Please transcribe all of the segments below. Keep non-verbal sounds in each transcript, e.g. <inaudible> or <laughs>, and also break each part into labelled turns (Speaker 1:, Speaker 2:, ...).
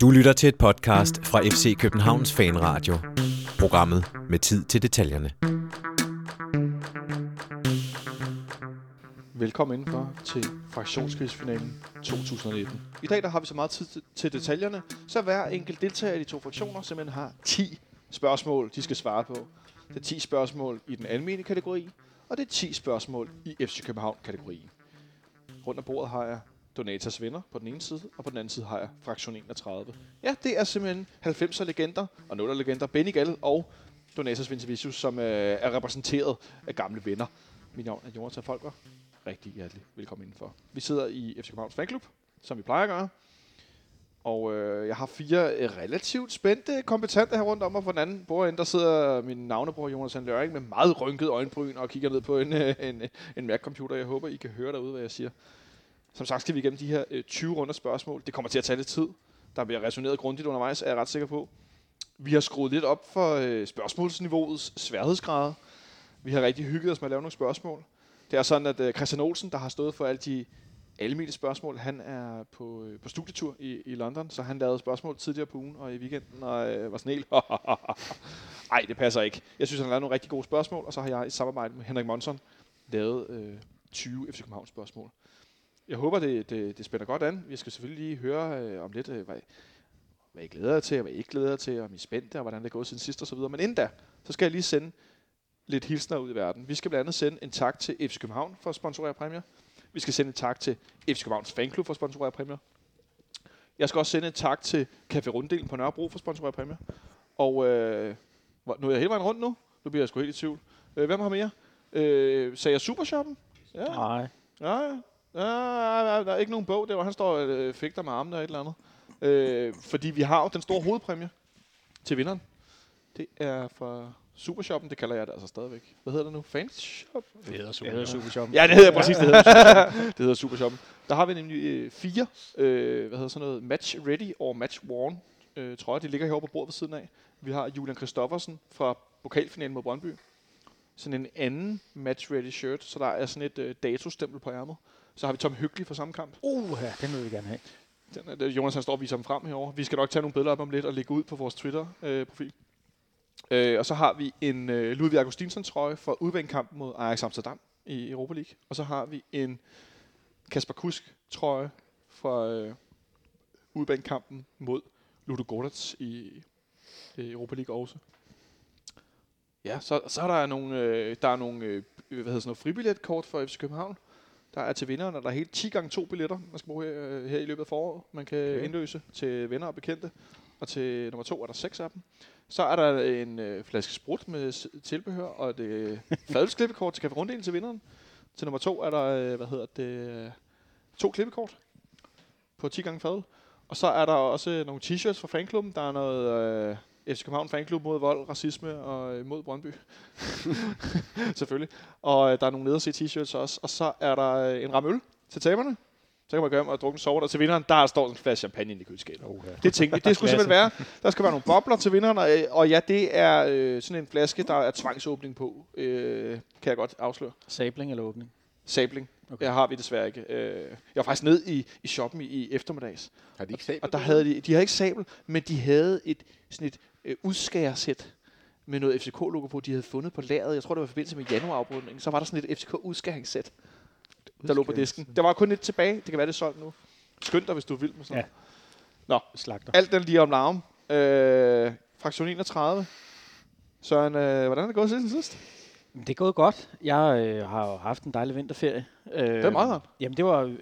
Speaker 1: Du lytter til et podcast fra FC Københavns Fanradio. Programmet med tid til detaljerne.
Speaker 2: Velkommen indenfor til fraktionskrigsfinalen 2019. I dag der har vi så meget tid til- til detaljerne, så hver enkelt deltager i de to fraktioner simpelthen har 10 spørgsmål, de skal svare på. Det er 10 spørgsmål i den almene kategori, og det er 10 spørgsmål i FC København-kategorien. Rundt om bordet har jeg Donatas venner på den ene side, og på den anden side har jeg Fraktion 31. Ja, det er simpelthen 90'er legender og 0'er legender, Benny Gall og Donatas Vincevicius, som øh, er repræsenteret af gamle venner. Mit navn er Jonathan Folker rigtig hjertelig velkommen indenfor. Vi sidder i FC Københavns fanklub, som vi plejer at gøre. Og øh, jeg har fire øh, relativt spændte kompetente her rundt om mig. På den anden bordende, der sidder min navnebror Jonas Sand Løring med meget rynket øjenbryn og kigger ned på en, øh, en, øh, en Mac-computer. Jeg håber, I kan høre derude, hvad jeg siger. Som sagt skal vi igennem de her øh, 20 runder spørgsmål. Det kommer til at tage lidt tid. Der bliver resoneret grundigt undervejs, er jeg ret sikker på. Vi har skruet lidt op for øh, spørgsmålsniveauets sværhedsgrad. Vi har rigtig hygget os med at lave nogle spørgsmål. Det er sådan, at øh, Christian Olsen, der har stået for alle de almindelige spørgsmål, han er på, øh, på studietur i, i London, så han lavede spørgsmål tidligere på ugen og i weekenden og øh, var snel. Ej, det passer ikke. Jeg synes, han lavede nogle rigtig gode spørgsmål, og så har jeg i samarbejde med Henrik Monson lavet øh, 20 FC København spørgsmål. Jeg håber, det, det, det spænder godt an. Vi skal selvfølgelig lige høre øh, om lidt, øh, hvad, hvad I glæder jer til, og hvad I ikke glæder jer til, om I er spændte, og hvordan det er gået siden sidst og så videre. Men inden da, så skal jeg lige sende lidt hilsner ud i verden. Vi skal blandt andet sende en tak til FC København for at sponsorere præmier. Vi skal sende en tak til FC Københavns Fanklub for at sponsorere præmier. Jeg skal også sende en tak til Café Runddelen på Nørrebro for at sponsorere præmier. Og øh, hvor- nu er jeg hele vejen rundt nu. Nu bliver jeg sgu helt i tvivl. Øh, hvem har mere? Øh, sagde jeg Supershoppen? Ja.
Speaker 3: Nej.
Speaker 2: Ja, ja. Ja, ja, ja, der er ikke nogen bog der, hvor han står og øh, fægter med armene og et eller andet. Øh, fordi vi har jo den store hovedpræmie til vinderen. Det er fra Supershoppen, det kalder jeg det altså stadigvæk. Hvad hedder det nu? Fanshop?
Speaker 3: Det hedder Super, det super Shop.
Speaker 2: Ja, det hedder præcis, det hedder, det hedder Supershoppen. Der har vi nemlig øh, fire, øh, hvad hedder sådan noget, match ready og match worn øh, trøjer. De ligger herovre på bordet ved siden af. Vi har Julian Kristoffersen fra pokalfinalen mod Brøndby. Sådan en anden match ready shirt, så der er sådan et øh, datostempel på ærmet. Så har vi Tom Hyggelig fra samme kamp.
Speaker 3: Uh, ja, den vil vi gerne have.
Speaker 2: Den, er- det er Jonas han står og viser dem frem herover. Vi skal nok tage nogle billeder op om lidt og lægge ud på vores Twitter-profil. Øh, profil. øh, og så har vi en øh, Ludvig Augustinsson trøje fra udvængekampen mod Ajax Amsterdam i Europa League. Og så har vi en Kasper Kusk trøje fra øh, udvængekampen mod Ludo Gorets i øh, Europa League også. Ja, så, så er der nogle, øh, der er nogle øh, hvad hedder sådan noget, fribilletkort for FC København der er til vinderen, og der er helt 10 gange to billetter, man skal bruge her, øh, her i løbet af foråret. Man kan okay. indløse til venner og bekendte, og til nummer to er der seks af dem. Så er der en øh, flaske sprut med s- tilbehør, og et øh, fadølsklippekort til kafferunddelen til vinderen. Til nummer to er der, øh, hvad hedder det, øh, to klippekort på 10 gange fadøl. Og så er der også øh, nogle t-shirts fra fanklubben. Der er noget øh, FC København fanklub mod vold, racisme og øh, mod Brøndby. <laughs> Selvfølgelig. Og øh, der er nogle nederse t-shirts også. Og så er der øh, en ramme øl til taberne. Så kan man gå hjem og drukke en sover, og til vinderen, der står en flaske champagne inde i køleskabet.
Speaker 3: Oh, ja.
Speaker 2: Det tænkte vi, det skulle simpelthen
Speaker 4: <laughs>
Speaker 2: være. Der skal være nogle bobler til vinderen, og, øh, og ja, det er øh, sådan en flaske, der er tvangsåbning på, øh, kan jeg godt afsløre.
Speaker 3: Sabling eller åbning?
Speaker 2: Sabling. Okay.
Speaker 3: Okay.
Speaker 2: Jeg har vi desværre ikke. Øh, jeg var faktisk ned i, i shoppen i, i eftermiddags,
Speaker 4: Har de ikke sabel?
Speaker 2: og der havde de, de havde ikke sabel, men de havde et sådan et øh, udskæresæt med noget FCK-logo på, de havde fundet på lageret. Jeg tror, det var i forbindelse med januarafrundningen. Så var der sådan et FCK-udskæringssæt, der lå på disken. Der var kun et tilbage. Det kan være, det er solgt nu. Skynd dig, hvis du vil med sådan noget.
Speaker 3: Ja. Slagter.
Speaker 2: Alt den lige om larm. Øh, fraktion 31. Søren, øh, hvordan er det gået siden sidst?
Speaker 3: Men Det er gået godt. Jeg øh, har jo haft en dejlig vinterferie. Øh, det
Speaker 2: er meget rart.
Speaker 3: Jamen, det var øh, øh,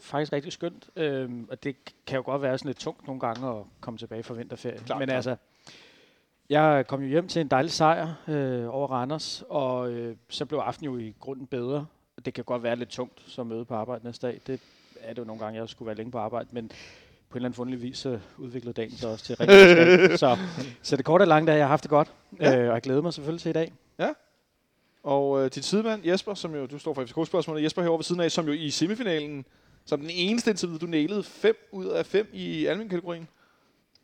Speaker 3: faktisk rigtig skønt. Øh, og det kan jo godt være sådan lidt tungt nogle gange at komme tilbage fra vinterferie.
Speaker 2: Klart,
Speaker 3: Men
Speaker 2: klart.
Speaker 3: altså, jeg kom jo hjem til en dejlig sejr øh, over Randers, og øh, så blev aftenen jo i grunden bedre. Det kan godt være lidt tungt som møde på arbejde næste dag. Det er det jo nogle gange, jeg skulle være længe på arbejde, men på en eller anden fundelig vis så udviklede dagen sig også til
Speaker 2: <laughs>
Speaker 3: rigtig så, så det korte og lange er, at jeg har haft det godt,
Speaker 2: Ja.
Speaker 3: ja. øh, og jeg glæder mig selvfølgelig til i dag.
Speaker 2: Og øh, din sidemand Jesper, som jo, du står for FCK-spørgsmålet, Jesper herovre ved siden af, som jo i semifinalen, som den eneste indtil videre, du nælede 5 ud af 5 i almen-kategorien.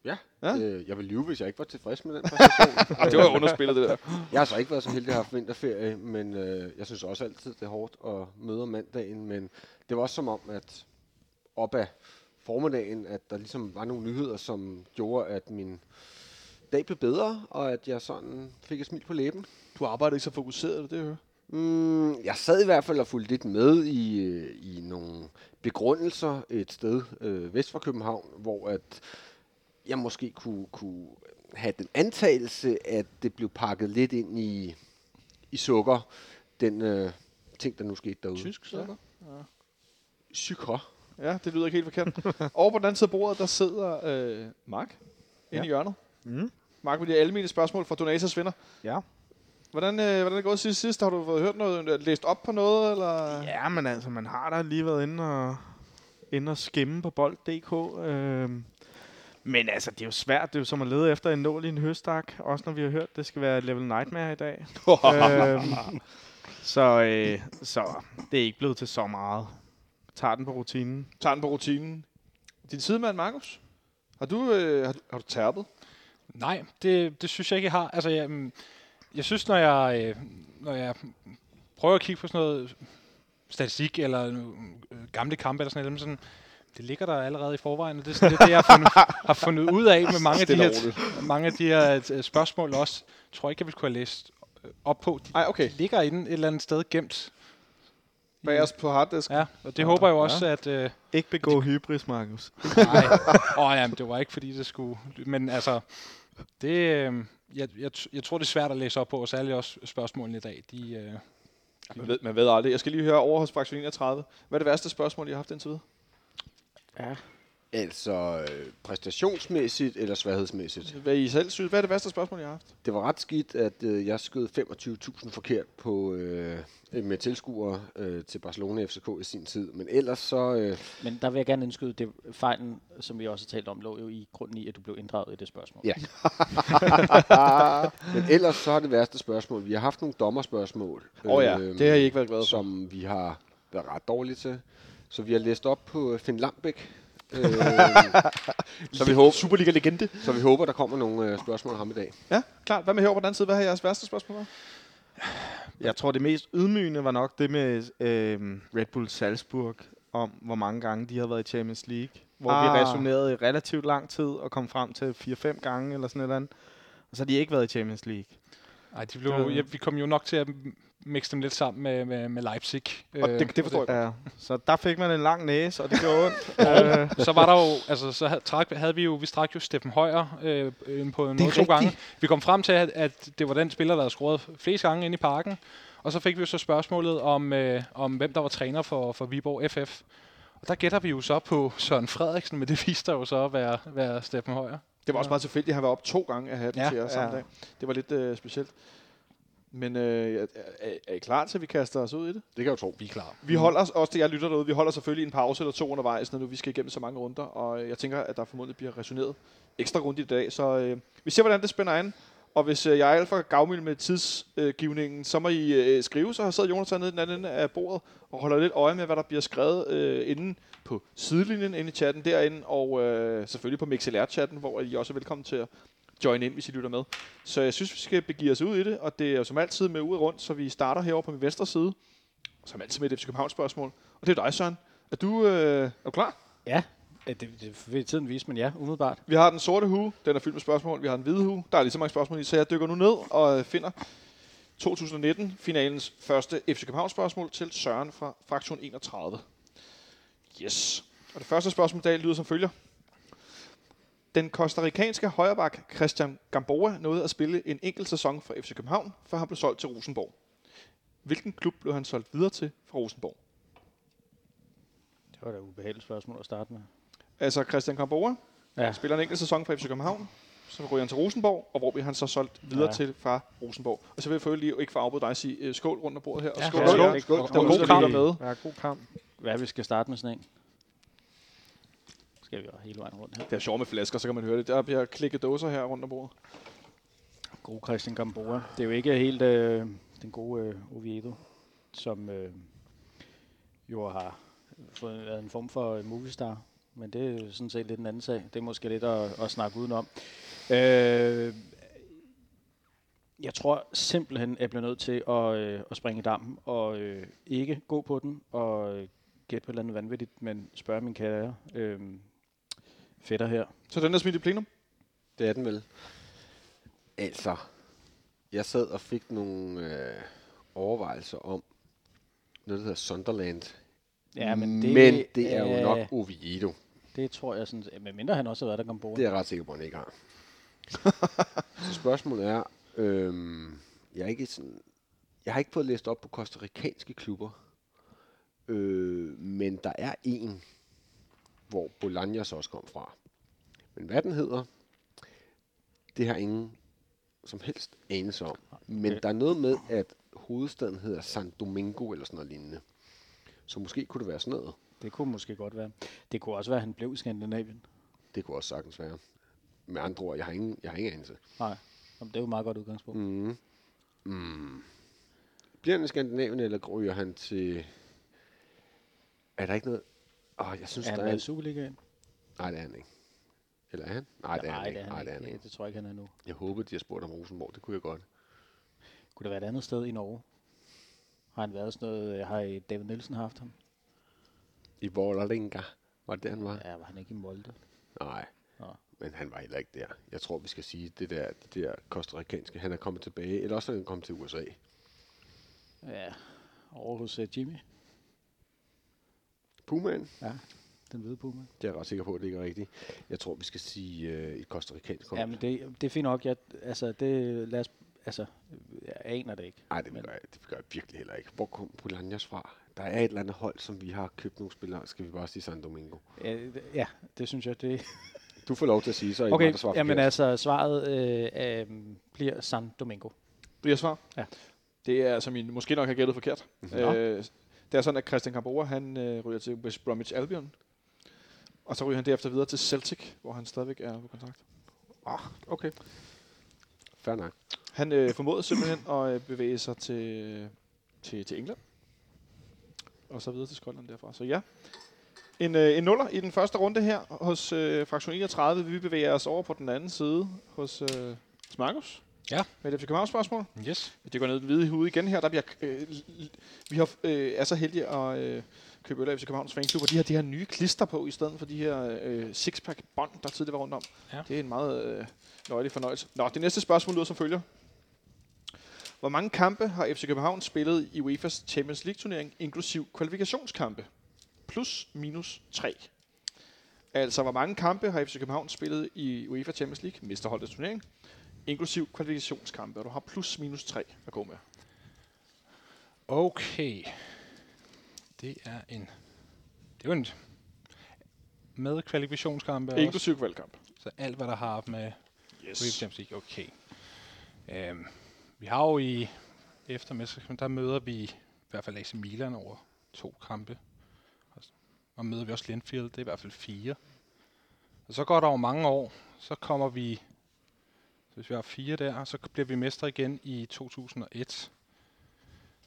Speaker 4: Ja.
Speaker 2: Ja.
Speaker 4: Øh, jeg ville lyve, hvis jeg ikke var
Speaker 2: <laughs>
Speaker 4: tilfreds med den præstation.
Speaker 2: Ah, det var underspillet, det der.
Speaker 4: jeg har så ikke været så heldig at have haft vinterferie, men øh, jeg synes også altid, det er hårdt at møde om mandagen. Men det var også som om, at opad formiddagen, at der ligesom var nogle nyheder, som gjorde, at min dag blev bedre, og at jeg sådan fik et smil på læben.
Speaker 2: Du arbejder ikke så fokuseret, er det det, jeg hører?
Speaker 4: Mm, jeg sad i hvert fald og fulgte lidt med i, øh, i nogle begrundelser et sted øh, vest for København, hvor at jeg måske kunne, kunne have den antagelse, at det blev pakket lidt ind i, i sukker, den øh, ting, der nu skete derude.
Speaker 2: Tysk sukker?
Speaker 4: Sukker.
Speaker 2: Ja, det lyder ikke helt forkert. Over på den anden side af bordet, der sidder øh, Mark inde
Speaker 5: Ja.
Speaker 2: i hjørnet.
Speaker 5: Mm.
Speaker 2: Mark, vil jeg alle mine spørgsmål fra Donatas venner.
Speaker 5: Ja.
Speaker 2: Hvordan, øh, hvordan er det gået siden sidst? Har du fået hørt noget, øh, læst op på noget? Eller?
Speaker 5: Ja, men altså, man har da lige været inde og, inde og skimme på bold.dk. Øh, men altså, det er jo svært. Det er jo som at lede efter en nål i en høstak. Også når vi har hørt, det skal være level nightmare i dag. øh, så, øh, så det er ikke blevet til så meget. Tager den på rutinen.
Speaker 2: Tager den på rutinen. Din sidemand, Markus? Har du, øh, har, du- har du tærpet?
Speaker 6: Nej, det, det synes jeg ikke, jeg har. Altså, jeg, mm, jeg synes, når jeg, øh, når jeg prøver at kigge på sådan noget statistik eller øh, gamle kampe eller sådan noget, sådan, det ligger der allerede i forvejen, og det er sådan lidt det, jeg har fundet,
Speaker 2: <laughs>
Speaker 6: har fundet ud af med mange af de
Speaker 2: Stille
Speaker 6: her,
Speaker 2: og
Speaker 6: mange af de her øh, spørgsmål også. tror ikke, jeg vil kunne have læst øh, op på. De
Speaker 2: Nej, okay.
Speaker 6: ligger inde et eller andet sted gemt.
Speaker 2: Bag os på harddisken.
Speaker 6: Ja, og det håber jeg jo også, at... Øh,
Speaker 5: Ikke begå hybris, Markus.
Speaker 6: Nej. Åh, oh, jamen, det var ikke, fordi det skulle... Men altså, det... Øh, jeg, jeg, t- jeg tror, det er svært at læse op på, og særligt også spørgsmålene i dag. De, øh,
Speaker 2: Man ved, man ved aldrig. Jeg skal lige høre over hos Fraktion 31. Hvad er det værste spørgsmål, I har haft indtil videre?
Speaker 4: Altså øh, præstationsmæssigt eller sværhedsmæssigt.
Speaker 2: Hvad I selv synes? Hvad er det værste spørgsmål, I har haft?
Speaker 4: Det var ret skidt, at øh, jeg skød 25.000 forkert på øh, med tilskuere øh, til Barcelona FCK i sin tid. Men ellers så... Øh,
Speaker 3: Men der vil jeg gerne indskyde, det fejlen, som vi også har talt om, lå jo i grunden i, at du blev inddraget i det spørgsmål.
Speaker 4: Ja. men ellers så er det værste spørgsmål. Vi har haft nogle dommerspørgsmål.
Speaker 2: Åh oh, ja,
Speaker 4: øhm,
Speaker 2: det har I ikke været glade for.
Speaker 4: Som vi har været ret dårlige til. Så vi har læst op på øh, Finn Lambæk. øh, så, vi håber,
Speaker 2: Superliga-legende.
Speaker 4: så vi håber, der kommer nogle øh, spørgsmål af ham i dag.
Speaker 2: Ja, klart. Hvad med herovre på den anden side? Hvad har jeres værste spørgsmål været?
Speaker 5: Jeg tror, det mest ydmygende var nok det med øh, Red Bull Salzburg, om hvor mange gange de havde været i Champions League. Hvor ah. vi
Speaker 2: Ah.
Speaker 5: resonerede i relativt lang tid og kom frem til 4-5 gange eller sådan et eller andet. Og så har de ikke været i Champions League.
Speaker 6: ej, de
Speaker 5: Det ved
Speaker 6: blev,
Speaker 5: jeg.
Speaker 6: ja, vi kom jo nok til at m- mixe dem lidt sammen med, med, med Leipzig. Øh,
Speaker 2: Og det, det forstår jeg godt.
Speaker 5: Ja. Så der fik man en lang næse, og det
Speaker 2: <laughs>
Speaker 5: gjorde ondt. øh,
Speaker 6: så var der jo, altså, så havde, trak, havde vi jo, vi strak jo Steffen Højer øh, øh, på en måde to
Speaker 2: rigtigt.
Speaker 6: gange. Vi kom frem til, at, at det var den spiller, der havde scoret flest gange inde i parken. Og så fik vi jo så spørgsmålet om, øh, om hvem der var træner for, for Viborg FF. Og der gætter vi jo så på Søren Frederiksen, men det viste sig jo så at være, være Steffen Højer.
Speaker 2: Det var også meget tilfældigt, at han var op to gange af hatten ja,
Speaker 6: Ja,
Speaker 2: til jer samme
Speaker 5: ja.
Speaker 2: dag. Det var lidt øh, specielt. Men øh, er, er- er I klar til, at vi kaster os ud i det?
Speaker 4: Det kan jeg jo tro.
Speaker 6: Vi er klar.
Speaker 2: Vi holder os, også til jeg lytter derude, vi holder selvfølgelig en pause eller to undervejs, når nu vi skal igennem så mange runder, og øh, jeg tænker, at der formodentlig bliver resoneret ekstra rundt i dag, så øh, vi ser, hvordan det spænder an. Og hvis øh, jeg er alt for gavmild med tidsgivningen, så må I øh, skrive, så sidder Jonas nede i den anden ende af bordet og holder lidt øje med, hvad der bliver skrevet øh, inde på sidelinjen inde i chatten derinde, og øh, selvfølgelig på MixLR-chatten, hvor I også er velkommen til at join ind, hvis I lytter med. Så jeg synes, vi skal begive os ud i det, og det er jo som altid med ude rundt, så vi starter herovre på min venstre side som altid med et FC København-spørgsmål. Og det er jo dig, Søren. Er du, øh, er du klar?
Speaker 3: ja. Øh, Det, det vil tiden vise, men ja, umiddelbart.
Speaker 2: Vi har den sorte hue, den er fyldt med spørgsmål. Vi har den hvide hue, der er lige så mange spørgsmål i, så jeg dykker nu ned og øh, finder 2019-finalens første FC København-spørgsmål til Søren fra fraktion 31. Yes. Og det første spørgsmål i dag lyder som følger. Den kostarikanske højreback Christian Gamboa nåede at spille en enkelt sæson for FC København, før han blev solgt til Rosenborg. Hvilken klub blev han solgt videre til fra Rosenborg?
Speaker 3: Det var da et ubehageligt spørgsmål at starte med.
Speaker 2: Altså Christian Gamboa,
Speaker 3: Ja.
Speaker 2: spiller en enkelt sæson for FC København, så ryger han til Rosenborg, og hvor bliver han så solgt videre ja.
Speaker 3: Ja.
Speaker 2: til fra Rosenborg. Og så vil jeg for øvrigt lige ikke få afbrudt dig at sige øh, skål rundt om bordet her. Og
Speaker 6: Ja,
Speaker 2: skål, skål.
Speaker 3: skål.
Speaker 4: skål.
Speaker 2: Der var
Speaker 6: God
Speaker 2: god
Speaker 6: kamp.
Speaker 2: kamp med.
Speaker 5: ja, god kamp.
Speaker 3: Hvad vi skal starte med sådan en? Skal vi jo hele vejen rundt her.
Speaker 2: Det er sjovt med flasker, så kan man høre det. Der bliver klikket dåser her rundt om bordet.
Speaker 3: God Christian Gamboa. Det er jo ikke helt øh, den gode øh, Oviedo, som øh, jo har fået været en form for øh, moviestar. Men det er jo sådan set lidt en anden sag. Det er måske lidt at, at snakke udenom. Øh, jeg tror simpelthen, jeg bliver nødt til at, øh, at springe i dammen og øh, ikke gå på den og øh, gætte på et eller andet vanvittigt, men spørge min kære. Øh, fætter her.
Speaker 2: Så den er smidt i plenum.
Speaker 4: Det er den vel. Altså, jeg sad og fik nogle øh, overvejelser om noget, der hedder Sunderland.
Speaker 3: Ja, men det,
Speaker 4: men det er jo
Speaker 3: øh,
Speaker 4: nok Oviedo.
Speaker 3: Det tror jeg sådan, med mindre han også har været der kom på.
Speaker 4: Det er jeg ret sikker på, at han ikke har. så spørgsmålet er, øhm, jeg, er ikke sådan, jeg har ikke fået læst op på kostarikanske klubber, øh, men der er en, hvor Bolaños også kom fra. Men hvad den hedder, det har ingen som helst anelse om. Men der er noget med, at hovedstaden hedder San Domingo eller sådan noget lignende. Så måske kunne det være sådan noget.
Speaker 3: Det kunne måske godt være. Det kunne også være, at han blev i Skandinavien.
Speaker 4: Det kunne også sagtens være. Med andre ord, jeg har ingen, jeg har ingen anelse.
Speaker 3: Nej, Jamen, det er jo et meget godt udgangspunkt. Mm.
Speaker 4: Mm. Mm. Bliver han i Skandinavien, eller ryger han til... Er der ikke noget... Åh, oh, jeg synes,
Speaker 3: Er han
Speaker 4: der
Speaker 3: med
Speaker 4: er...
Speaker 3: i Superligaen?
Speaker 4: Nej, det er han ikke. Eller er han? Nej, det er han ikke. Nej, det er han ikke.
Speaker 3: Det tror jeg ikke, han er nu.
Speaker 4: Jeg håber, de har spurgt om Rosenborg. Det kunne jeg godt.
Speaker 3: Kunne det være et andet sted i Norge? Har han været sådan noget, øh, har I David Nielsen haft ham?
Speaker 4: I Vålerlinga. Var det der, han var? Ja.
Speaker 3: Ja, var han ikke i Molde?
Speaker 4: Nej.
Speaker 3: Nå.
Speaker 4: Men han var heller ikke der. Jeg tror, vi skal sige, det der, det der kostarikanske, han er kommet tilbage, eller også er han kommet til USA.
Speaker 3: Ja, over hos uh, Jimmy,
Speaker 4: Pumaen,
Speaker 3: den hvide puma.
Speaker 4: det er jeg ret sikker på, at det ikke er rigtigt. Jeg tror, vi skal sige øh, et kostarikansk
Speaker 3: Kom. Jamen, det, det er fint nok. Jeg, altså, det, lad os, altså, jeg aner det ikke.
Speaker 4: Nej, det
Speaker 3: Men-
Speaker 4: gør, jeg, det gør jeg virkelig heller ikke. Hvor kom Bolaños fra? Der er et eller andet hold, som vi har købt nogle spillere. Skal vi bare sige San Domingo?
Speaker 3: Øh, d- Ja, det synes jeg, det
Speaker 4: Du får lov til at sige, så er okay,
Speaker 3: Okay,
Speaker 4: der svarer
Speaker 3: jamen
Speaker 4: forkert.
Speaker 3: altså, svaret øh, øh, bliver San Domingo.
Speaker 2: Bliver svar?
Speaker 3: Ja.
Speaker 2: Det er, som I måske nok har gættet forkert.
Speaker 3: Nå.
Speaker 2: Øh, det er sådan, at Christian Gamboa, han øh, ryger til West Bromwich Albion. Og så ryger han derefter videre til Celtic, hvor han stadigvæk er på kontrakt. Ah, okay.
Speaker 4: Fair nok.
Speaker 2: Han øh, formåede simpelthen at øh, bevæge sig til, til, til England. Og så videre til Skotland derfra. Så ja, en, øh, en nuller i den første runde her hos øh, fraktion 31. Vi bevæger os over på den anden side hos, øh, hos Markus.
Speaker 6: Ja.
Speaker 2: Med et FC København spørgsmål.
Speaker 6: Yes.
Speaker 2: Det går ned i den hvide hud igen her. Der bliver, øh, l- vi har, øh, er så heldige at øh, købe øl af FC Københavns fanklub, og de har de her nye klister på, i stedet for de her øh, sixpack-bånd, der tidligere var rundt om.
Speaker 6: Ja.
Speaker 2: Det er en meget øh, nøjelig fornøjelse. Nå, det næste spørgsmål lyder som følger. Hvor mange kampe har FC København spillet i UEFA's Champions League-turnering, inklusiv kvalifikationskampe? Plus minus 3. Altså, hvor mange kampe har FC København spillet i UEFA Champions League, mesterholdets turnering, inklusiv kvalifikationskampe, og du har plus minus 3 at gå med.
Speaker 6: Okay. Det er en... Det er jo en... Med kvalifikationskampe
Speaker 2: Ja,
Speaker 6: også.
Speaker 2: inklusiv kvalkamp.
Speaker 6: Så alt, hvad der har haft med UEFA Champions League, okay. Øhm, vi har jo i eftermiddag, der møder vi i hvert fald AC Milan over to kampe. Og s- Og møder vi også Linfield, det er i hvert fald fire. Og så går der over mange år, så kommer vi, så hvis vi har fire der, så bliver vi mestre igen i 2001.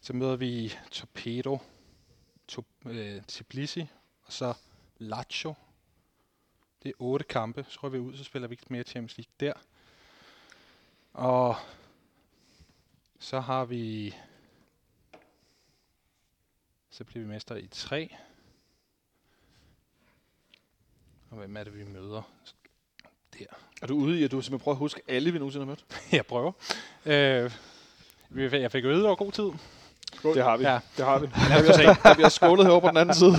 Speaker 6: Så møder vi Torpedo, to, øh, Tbilisi, og så Lazio. Det er otte kampe, så rører vi ud, så spiller vi ikke mere Champions League der. Og så har vi... Så bliver vi mester i tre. Og hvem er det, vi møder? <laughs>
Speaker 2: Er du ude i, at du simpelthen prøver at huske alle, vi nogensinde har mødt?
Speaker 6: Jeg prøver. Øh, vi- jeg fik øget over god tid.
Speaker 2: Skål. Det har vi.
Speaker 6: Ja.
Speaker 2: Ja. Det har vi.
Speaker 6: Lad os se.
Speaker 2: Der bliver skålet herovre på den anden side.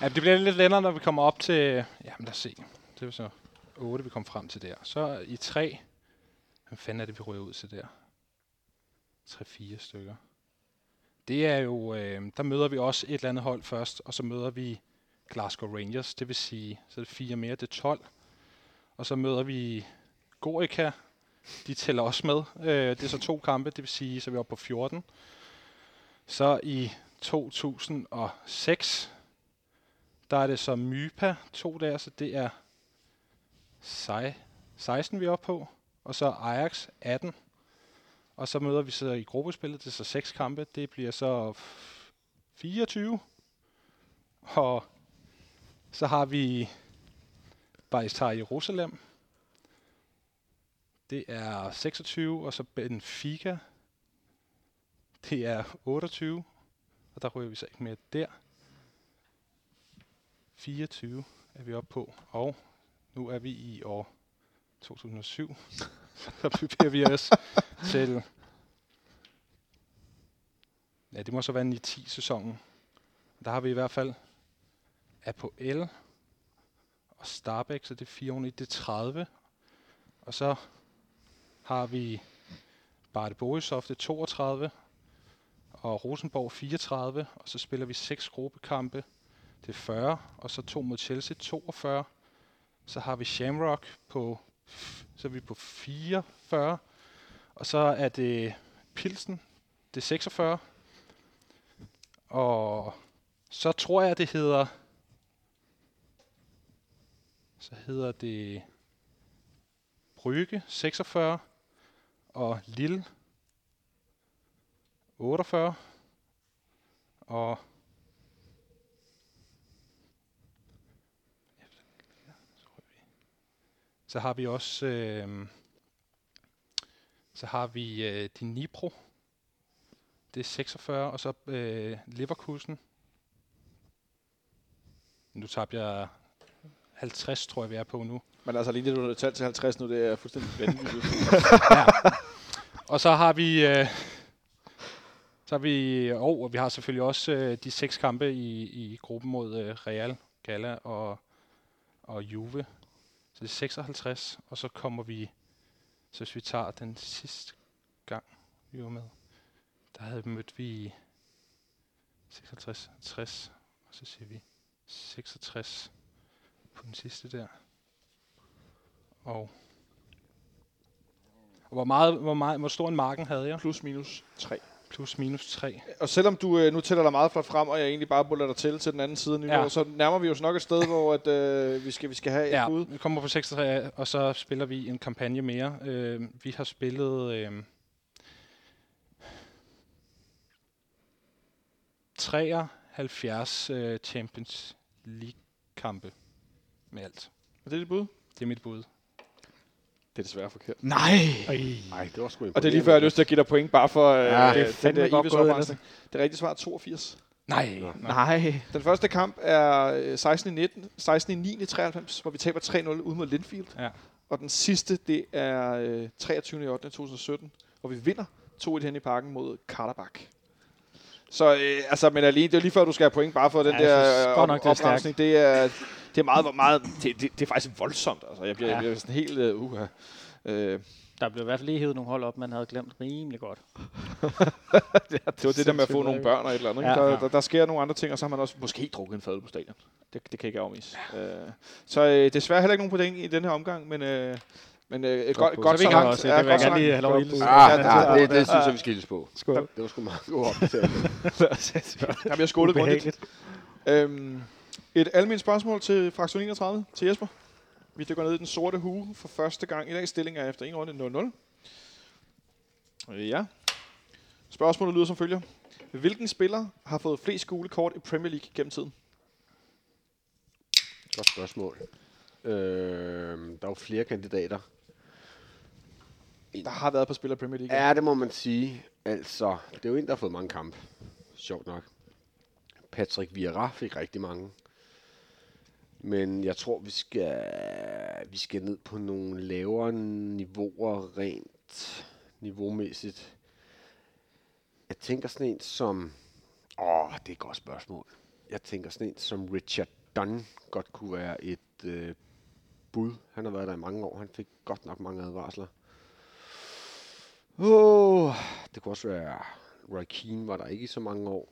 Speaker 6: Ja, det bliver lidt længere, når vi kommer op til... Jamen lad os se. Det er så 8, vi kom frem til der. Så i 3... Hvad fanden er det, vi ryger ud til der? 3-4 stykker. Det er jo... Øh, der møder vi også et eller andet hold først, og så møder vi Glasgow Rangers. Det vil sige, så er det 4 mere, det er 12. Og så møder vi Gorica. De tæller også med. Øh, det er så to kampe, det vil sige, så er vi oppe på 14. Så i 2006, der er det så Mypa, to der, så det er sej- 16, vi er oppe på. Og så Ajax, 18. Og så møder vi så i gruppespillet, det er så seks kampe. Det bliver så f- 24. Og så har vi Bajstar Jerusalem. Det er 26, og så Benfica. Det er 28, og der ryger vi så ikke mere der. 24 er vi oppe på, og Nu er vi i år 2007. <laughs> Så bevæger vi os til... Ja, det må så være 9-10-sæsonen. Der har vi i hvert fald Apoel og Starbæk, så det er 4 oven i, det er 30. Og så har vi Barte Borisov, det er 32, og Rosenborg 34, og så spiller vi seks gruppekampe, det er 40, og så to mod Chelsea, 42. Så har vi Shamrock på, f- så er vi på 44, og så er det Pilsen, det er 46, og så tror jeg, det hedder, så hedder det Brygge 46, og Lille 48, og så har vi også øh, så har vi øh, Dnipro det er 46, og så øh, Leverkusen nu tabte jeg 50, tror jeg, vi er på nu.
Speaker 2: Men altså lige det, du har talt til 50 nu, det er fuldstændig vanvittigt.
Speaker 6: Og så har vi... Øh, så har vi... Og og vi har selvfølgelig også øh, de seks kampe i, i gruppen mod øh, Real, Gala og, og Juve. Så det er 56, og så kommer vi... Så hvis vi tager den sidste gang, vi var med, der havde vi mødt vi 56, 60, og så siger vi 66 på den sidste der. Og, og hvor, meget, hvor, meget, hvor stor en marken havde jeg?
Speaker 2: Plus minus 3.
Speaker 6: Plus minus 3.
Speaker 2: <laughs> Og selvom du øh, nu tæller dig meget fra frem, og jeg egentlig bare buller dig til til den anden side af nytår,
Speaker 6: Ja.
Speaker 2: så nærmer vi os nok et sted, hvor at, øh, vi, skal, vi skal have et
Speaker 6: Ja,
Speaker 2: bud.
Speaker 6: vi kommer på 63, og så spiller vi en kampagne mere. Øh, vi har spillet... Øh, ...73 øh, Champions League-kampe med alt.
Speaker 2: Er det dit bud?
Speaker 6: Det er mit bud.
Speaker 2: Det er desværre forkert.
Speaker 5: Nej!
Speaker 4: Nej, det var sgu
Speaker 2: Og det er lige før, jeg har lyst til at give dig point, bare for øh,
Speaker 4: Ja,
Speaker 2: ja,
Speaker 4: det
Speaker 2: det
Speaker 4: er
Speaker 2: den
Speaker 3: fandme
Speaker 2: der
Speaker 3: godt
Speaker 2: Ives
Speaker 3: gået,
Speaker 2: oprensning. Det rigtige svar er 82.
Speaker 6: Nej!
Speaker 4: Nå.
Speaker 6: Nej.
Speaker 5: Nej.
Speaker 2: Den første kamp er øh, 16 i 19, 16 i 9 93, hvor vi taber 3-0 ude mod Linfield.
Speaker 6: Ja.
Speaker 2: Og den sidste, det er øh, 23. i 8. 2017, hvor vi vinder 2-1 hen i parken mod Karabakh. Så øh, altså, men alene, det er lige før, du skal have point bare for den
Speaker 3: Ja,
Speaker 2: der
Speaker 3: jeg synes
Speaker 2: øh,
Speaker 3: godt nok, det er stærkt.
Speaker 2: opremsning. Det er, det er meget, meget det, det, det er faktisk voldsomt. Altså, jeg bliver, ja.
Speaker 3: Ja.
Speaker 2: jeg bliver sådan helt øh, uha. Øh,
Speaker 3: Der blev i hvert fald lige hævet nogle hold op, man havde glemt rimelig godt.
Speaker 2: det var det der med at få nogle børn og et eller andet. Ja,
Speaker 3: Ja,
Speaker 2: der,
Speaker 3: ja.
Speaker 2: der, der sker nogle andre ting, og så har man også måske drukket en fadøl på stadion. Det, det kan ikke afvise. Øh, så øh, desværre heller ikke nogen point i den her omgang, men, øh, men øh, et godt,
Speaker 4: bud.
Speaker 2: godt
Speaker 3: Så
Speaker 2: så
Speaker 3: vinder
Speaker 2: langt.
Speaker 3: jeg også,
Speaker 2: Ja,
Speaker 3: det vil jeg
Speaker 2: godt så
Speaker 3: gerne lige
Speaker 2: langt.
Speaker 3: have lov at hilse.
Speaker 4: Ah,
Speaker 2: Ja,
Speaker 4: ja,
Speaker 2: det-
Speaker 4: det, det synes jeg, vi skal hilse på.
Speaker 5: Skål.
Speaker 4: Det var sgu meget god opdatering.
Speaker 2: Jamen, jeg skålede grundigt. Øhm, et almindeligt spørgsmål til fraktion 31, til Jesper. Vi dykker ned i den sorte hue for første gang. I dag stilling er efter en runde 0-0. Øh, Ja. Spørgsmålet lyder som følger. Hvilken spiller har fået flest gule kort i Premier League gennem tiden?
Speaker 4: Godt spørgsmål. Øh, der er jo flere kandidater.
Speaker 2: Der har været et par spillere i Premier League.
Speaker 4: Ja, det må man sige. Altså, det er jo en, der har fået mange kampe. Sjovt nok. Patrick Vieira fik rigtig mange. Men jeg tror, vi skal, vi skal ned på nogle lavere niveauer rent niveaumæssigt. Jeg tænker sådan en som... Åh, det er et godt spørgsmål. Jeg tænker sådan en som Richard Dunn godt kunne være et øh, bud. Han har været der i mange år. Han fik godt nok mange advarsler. Oh, det kunne også være... Roy Keane var der ikke i så mange år.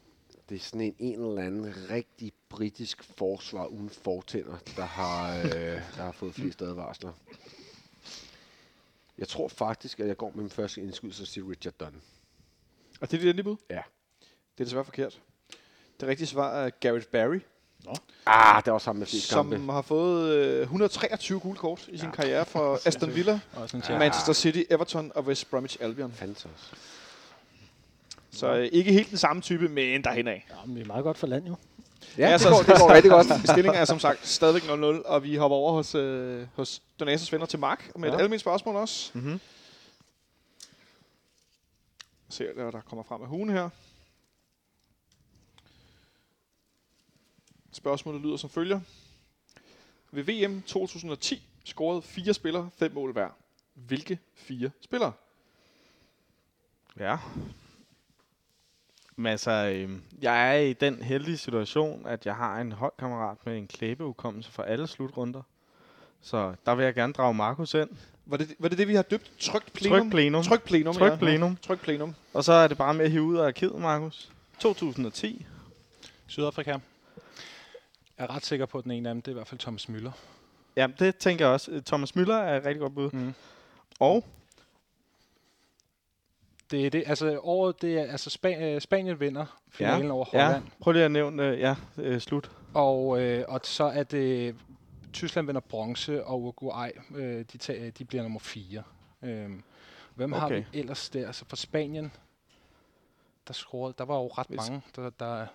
Speaker 4: Det er sådan en, en eller anden rigtig britisk forsvar uden fortænder, der har, øh, der har fået flest advarsler. Jeg tror faktisk, at jeg går med min første indskydelse og siger Richard Dunn.
Speaker 2: Og det er dit endelige bud?
Speaker 4: Ja.
Speaker 2: Det er desværre forkert. Det rigtige svar er Garrett Barry,
Speaker 4: Ah, det er også ham med flest
Speaker 2: som
Speaker 4: kampe.
Speaker 2: har fået øh, 123 gule kort i sin karriere for Aston Villa,
Speaker 6: Også en
Speaker 2: ja. Manchester City, Everton og West Bromwich Albion.
Speaker 4: Fandt os.
Speaker 2: Så øh, ikke helt den samme type, men derhen af.
Speaker 3: Ja, men vi er meget godt for land jo.
Speaker 4: Ja, det
Speaker 2: så- <laughs>
Speaker 4: går, det går rigtig godt.
Speaker 2: Stillingen er som sagt stadigvæk 0-0, og vi hopper over hos, øh, hos Donatas venner til Mark med ja. et almindeligt spørgsmål også.
Speaker 5: Mhm.
Speaker 2: Se, hvad der kommer frem af hugen her. Spørgsmålet lyder som følger. Ved VM 2010 scorede fire spillere, fem mål hver. Hvilke fire spillere?
Speaker 5: Ja. Men altså, øh, jeg er i den heldige situation, at jeg har en holdkammerat med en klæbeukommelse for alle slutrunder. Så der vil jeg gerne drage Markus ind.
Speaker 2: Var det, var det det, vi har døbt? Trygt plenum?
Speaker 5: Tryk plenum.
Speaker 2: Tryk plenum,
Speaker 5: Tryk
Speaker 2: ja.
Speaker 5: plenum.
Speaker 2: Tryk plenum.
Speaker 5: Og så er det bare med at hive ud af arkivet, Markus. 2010.
Speaker 6: Sydafrika. Jeg er ret sikker på, at den ene af dem, det er i hvert fald Thomas Müller.
Speaker 5: Ja, det tænker jeg også. Thomas Müller er et rigtig godt bud.
Speaker 6: Mm.
Speaker 5: Og
Speaker 6: Det er det, altså året, det er, altså Span- øh, Spanien vinder finalen over
Speaker 5: ja,
Speaker 6: Holland.
Speaker 5: prøv lige at nævne øh, ja, øh, slut.
Speaker 6: Og, øh, og så er det, Tyskland vinder bronze, og Uruguay, øh, de, tager, de bliver nummer 4. Øhm, hvem okay. har
Speaker 5: Okay.
Speaker 6: vi ellers der? Altså for Spanien, der scorede, der var jo ret
Speaker 5: Hvis-
Speaker 6: mange. Der, der,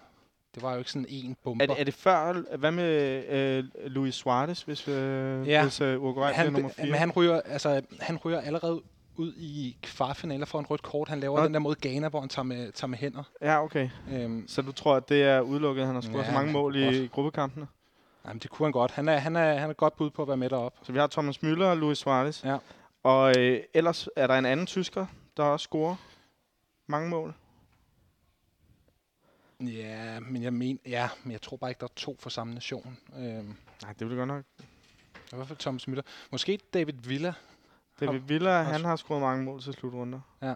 Speaker 6: det var jo ikke sådan en bomber.
Speaker 5: Er det, er det før, hvad med øh, Luis Suarez, hvis, øh,
Speaker 6: Ja.
Speaker 5: ja. hvis øh, Uruguay bliver
Speaker 6: han,
Speaker 5: nummer 4?
Speaker 6: men han ryger, altså, han ryger allerede ud i kvartfinaler for en rødt kort. Han laver
Speaker 5: Nå.
Speaker 6: den der mod Ghana, hvor han tager med, tager med hænder.
Speaker 5: Ja, okay.
Speaker 6: Øhm,
Speaker 5: Så du tror, at det er udelukket, at han har scoret
Speaker 6: Ja,
Speaker 5: så mange
Speaker 6: men
Speaker 5: mål
Speaker 6: godt.
Speaker 5: i, i gruppekampene?
Speaker 6: jamen, det kunne han godt. Han er, han, er, han er godt bud på at være med derop.
Speaker 5: Så vi har Thomas Müller og Luis Suarez.
Speaker 6: Ja.
Speaker 5: Og øh, ellers er der en anden tysker, der også scorer mange mål.
Speaker 6: Ja, men jeg, men, ja, men jeg tror bare ikke, der er to for samme nation. Øhm,
Speaker 5: Nej, det vil godt nok.
Speaker 6: I hvert fald Thomas Müller. Måske David Villa.
Speaker 5: David Villa,
Speaker 6: også-
Speaker 5: han har scoret mange mål til slutrunder.
Speaker 6: Ja.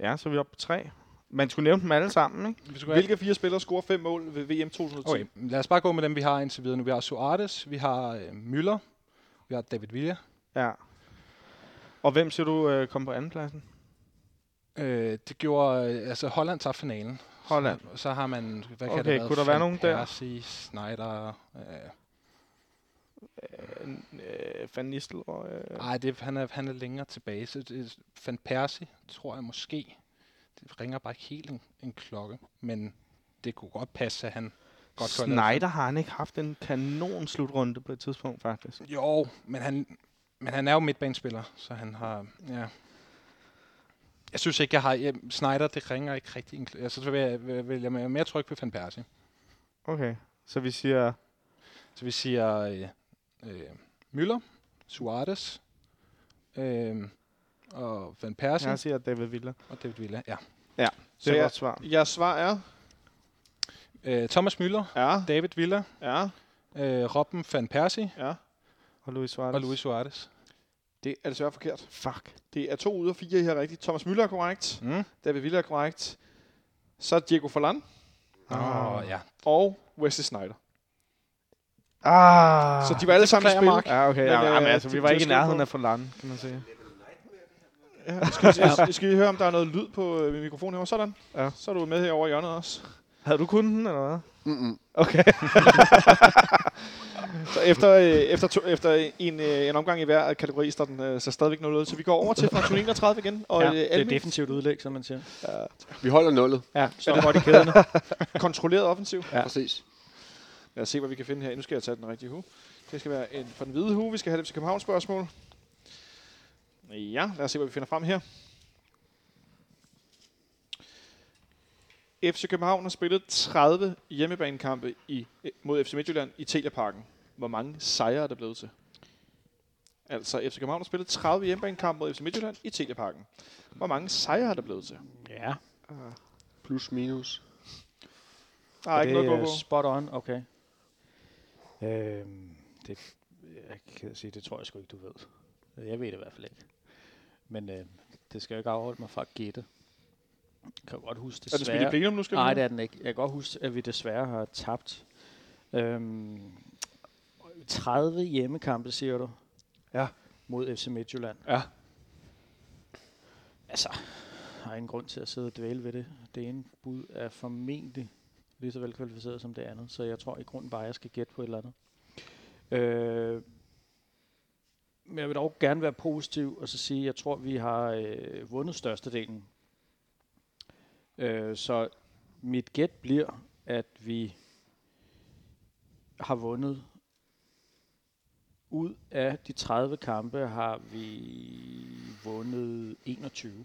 Speaker 5: Ja, så er vi oppe på tre. Man skulle nævne dem alle sammen, ikke?
Speaker 6: Hvis du kan-
Speaker 2: Hvilke fire spillere scorer fem mål ved VM 2010?
Speaker 6: Okay, lad os bare gå med dem, vi har indtil videre nu. Vi har Suarez, vi har øh, Müller, vi har David Villa.
Speaker 5: Ja. Og hvem ser du øh, komme på andenpladsen?
Speaker 6: Øh, det gjorde, øh, altså Holland tager finalen.
Speaker 5: Holland.
Speaker 6: Så, så har man, hvad kan
Speaker 5: Okay,
Speaker 6: det have været?
Speaker 5: kunne der være
Speaker 6: Van
Speaker 5: nogen der?
Speaker 6: Persie, Snyder. Øh,
Speaker 5: Øh, n- øh, Van Nistelrooy. Øh.
Speaker 6: ej, det, han, er, han er længere tilbage. Så det, Van Persie, tror jeg måske. Det ringer bare ikke helt en, en klokke. Men det kunne godt passe, at han godt kunne have lavet
Speaker 5: Snyder har han ikke haft en kanon slutrunde på et tidspunkt, faktisk.
Speaker 6: sådan- Jo, men han, men han er jo midtbanespiller, så han har... Ja. Jeg synes ikke, jeg har... Jeg, Snyder, det ringer ikke rigtig. en kl- Altså, så vil jeg, vil vil jeg være mere tryg ved Van Persie.
Speaker 5: Okay, så vi siger
Speaker 6: Så vi siger øh, øh, Müller, Suarez, øh, og Van Persie
Speaker 5: Jeg siger David Villa. Det
Speaker 6: og David Villa. Ja.
Speaker 2: Så
Speaker 5: er
Speaker 2: jeg,
Speaker 5: vores svar.
Speaker 2: jeres svar er...
Speaker 6: Øh, Thomas Müller,
Speaker 2: Ja,
Speaker 6: David Villa,
Speaker 2: ja,
Speaker 6: øh, Robben Van Persie
Speaker 2: ja.
Speaker 5: Og Luis Suarez.
Speaker 6: og Luis Suarez.
Speaker 2: Det er desværre forkert.
Speaker 5: Fuck.
Speaker 2: Det er to ud af fire, I har rigtigt. Thomas Müller er korrekt.
Speaker 6: Mm.
Speaker 2: David Villa er korrekt. Så er Diego Forlan
Speaker 6: Oh, ja.
Speaker 2: og Wesley Snyder.
Speaker 5: Ah.
Speaker 2: Så de var alle sammen i spil.
Speaker 6: beklager,
Speaker 5: Ja, okay.
Speaker 2: Men,
Speaker 5: ja,
Speaker 2: øh,
Speaker 5: jamen, altså,
Speaker 2: det-
Speaker 5: vi var
Speaker 2: det
Speaker 5: ikke i
Speaker 2: skal
Speaker 5: nærheden
Speaker 2: på.
Speaker 5: af for land, kan man sige.
Speaker 2: Ja, skal, skal, skal I høre, om der er noget lyd på øh, min mikrofon herovre? Sådan.
Speaker 5: Ja.
Speaker 2: Så er du med herovre i hjørnet også.
Speaker 5: Havde du kun den, eller hvad?
Speaker 4: Mm-mm.
Speaker 5: Okay.
Speaker 2: Så efter, øh, efter, to, efter en, øh, en omgang i hver kategori, står den øh, så stadigvæk 0 Så vi går over til fraktion 31 igen. Og
Speaker 3: Ja,
Speaker 2: øh,
Speaker 3: det er
Speaker 2: Almin,
Speaker 3: defensivt udlæg, som man siger.
Speaker 4: Vi holder nullet,
Speaker 3: Ja,
Speaker 2: så er det i kæderne.
Speaker 5: <laughs>
Speaker 2: Kontrolleret offensiv.
Speaker 4: ja. præcis.
Speaker 2: Lad os se, hvad vi kan finde her. Nu skal jeg tage den rigtige hue. Det skal være en for den hvide hue. Vi skal have det til København spørgsmål. Ja, lad os se, hvad vi finder frem her. FC København har spillet 30 hjemmebanekampe i, mod FC Midtjylland i Teleparken. Hvor mange sejre er der blevet til? Altså, FC København har spillet 30 hjemmebanekampe mod FC Midtjylland i Teleparken. Hvor mange sejre er der blevet til?
Speaker 3: Ja,
Speaker 4: Plus, minus.
Speaker 2: Der er, ikke
Speaker 3: det
Speaker 2: noget at gå på.
Speaker 3: spot on, okay. Øhm, det, jeg kan sige, det tror jeg sgu ikke, du ved. Jeg ved det i hvert fald ikke. Men øh, det skal jo ikke afholde mig fra at gætte. Jeg kan jo godt huske
Speaker 2: Er det spillet i
Speaker 3: desværre.
Speaker 2: plenum nu, skal vi
Speaker 3: Nej,
Speaker 2: høre?
Speaker 3: det er den ikke. Jeg kan godt huske, at vi desværre har tabt. Øhm, 30 hjemmekampe, siger du?
Speaker 2: Ja.
Speaker 3: Mod FC Midtjylland.
Speaker 2: Ja.
Speaker 3: Altså, jeg har ingen grund til at sidde og dvæle ved det. Det ene bud er formentlig lige så velkvalificeret som det andet, så jeg tror i grunden bare, at jeg skal gætte på et eller andet. Øh, men jeg vil dog gerne være positiv og så sige, at jeg tror, vi har øh, vundet størstedelen. Øh, så mit gæt bliver, at vi har vundet ud af de 30 kampe har vi vundet 21.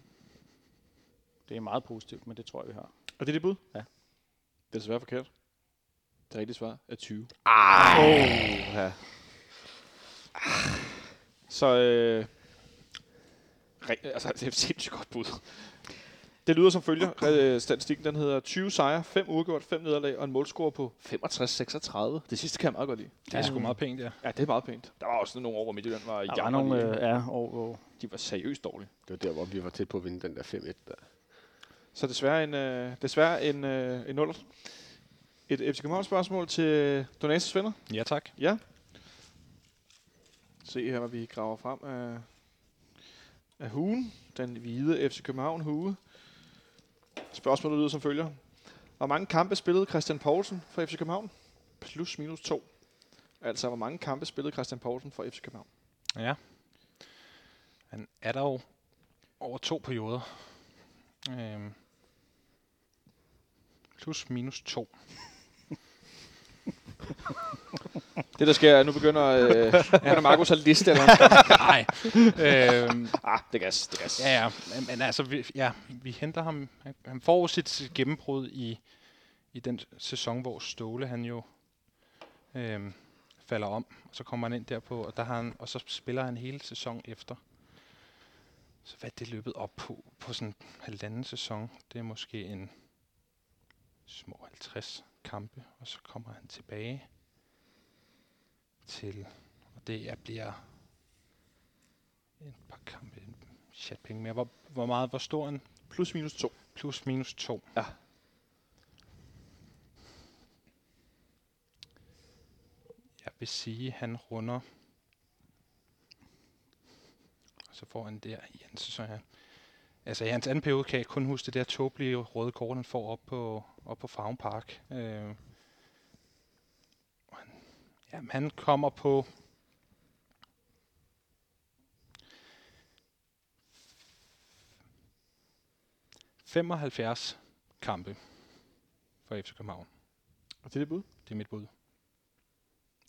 Speaker 3: Det er meget positivt, men det tror jeg, vi har.
Speaker 2: Og det er det bud?
Speaker 3: Ja.
Speaker 2: Det er desværre forkert. Det rigtige svar er 20.
Speaker 5: Ej. Oh, ja.
Speaker 2: Så øh, re- altså, det er et sindssygt godt bud. Det lyder som følger. Re- Statistikken den hedder 20 sejre, 5 uafgjort, 5 nederlag og en målscore på 65-36. Det sidste kan jeg meget godt lide.
Speaker 6: Det er sgu meget pænt, ja.
Speaker 2: Ja, det er meget pænt. Der var også nogle år, hvor Midtjylland var
Speaker 3: Der var nogle
Speaker 2: jammerlige.
Speaker 3: øh, ja, år, hvor
Speaker 2: De var seriøst dårlige.
Speaker 4: Det var der, hvor vi var tæt på at vinde den der 5-1 der.
Speaker 2: Så desværre en, øh, desværre en, øh, en 0. Et FC København spørgsmål til Donatis venner.
Speaker 6: Ja, tak.
Speaker 2: Ja. Se her, hvad vi graver frem af, af huen. Den hvide FC København hue. Spørgsmålet lyder som følger. Hvor mange kampe spillede Christian Poulsen for FC København? Plus minus to. Altså, hvor mange kampe spillede Christian Poulsen for FC København?
Speaker 6: Ja. Han er der jo over to perioder. Øhm. Plus minus to.
Speaker 2: Det, der sker, er, at nu begynder, <laughs> øh, begynder Markus at liste. Eller han skal.
Speaker 6: <laughs> Nej. øhm,
Speaker 2: ah, det er gas, det er gas.
Speaker 6: ja, ja. Men, men altså, vi, ja, vi henter ham. Han, han får jo sit, sit gennembrud i, i den sæson, hvor Ståle han jo øhm, falder om. Og så kommer han ind derpå, og, der har han, og så spiller han hele sæson efter. Så hvad er det løbet op på, på sådan halvanden sæson? Det er måske en små 50 kampe, og så kommer han tilbage til, og det er, bliver et par kampe, en chat penge mere. Hvor, hvor meget, hvor stor en
Speaker 2: Plus minus to.
Speaker 6: plus minus to?
Speaker 2: Ja.
Speaker 6: Jeg vil sige, han runder. Og så får han der i hans sæson. her. Altså i hans anden periode kan jeg kun huske det der tåbelige røde kort, han får op på, op på Farm Park. Øh, og han, jamen, han kommer på 75 kampe for FC København.
Speaker 2: Og det er det bud.
Speaker 6: Det er mit bud.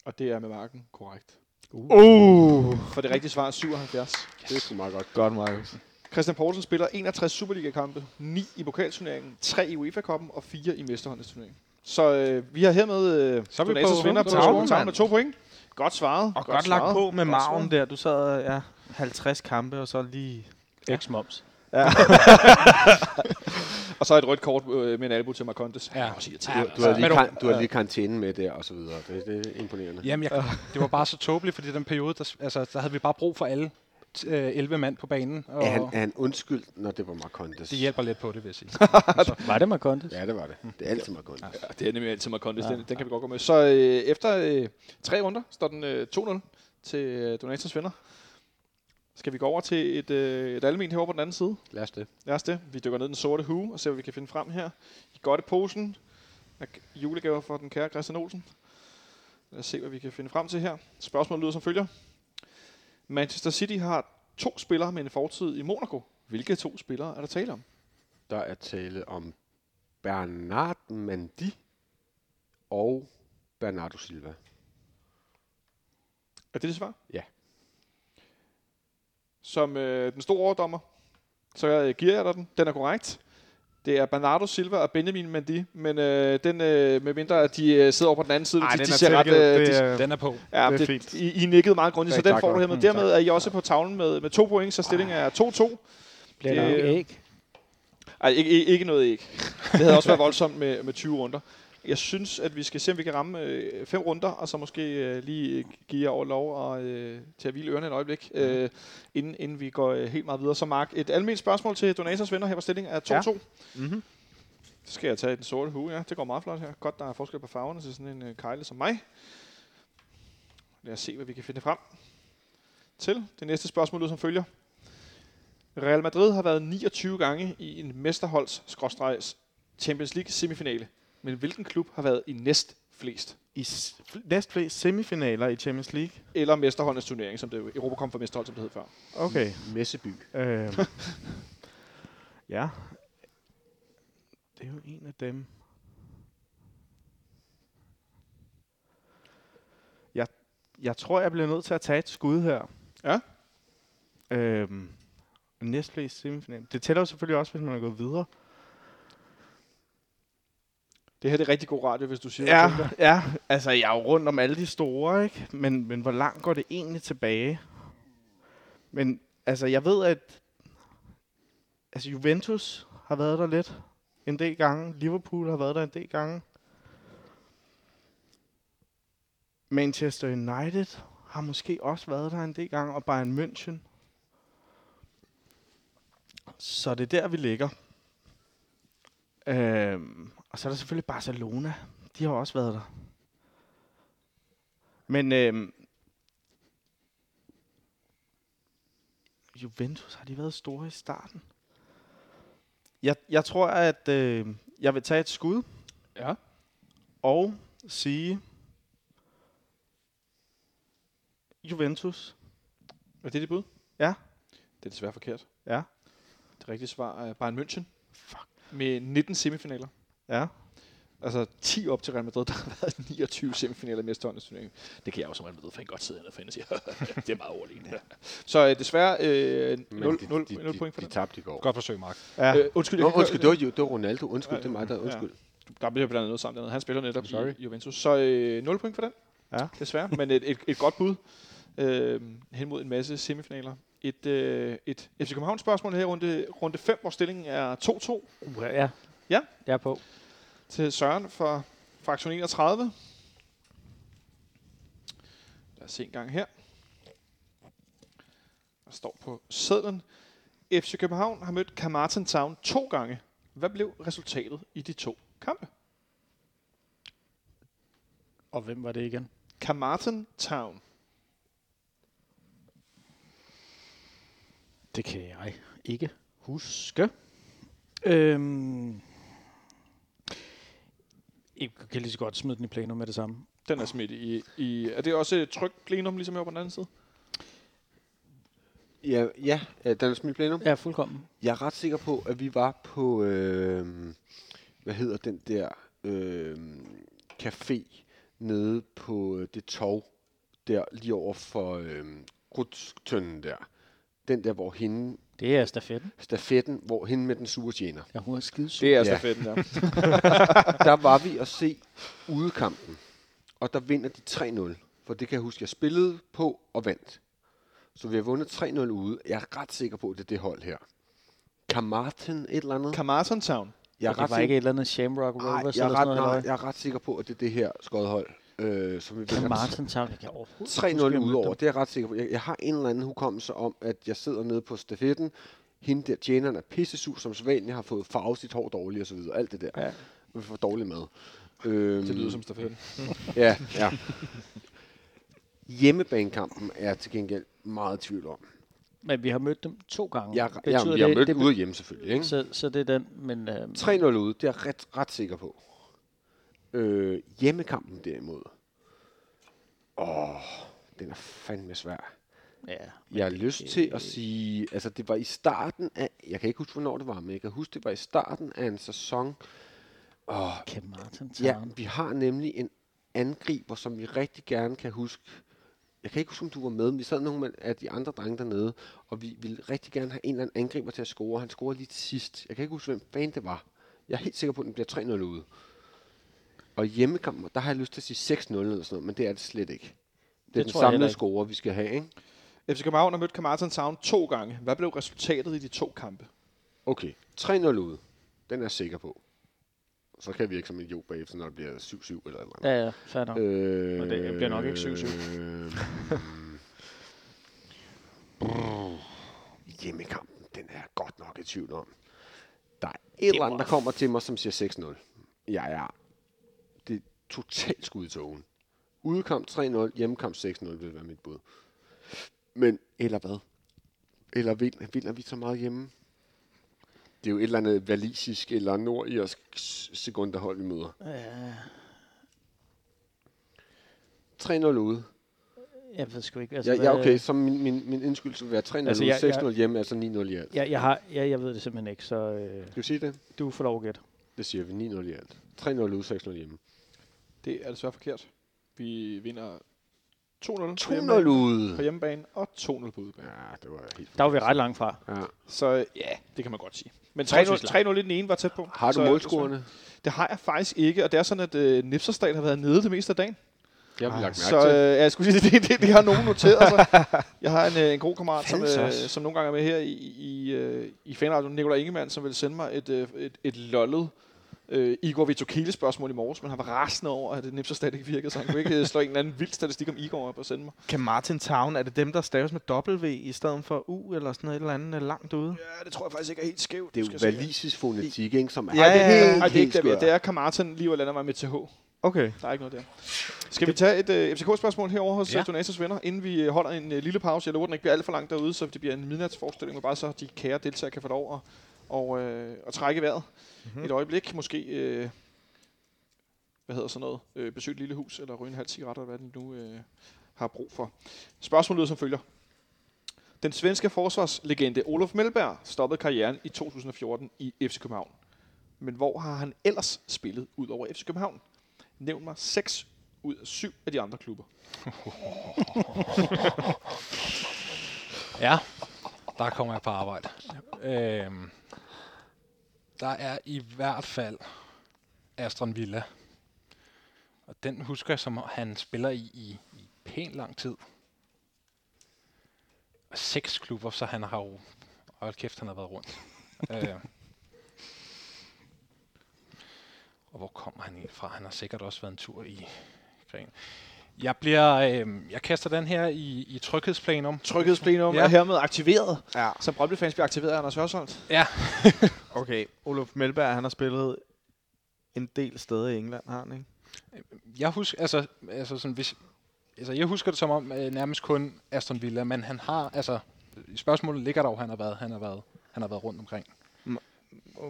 Speaker 2: Og det er med marken korrekt.
Speaker 5: Uh!
Speaker 2: For det rigtige svar er 77.
Speaker 4: Det er sgu meget godt.
Speaker 5: Godt, Markus.
Speaker 2: Christian Poulsen spiller 61 Superliga-kampe, 9 i pokalturneringen, 3 i UEFA-koppen og 4 i mesterhåndsturneringen. Så øh, vi har hermed øh,
Speaker 6: Så er vi
Speaker 2: Donatas
Speaker 6: på
Speaker 2: vinder på
Speaker 5: tavlen,
Speaker 2: tavlen med
Speaker 5: mand.
Speaker 2: to point. Godt svaret.
Speaker 5: Og godt, godt lagt
Speaker 2: svaret.
Speaker 5: på med
Speaker 2: Godt
Speaker 5: maven
Speaker 2: svaret.
Speaker 5: der. Du sad ja, 50 kampe, og så lige...
Speaker 3: X-moms.
Speaker 2: Og så et rødt kort øh, med en albu til Marcondes.
Speaker 6: Ja.
Speaker 4: Du, du, har, lige, kan, du har lige karantæne med der og så videre. Det, det er imponerende.
Speaker 6: Jamen, jeg, <laughs> det var bare så tåbeligt, fordi den periode, der, s- altså, der havde vi bare brug for alle t- øh, 11 mand på banen, og
Speaker 4: Er han, er han undskyldt, når det var Marcondes?
Speaker 6: det hjælper lidt på det, vil jeg
Speaker 2: <laughs>
Speaker 6: sige.
Speaker 3: Var det Marcondes?
Speaker 4: Ja, det var det. Det er altid Marcondes. Ja.
Speaker 2: Ja, det er nemlig altid Marcondes. Ja. Den, den kan vi godt gå med. Så øh, efter øh, tre runder står den øh, 2-0 til øh, Donatas venner. Skal vi gå over til et, øh, et almen herovre på den anden side?
Speaker 4: Lad os det.
Speaker 2: Lad os det. Vi dykker ned i den sorte hue og ser, hvad vi kan finde frem her. I godteposen er k- julegaver for den kære Christian Olsen. Lad os se, hvad vi kan finde frem til her. Spørgsmålet lyder som følger. Manchester City har to spillere med en fortid i Monaco. Hvilke to spillere er der tale om?
Speaker 4: Der er tale om Bernard Mandi og Bernardo Silva.
Speaker 2: Er det det svar?
Speaker 4: Ja.
Speaker 2: Som øh, den store overdommer, så øh, giver jeg dig den. Den er korrekt. Det er Bernardo Silva og Benjamin Mendy, men øh, den, øh, med mindre at de øh, sidder over på den anden side,
Speaker 5: Ej,
Speaker 2: de,
Speaker 5: den
Speaker 2: de
Speaker 5: er
Speaker 2: ser ret,
Speaker 5: tilgivet.
Speaker 2: øh, de,
Speaker 5: Det er-
Speaker 6: Den er på.
Speaker 2: Ja,
Speaker 5: Det er
Speaker 2: det,
Speaker 5: fint.
Speaker 2: I, I nikkede meget grundigt,
Speaker 4: Ja,
Speaker 2: så den
Speaker 4: tak, Ah.
Speaker 2: får du
Speaker 4: godt.
Speaker 2: her med.
Speaker 4: Mm,
Speaker 2: Dermed er I også på tavlen med, med to point, så stillingen er 2-2.
Speaker 3: Bliver
Speaker 2: Det-
Speaker 3: det, nok æg?
Speaker 2: Ej, ikke, ikke ikke noget ikke. Det havde også været voldsomt med, med 20 runder. Jeg synes, at vi skal se, om vi kan ramme øh, fem runder, og så måske øh, lige øh, give jer over lov og, øh, til at hvile ørerne et øjeblik, øh, inden, inden vi går øh, helt meget videre. Så Mark, et almindeligt spørgsmål til Donators venner her, hvor stillingen er 2-2. Ja.
Speaker 5: Mm-hmm.
Speaker 2: Så skal jeg tage den sorte hue, ja. Det går meget flot her. Godt, der er forskel på farverne til sådan en øh, kejle som mig. Lad os se, hvad vi kan finde frem til. Det næste spørgsmål lyder som følger. Real Madrid har været 29 gange i en mesterholds Champions League semifinale. Men hvilken klub har været i næst flest?
Speaker 5: I s- fl- næstflest semifinaler i Champions League.
Speaker 2: Eller mesterholdenes turnering, som det jo Europa kom for mesterhold, som det hed før.
Speaker 5: Okay.
Speaker 4: Messeby.
Speaker 5: Øh. ja. Det er jo en af dem. Jeg, jeg tror, jeg bliver nødt til at tage et skud her.
Speaker 2: Ja.
Speaker 5: Øhm, næstflest semifinal. Det tæller jo selvfølgelig også, hvis man er gået videre.
Speaker 2: Det her det er rigtig god radio, hvis du siger
Speaker 5: Ja,
Speaker 2: det. Tænker.
Speaker 5: ja, altså jeg er jo rundt om alle de store, ikke? Men, men hvor langt går det egentlig tilbage? Men altså, jeg ved, at altså, Juventus har været der lidt en del gange. Liverpool har været der en del gange. Manchester United har måske også været der en del gange, og Bayern München. Så det er der, vi ligger. Øhm, og så er der selvfølgelig Barcelona. De har også været der. Men øhm, Juventus, har de været store i starten? Jeg, jeg tror, at øh, jeg vil tage et skud
Speaker 6: Ja.
Speaker 5: og sige Juventus.
Speaker 2: Er det dit bud?
Speaker 5: Ja.
Speaker 2: Det er desværre forkert.
Speaker 5: Ja.
Speaker 2: Det rigtige svar er Bayern München. Fuck. Med 19 semifinaler.
Speaker 5: Ja.
Speaker 2: Altså 10 op til Real Madrid, <laughs> der har været 29 semifinaler i Mesterhåndens turnering. Det kan jeg jo som Real Madrid fan godt sidde hernede for hende og sige, <laughs> det er meget overlignet. Ja. Så øh, desværre øh, 0, 0, 0 point for
Speaker 4: de,
Speaker 2: dig.
Speaker 4: de tabte i går.
Speaker 6: Godt forsøg, Mark.
Speaker 5: ja.
Speaker 2: Øh, undskyld,
Speaker 4: Nå,
Speaker 2: jeg kan
Speaker 4: undskyld,
Speaker 2: ikke
Speaker 4: det var, jo- det var Ronaldo. Undskyld, det er mig, der er undskyld.
Speaker 2: Der bliver blandt andet sammen dernede. Han spiller netop Sorry.
Speaker 4: Sorry.
Speaker 2: i Juventus. Så øh, 0 point for den.
Speaker 5: Ja.
Speaker 2: Desværre. Men et, et, et godt bud. Øh, hen mod en masse semifinaler. Et, øh, et FC København spørgsmål her, runde, runde 5, hvor stillingen er 2-2
Speaker 3: Uh, ja.
Speaker 2: Ja.
Speaker 3: Jeg er på.
Speaker 2: til Søren fra fraktion 31. Lad os se en gang her. Der står på sædlen. FC København har mødt Carmarthen Town to gange. Hvad blev resultatet i de to kampe?
Speaker 3: Og hvem var det igen?
Speaker 2: Carmarthen Town.
Speaker 3: Det kan jeg ikke huske. Øhm, jeg kan lige så godt smide den i plenum med det samme.
Speaker 2: Den er smidt i, i... Er det også et trygt plenum, ligesom her på den anden side?
Speaker 4: Ja, ja, øh, den er smidt i plenum.
Speaker 3: Ja, fuldkommen.
Speaker 4: Jeg er ret sikker på, at vi var på, øh, hvad hedder den der, øh, café nede på øh, det tog, der lige over for øh, krudtønden der. Den der, hvor hende,
Speaker 3: Det er stafetten.
Speaker 4: stafetten, hvor hende med den sure tjener.
Speaker 3: Ja, hun er skide
Speaker 2: Det er altså
Speaker 4: Ja.
Speaker 2: stafetten, ja.
Speaker 4: Der var vi at se udekampen, og der vinder de 3-0. For det kan jeg huske, jeg spillede på og vandt. Så vi har vundet 3-0 ude. Jeg er ret sikker på, at det er det hold her. Kamarten et eller andet.
Speaker 2: Carmarthen Town.
Speaker 4: Jeg
Speaker 3: Og
Speaker 4: er
Speaker 3: det
Speaker 4: ret
Speaker 3: var
Speaker 4: sikker
Speaker 3: ikke et eller andet Shamrock
Speaker 4: Nej,
Speaker 3: Rovers
Speaker 4: jeg,
Speaker 3: eller
Speaker 4: er
Speaker 3: sådan
Speaker 4: ret,
Speaker 3: noget?
Speaker 4: nej,
Speaker 3: Eller?
Speaker 4: jeg er ret sikker på, at det er det her skodhold, øh, som vi
Speaker 3: Kan
Speaker 4: vinder
Speaker 3: Martin Town? Jeg kan overhovedet
Speaker 4: 3-0
Speaker 3: huske, jeg mødte
Speaker 4: udover.
Speaker 3: dem.
Speaker 4: Det er jeg ret sikker på. Jeg, jeg har en eller anden hukommelse om, at jeg sidder nede på stafetten. Hende der tjeneren er pissesur, som sædvanligt har fået farvet sit hår dårligt og så videre. Alt det der. Ja. Vi får dårlig mad. Øhm,
Speaker 2: Det lyder som stafetten.
Speaker 4: Ja, ja. Hjemmebanekampen er jeg til gengæld meget i tvivl om.
Speaker 3: <laughs> Men vi har mødt dem to gange.
Speaker 4: Jeg, jeg, jeg, jeg har mødt det, ude og hjemme selvfølgelig. Ikke?
Speaker 3: så, så det er den, men... Øh,
Speaker 4: 3-0 ude, det er jeg ret, ret sikker på. Øh, hjemmekampen derimod. Åh, den er fandme svær.
Speaker 3: ja.
Speaker 4: Jeg har lyst til at sige, altså det var i starten af, jeg kan ikke huske, hvornår det var, men jeg kan huske, det var i starten af en sæson. Åh,
Speaker 3: Kan Martin Town?
Speaker 4: ja, vi har nemlig en angriber, som vi rigtig gerne kan huske. Jeg kan ikke huske, om du var med, men vi sad nogle af de andre drenge dernede, og vi ville rigtig gerne have en eller anden angriber til at score. Han scorede lige til sidst. Jeg kan ikke huske, hvem fanden det var. Jeg er helt sikker på, at den bliver 3-0 ude. Og i hjemmekampen, der har jeg lyst til at sige 6-0 eller sådan noget, men det er det slet ikke. Det er
Speaker 3: Det
Speaker 4: det den
Speaker 3: tror jeg heller
Speaker 4: samlede
Speaker 3: ikke.
Speaker 4: score, vi skal have, ikke?
Speaker 2: FC København har mødt Carmarthen Town to gange. Hvad blev resultatet i de to kampe?
Speaker 4: Okay, 3-0 ude. Den er jeg sikker på. Så kan vi ikke som en jo bagefter, når det bliver 7-7 eller et eller andet.
Speaker 3: Ja, ja, fair nok.
Speaker 4: Øh,
Speaker 3: Og det bliver nok ikke 7-7.
Speaker 4: øh, Hjemmekampen, den er jeg godt nok i tvivl om. Der er et eller andet, der kommer til mig, som siger 6-0. Jeg er det er totalt skud i togen. Udekamp 3-0, hjemmekamp 6-0 vil være mit bud. Men, eller hvad? Eller vinder, vinder vi så meget hjemme? Det er jo et eller andet valisisk eller nordirsk s- sekunderhold, vi møder.
Speaker 3: Ja,
Speaker 4: 3-0 ude.
Speaker 3: jeg ved sgu ikke. Altså,
Speaker 4: Ja, ja,
Speaker 3: hvad-
Speaker 4: okay,
Speaker 2: øh,
Speaker 4: så min, min, min indskyldelse vil være 3-0
Speaker 3: Altså,
Speaker 4: altså, ude,
Speaker 3: jeg- jeg-
Speaker 4: 6-0 hjemme, altså 9-0 i alt.
Speaker 3: Jeg, jeg, har, jeg, jeg ved det simpelthen ikke, så øh,
Speaker 4: Skal vi sige det?
Speaker 3: du får lov at gætte.
Speaker 4: Det siger vi, 9-0 i alt. 3-0 ude, 6-0 hjemme.
Speaker 2: Det er desværre forkert. Vi vinder 2-0 på
Speaker 4: 2-0
Speaker 2: hjemmebane, på
Speaker 4: ude!
Speaker 2: hjemmebane og 2-0 på udebane.
Speaker 4: Ja, det var helt
Speaker 3: Der var vi ret langt fra.
Speaker 4: Ja.
Speaker 2: Så øh, ja, det kan man godt sige. Men 3-0,
Speaker 3: Forholdsvis langt.
Speaker 2: 3-0 i den ene var tæt på.
Speaker 4: Har du
Speaker 2: Så-
Speaker 4: målscorerne?
Speaker 2: Det har jeg faktisk ikke, og det er sådan, at øh, Nipserstad har været nede det meste af dagen.
Speaker 4: Det har vi lagt mærke
Speaker 2: Så øh,
Speaker 4: til.
Speaker 2: ja, jeg skulle sige, <laughs> det, det, det, det har nogen noteret
Speaker 4: <laughs>
Speaker 2: sig. Jeg har en, øh, en god kammerat, som,
Speaker 5: Fandens
Speaker 2: øh,
Speaker 5: også.
Speaker 2: som nogle gange er med her i, i, øh, i fanradioen, Nikolaj Ingemann, som ville sende mig et, øh, et, et lollet øh, Igor Vitokile spørgsmål i morges, men han var rasende over, at Nipser slet ikke virkede, så han kunne ikke øh, slå en eller anden vild statistik om Igor op og sende mig.
Speaker 5: Kan Martin Town, er det dem, der staves med W i stedet for U eller sådan noget et eller andet øh, langt ude?
Speaker 2: Ja, det tror jeg faktisk ikke er helt skævt.
Speaker 4: Det er jo valisisk fonetik, ikke? Som er
Speaker 5: Ja, ja, ja.
Speaker 4: helt,
Speaker 2: Nej, det er
Speaker 4: helt
Speaker 2: ikke der,
Speaker 4: skør.
Speaker 2: det er Kamarten lige og lander mig med TH.
Speaker 5: Okay.
Speaker 2: Der er ikke noget der. Skal vi tage et øh, FCK-spørgsmål herovre hos ja. Donatas venner, inden vi øh, holder en øh, lille pause? Jeg lover, den ikke bliver alt for langt derude, så det bliver en midnatsforestilling, hvor bare så de kære deltagere kan få lov at, og, øh, at trække vejret mm-hmm. et øjeblik. Måske, øh, hvad hedder sådan noget, øh, besøg et lille hus, eller ryge en halv cigaret, eller hvad den nu øh, har brug for. Spørgsmålet lyder som følger. Den svenske forsvarslegende Olof Melberg stoppede karrieren i 2014 i FC København. Men hvor har han ellers spillet ud over FC København? Nævn mig 6 ud af 7 af de andre klubber.
Speaker 6: Ja, der kommer jeg på arbejde. Øhm, der er i hvert fald Aston Villa. Og den husker jeg, som han spiller i, i, i pænt lang tid. Og seks klubber, så han har jo... Hold kæft, han har været rundt. øh. Og hvor kommer han egentlig fra? Han har sikkert også været en tur i Grækenland. Jeg bliver, øh, jeg kaster den her i, i tryghedsplanum.
Speaker 2: Tryghedsplenum
Speaker 6: Ja.
Speaker 2: ja. er hermed aktiveret.
Speaker 5: Ja.
Speaker 2: Som Brøndby-fans bliver aktiveret af Anders Hørsholt.
Speaker 6: Ja,
Speaker 5: Okay. Olof Melberg, han har spillet en del steder i England, har han, ikke?
Speaker 6: jeg husker, altså, altså sådan, hvis, altså, jeg husker det som om øh, nærmest kun Aston Villa, men han har, altså, i spørgsmålet ligger dog, han har været, han har været, han har været rundt omkring.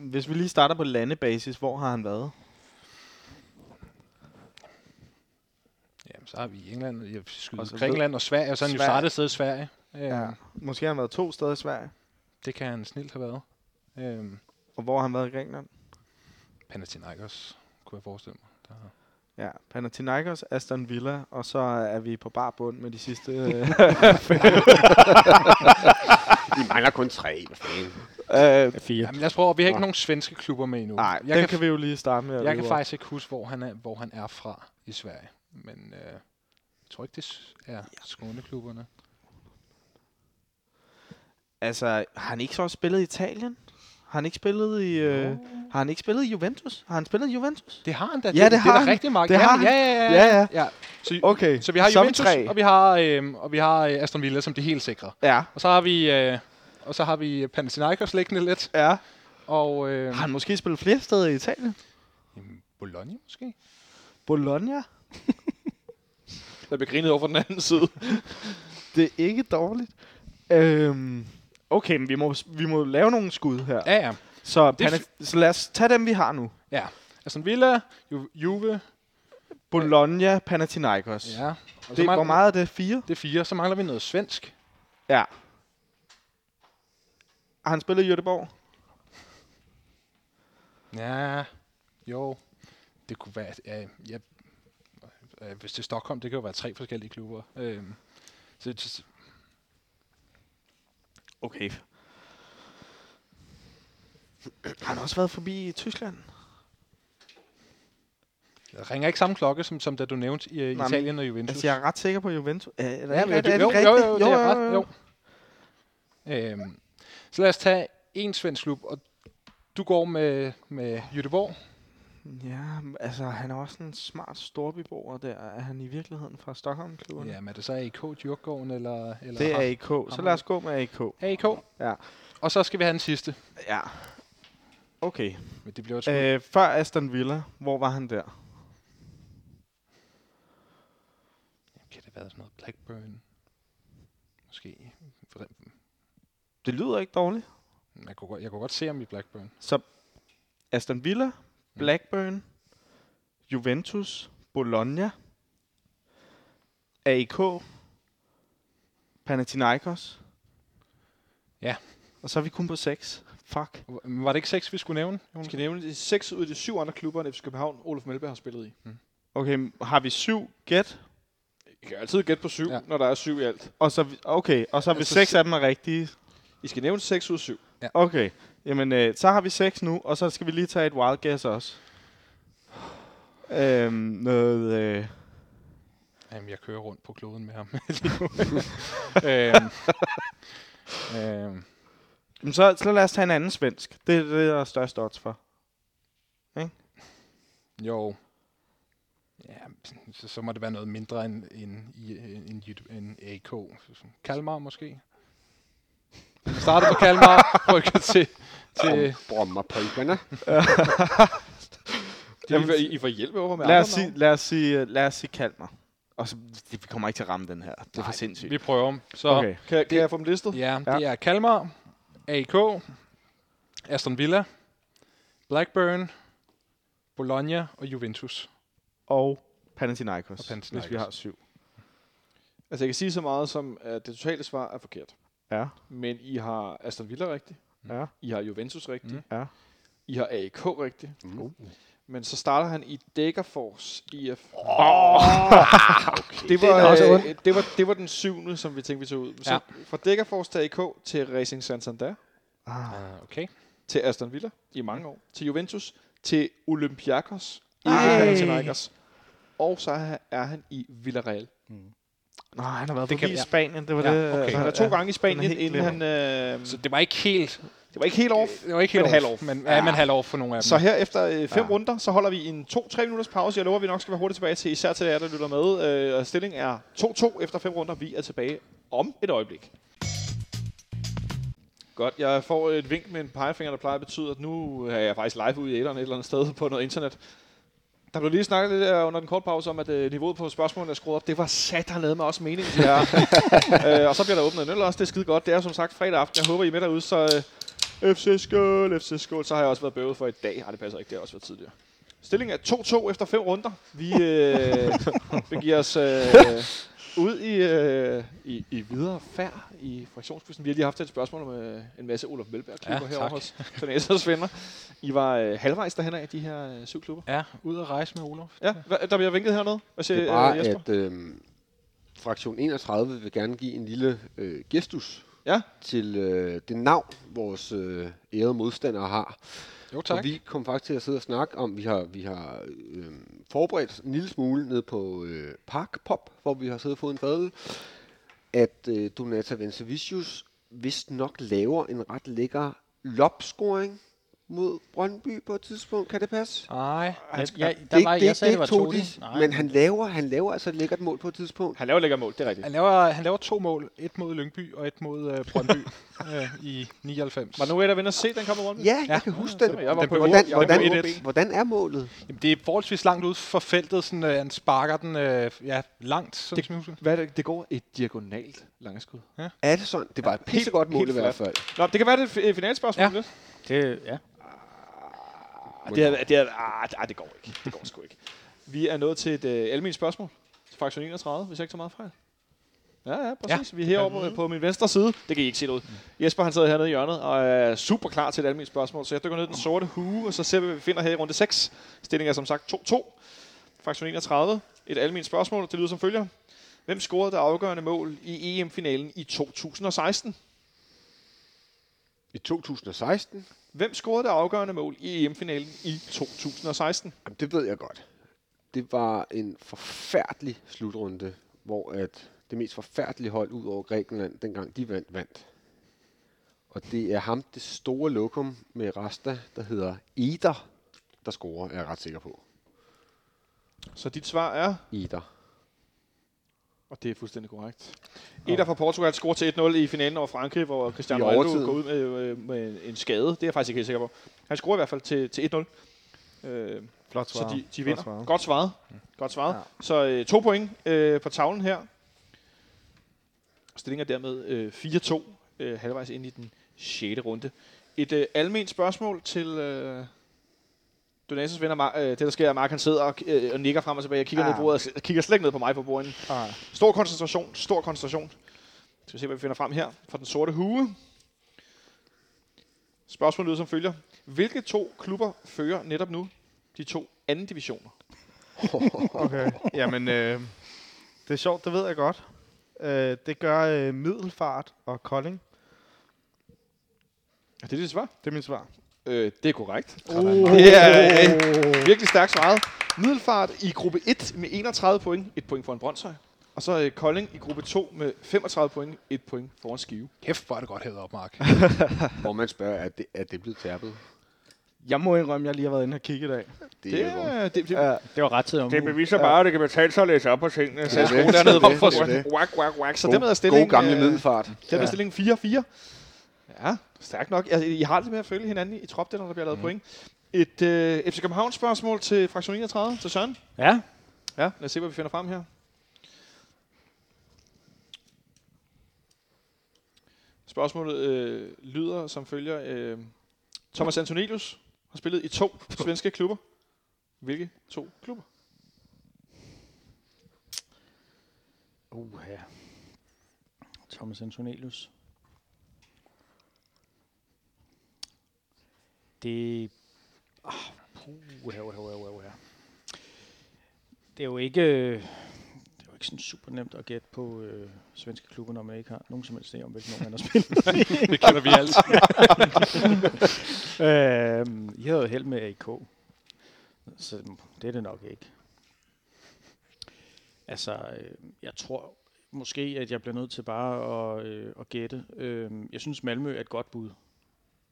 Speaker 5: Hvis vi lige starter på landebasis, hvor har han været?
Speaker 6: Jamen, så har vi i England, jeg skyder
Speaker 5: Og så
Speaker 6: altså, Grækenland og Sverige, og så er han jo
Speaker 5: Sverige.
Speaker 6: startet et sted i Sverige. Øh, ja.
Speaker 5: Måske har han været to steder i Sverige.
Speaker 6: Det kan han snilt have været. Øh,
Speaker 5: Og hvor har han været i Grækenland?
Speaker 6: Panathinaikos, kunne jeg forestille mig. Der har.
Speaker 5: Ja, Panathinaikos, Aston Villa, og så er vi på bar bund med de
Speaker 6: <laughs>
Speaker 5: sidste... øh,
Speaker 4: De mangler kun tre. Hvad fanden?
Speaker 5: øh,
Speaker 3: Fire.
Speaker 6: Jamen, lad os prøve, vi har ikke nogen svenske klubber med endnu.
Speaker 5: Nej,
Speaker 6: jeg
Speaker 5: den
Speaker 6: kan,
Speaker 5: kan vi jo lige starte med. at
Speaker 6: jeg kan
Speaker 5: rive op.
Speaker 6: faktisk ikke huske, hvor han er, hvor han er fra i Sverige, men øh, jeg tror ikke, det s- er Skåneklubberne.
Speaker 5: Altså, har han ikke så også spillet i Italien? Har han ikke spillet i... Øh, har han ikke spillet i Juventus? Har han spillet i Juventus?
Speaker 6: Det har han da.
Speaker 5: Ja, det har
Speaker 6: det er
Speaker 5: han.
Speaker 6: der rigtig meget.
Speaker 5: Det
Speaker 6: ja,
Speaker 5: har
Speaker 6: men- ja, ja, ja,
Speaker 5: Ja, ja.
Speaker 6: ja. Så,
Speaker 5: Okay,
Speaker 6: så vi har
Speaker 5: så er vi
Speaker 6: Juventus,
Speaker 5: tre.
Speaker 6: og vi har, øhm, og vi har øh, Aston Villa som det helt sikre.
Speaker 5: Ja.
Speaker 6: Og så har vi, øh, og så har vi Panathinaikos liggende lidt,
Speaker 5: Ja.
Speaker 6: og øh,
Speaker 5: Har han måske spillet flere steder i Italien?
Speaker 6: Bologna måske?
Speaker 5: Bologna?
Speaker 2: Der bliver grinet over fra den anden side.
Speaker 5: Det er ikke dårligt. Øhm, okay, men vi må, vi må lave nogle skud her.
Speaker 6: Ja, ja.
Speaker 5: Så,
Speaker 6: Det er
Speaker 5: Pana- så lad os tage dem, vi har nu.
Speaker 6: ja. Aston Villa, Ju- Juve,
Speaker 5: Bologna, Panathinaikos.
Speaker 6: ja. Og så
Speaker 5: Det, hvor
Speaker 6: mangler-
Speaker 5: meget er det? Fire?
Speaker 6: Det er fire. Så mangler vi noget svensk.
Speaker 5: Ja. Har han spillet i Göteborg?
Speaker 6: Ja, jo. Det kunne være, ja, ja, øh, hvis det er Stockholm, det kan jo være tre forskellige klubber. Øhm, så, så,
Speaker 5: Okay. Har han også været forbi i Tyskland?
Speaker 6: Jeg ringer ikke samme klokke, som, som da du nævnte i,
Speaker 5: Nej,
Speaker 6: i
Speaker 5: men-
Speaker 6: Italien og Juventus.
Speaker 5: Altså, jeg er ret sikker på Juventus. Er, er,
Speaker 6: Ja,
Speaker 5: ikke
Speaker 6: men
Speaker 5: rigtigt?
Speaker 6: det- jo,
Speaker 5: ikke
Speaker 6: jo,
Speaker 5: rigtigt?
Speaker 6: jo, det er ret. Jo. Øhm, så lad os tage en svensk klub, og du går med, med Göteborg.
Speaker 5: Ja, men altså, han er også en smart storbyborger der. Er han i virkeligheden fra Stockholm-klubben?
Speaker 6: Ja, men er det så AIK, Djurgården eller, eller
Speaker 5: Det er
Speaker 6: Har-
Speaker 5: AIK. Så lad os gå med AIK.
Speaker 6: AIK.
Speaker 5: Ja.
Speaker 6: Og så skal vi have den sidste.
Speaker 5: Ja. Okay.
Speaker 6: Men det bliver et skud.
Speaker 5: Øh, før Aston Villa, hvor var han der?
Speaker 6: Kan det være sådan noget Blackburn? Måske.
Speaker 5: Det lyder ikke dårligt.
Speaker 6: Jeg kunne, godt, jeg kunne godt se ham i Blackburn.
Speaker 5: Så Aston
Speaker 2: Mm.
Speaker 5: Villa, Blackburn, Juventus, Bologna, AIK, Panathinaikos.
Speaker 6: Ja.
Speaker 5: Og så er vi kun på 6. Fuck.
Speaker 6: Men Var det ikke seks, vi skulle nævne?
Speaker 2: Vi
Speaker 6: Jonas?
Speaker 2: skal nævne de 6 ud af de 7 andre klubber, end FC København, Olof Melberg har spillet i.
Speaker 5: Okay, m- har vi 7 gæt?
Speaker 2: I kan altid gætte på 7,
Speaker 6: Ja.
Speaker 2: ja. når der er 7 i alt.
Speaker 5: Og så, vi- okay, og så har vi
Speaker 2: Altså,
Speaker 5: 6
Speaker 2: se-
Speaker 5: af dem er rigtige.
Speaker 2: I skal nævne 6 ud af 7.
Speaker 5: Okay. Jamen, øh, så har vi 6 nu, og så skal vi lige tage et wild guess også. Øhm, noget... Øh,
Speaker 6: Jamen, jeg kører rundt på kloden med ham <laughs> lige nu. <laughs> øhm, øhm,
Speaker 5: Jamen, så, så lad os tage en anden svensk. Det er det, der er størst odds for.
Speaker 6: jo. Ja, så, så må det være noget mindre end en, en, en AK. Kalmar måske? Vi starter på Kalmar, <laughs> rykker til... til
Speaker 4: Brommerpøjkerne.
Speaker 2: Jamen, I, I får hjælp over med
Speaker 5: Lad
Speaker 2: andre
Speaker 5: os, sige, lad, os sige, øh, lad os sige Kalmar. Og så, det, vi kommer ikke til at ramme den her. Det er for sindssygt.
Speaker 6: vi prøver. Så okay.
Speaker 5: Okay.
Speaker 2: navne. Kan, kan jeg få dem listet?
Speaker 6: ja,
Speaker 5: Ja.
Speaker 6: det er Kalmar, AK, Aston Villa, Blackburn, Bologna og Juventus.
Speaker 5: Og Panathinaikos,
Speaker 6: Og
Speaker 5: og
Speaker 6: Panathinaikos.
Speaker 5: Panathinaikos, hvis vi har syv.
Speaker 2: Altså, jeg kan sige så meget som, at det totale svar er forkert.
Speaker 5: Ja,
Speaker 2: Men I har Aston Villa rigtigt.
Speaker 5: ja.
Speaker 2: I har Juventus rigtigt.
Speaker 6: Mm.
Speaker 5: Ja.
Speaker 2: I har AEK rigtigt.
Speaker 4: Mm. Uh.
Speaker 2: Men så starter han i Dækkerfors IF.
Speaker 4: Okay.
Speaker 2: Det var, øh, det, var, det var den syvende, som vi tænkte, vi tog ud. Så
Speaker 6: Ja.
Speaker 2: fra Dækkerfors til AEK til Racing Santander,
Speaker 5: Ah.
Speaker 6: Uh, okay.
Speaker 2: til Aston Villa i mange år, til Juventus, til Olympiakos, ikke
Speaker 5: Ej.
Speaker 2: Panathinaikos. Og så er- er han i Villarreal.
Speaker 5: Nå, han har været
Speaker 6: Det
Speaker 5: det
Speaker 6: kan-
Speaker 5: forbi
Speaker 6: ja.
Speaker 5: Spanien. Det var
Speaker 6: Ja,
Speaker 5: det.
Speaker 6: okay.
Speaker 5: altså,
Speaker 2: Han er to
Speaker 5: ja.
Speaker 2: gange i Spanien,
Speaker 5: Den er helt
Speaker 2: inden han... Øh,
Speaker 6: Så det var ikke helt
Speaker 2: det var ikke helt off.
Speaker 6: Det var ikke
Speaker 2: Men
Speaker 6: helt off,
Speaker 2: halv off.
Speaker 6: Men, ja, men halv off for nogle af dem.
Speaker 2: Så her efter øh, fem
Speaker 5: Ja.
Speaker 2: runder, så holder vi en 2-3 minutters pause. Jeg lover, at vi nok skal være hurtigt tilbage til især til jer, der lytter med. Øh, og stillingen er 2-2 efter fem runder. Vi er tilbage om et øjeblik. Godt, jeg får et vink med en pegefinger, der plejer at betyde, at nu er jeg faktisk live ude i æderen et eller andet sted på noget internet. Der blev lige snakket lidt øh, under den korte pause om, at øh, niveauet på spørgsmålene er skruet op. Det var sat hernede med også meningen. Ja. øh, og så bliver der åbnet en øl også. Det er skide godt. Det er som sagt fredag aften. Jeg håber, I er med derude, så... Øh, FC Skål, FC Skål. Så har jeg også været bøvet for i dag. Ej, det passer ikke. Det har også været tidligere. Stillingen er 2-2 efter fem runder. Vi øh,
Speaker 4: <laughs>
Speaker 2: begiver os øh, ud i, øh, i, i videre færd i fraktionskvisten. Vi har lige haft et spørgsmål om øh, en masse Olof Melberg klubber
Speaker 6: Ja,
Speaker 2: ja, herovre
Speaker 6: tak.
Speaker 2: hos Tornæsers venner. I var øh, halvvejs derhen af de her øh, syv klubber.
Speaker 6: Ja, ud at rejse med Olof.
Speaker 2: Ja, hva, der bliver vinket hernede. Hvad siger
Speaker 4: Det er bare,
Speaker 2: øh, Jesper?
Speaker 4: at øh, fraktion 31 vil gerne give en lille øh, gestus
Speaker 2: Ja.
Speaker 4: til øh, det navn, vores øh, ærede modstandere har.
Speaker 6: Jo,
Speaker 4: Og
Speaker 6: tak.
Speaker 4: vi kom faktisk til at sidde og snakke om, vi har, vi har øh, forberedt en lille smule ned på øh, Park Pop, hvor vi har siddet og fået en fadel, at øh, Donata Vencevicius vist nok laver en ret lækker lopscoring mod Brøndby på et tidspunkt. Kan det passe?
Speaker 6: Nej.
Speaker 3: Jeg, jeg, der
Speaker 4: Det er
Speaker 3: var,
Speaker 4: ikke-
Speaker 3: jeg sagde, det var
Speaker 4: ikke
Speaker 3: Todi.
Speaker 4: Todis,
Speaker 3: Nej.
Speaker 4: Men han laver, han laver altså et lækkert mål på et tidspunkt.
Speaker 2: Han laver lækker mål, det er rigtigt.
Speaker 6: Han laver, han laver to mål. Et mod Lyngby og et mod øh,
Speaker 2: <laughs>
Speaker 6: Brøndby øh, i 99.
Speaker 2: Var nu et af venner set, den kommer rundt?
Speaker 4: Ja, jeg kan huske den.
Speaker 2: var jeg var på
Speaker 4: Hvordan,
Speaker 2: Jeg var på
Speaker 4: hvordan,
Speaker 2: 1-1.
Speaker 4: hvordan er målet?
Speaker 6: Jamen, det er forholdsvis langt ud for feltet. Sådan, øh, han sparker den øh, ja, langt. Sådan, som jeg husker.
Speaker 2: Hvad er det? det går et diagonalt langskud.
Speaker 4: Er det sådan? Det var et pissegodt mål i
Speaker 2: helt
Speaker 4: hvert fald.
Speaker 2: Nå, det kan være det er et fi- finalspørgsmål.
Speaker 6: Ja.
Speaker 2: lidt.
Speaker 3: Det, ja.
Speaker 2: Ah, Det, er, det, er, ah, det- ah, det går ikke. Det går sgu ikke. Vi er nået til et øh, almindeligt spørgsmål. Til fraktion 31, hvis jeg ikke tager meget fejl. Ja, ja, præcis. Ja. Vi er herovre på, på min venstre side. Det kan I ikke se ud. Jesper, han sidder hernede i hjørnet og er super klar til et almindeligt spørgsmål. Så jeg dykker ned i den sorte hue, og så ser vi, hvad vi finder her i runde 6. Stillingen er som sagt 2-2. Fraktion 31. Et almindeligt spørgsmål. Det lyder som følger. Hvem scorede det afgørende mål i EM-finalen i 2016?
Speaker 4: I 2016?
Speaker 2: Hvem scorede det afgørende mål i EM-finalen i 2016?
Speaker 4: Jamen, det ved jeg godt. Det var en forfærdelig slutrunde, hvor at det mest forfærdelige hold ud over Grækenland, dengang de vandt, vandt. Og det er ham, det store lokum med Rasta, der hedder Eder, der scorer, er jeg ret sikker på.
Speaker 2: Så dit svar er...
Speaker 4: Eder.
Speaker 2: Og det er fuldstændig korrekt. Et af fra Portugal scorer til 1-0 i finalen over Frankrig, hvor Cristiano
Speaker 4: I
Speaker 2: Ronaldo
Speaker 4: overtiden.
Speaker 2: går ud med, øh, med en skade. Det er jeg faktisk ikke helt sikker på. Han scorer i hvert fald til, til 1-0. Øh,
Speaker 5: Flot
Speaker 2: så
Speaker 5: svaret.
Speaker 2: de, de
Speaker 5: Flot
Speaker 2: vinder.
Speaker 5: svaret.
Speaker 2: Godt svaret. Godt svaret. Så øh, to point øh, på tavlen her. Stillingen er dermed øh, 4-2 øh, halvvejs ind i den 6. runde. Et øh, almindeligt spørgsmål til øh, Donatas venner. Mar- øh, det, der sker, er, at Mark han sidder og, øh, og nikker frem og tilbage. Jeg kigger,
Speaker 5: Ah.
Speaker 2: ned på bordet, og kigger slet ikke ned på mig på bordet.
Speaker 5: Ah.
Speaker 2: Stor koncentration, stor koncentration. Skal vi se, hvad vi finder frem her fra den sorte hue. Spørgsmålet lyder som følger. Hvilke to klubber fører netop nu de to anden divisioner?
Speaker 5: Okay. <laughs> Jamen, øh, det er sjovt, det ved jeg godt. Øh, det gør øh, Middelfart og Kolding.
Speaker 2: Er det dit svar?
Speaker 5: Det er mit svar.
Speaker 2: Øh, det er korrekt.
Speaker 6: Sådan.
Speaker 2: Det er øh, virkelig stærkt svaret. Middelfart i gruppe 1 med 31 point, et point foran Brøndshøj. Og så øh, Kolding i gruppe 2 med 35 point, et point foran Skive.
Speaker 6: Kæft, hvor er det godt hævet op, Mark.
Speaker 4: Hvor man spørger, er det, er det blevet tærpet?
Speaker 5: Jeg må indrømme, at jeg lige har været inde og kigge i dag.
Speaker 4: Det,
Speaker 2: Det,
Speaker 4: det er
Speaker 2: er- det, det, det,
Speaker 3: Det var ret tid om ugen.
Speaker 5: beviser bare, at det kan betale sig at læse op på tingene.
Speaker 4: det, det,
Speaker 2: dernede, hvorfor-
Speaker 4: det, det.
Speaker 2: Whack, whack, whack. Så
Speaker 4: God-
Speaker 2: dermed er stillingen...
Speaker 4: God gamle
Speaker 2: øh,
Speaker 4: middelfart.
Speaker 2: Dermed er stillingen 4-4. Ja, stærkt nok. Altså, I har det med at følge hinanden i trop, der, når der bliver lavet mm. point. Et øh, FC København spørgsmål til fraktion 31, til Søren.
Speaker 3: Ja,
Speaker 2: Ja, lad os se, hvad vi finder frem her. Spørgsmålet øh, lyder som følger. Øh, Thomas Antonelius har spillet i to svenske klubber. Hvilke to klubber?
Speaker 3: Uh, ja. Thomas Antonelius. Det... Ah, puha, uha, uha, uha, uha. Det er jo ikke... øh, Det er jo ikke sådan super nemt at gætte på øh, svenske klubber, når man ikke har nogen som helst idé om, hvilken nummer man har spillet.
Speaker 6: <laughs> det kender vi alt.
Speaker 3: <laughs> øh, jeg havde jo held med AIK. Så det er det nok ikke. Altså, øh, jeg tror måske, at jeg bliver nødt til bare at, øh, at gætte. Øh, jeg synes, Malmø er et godt bud.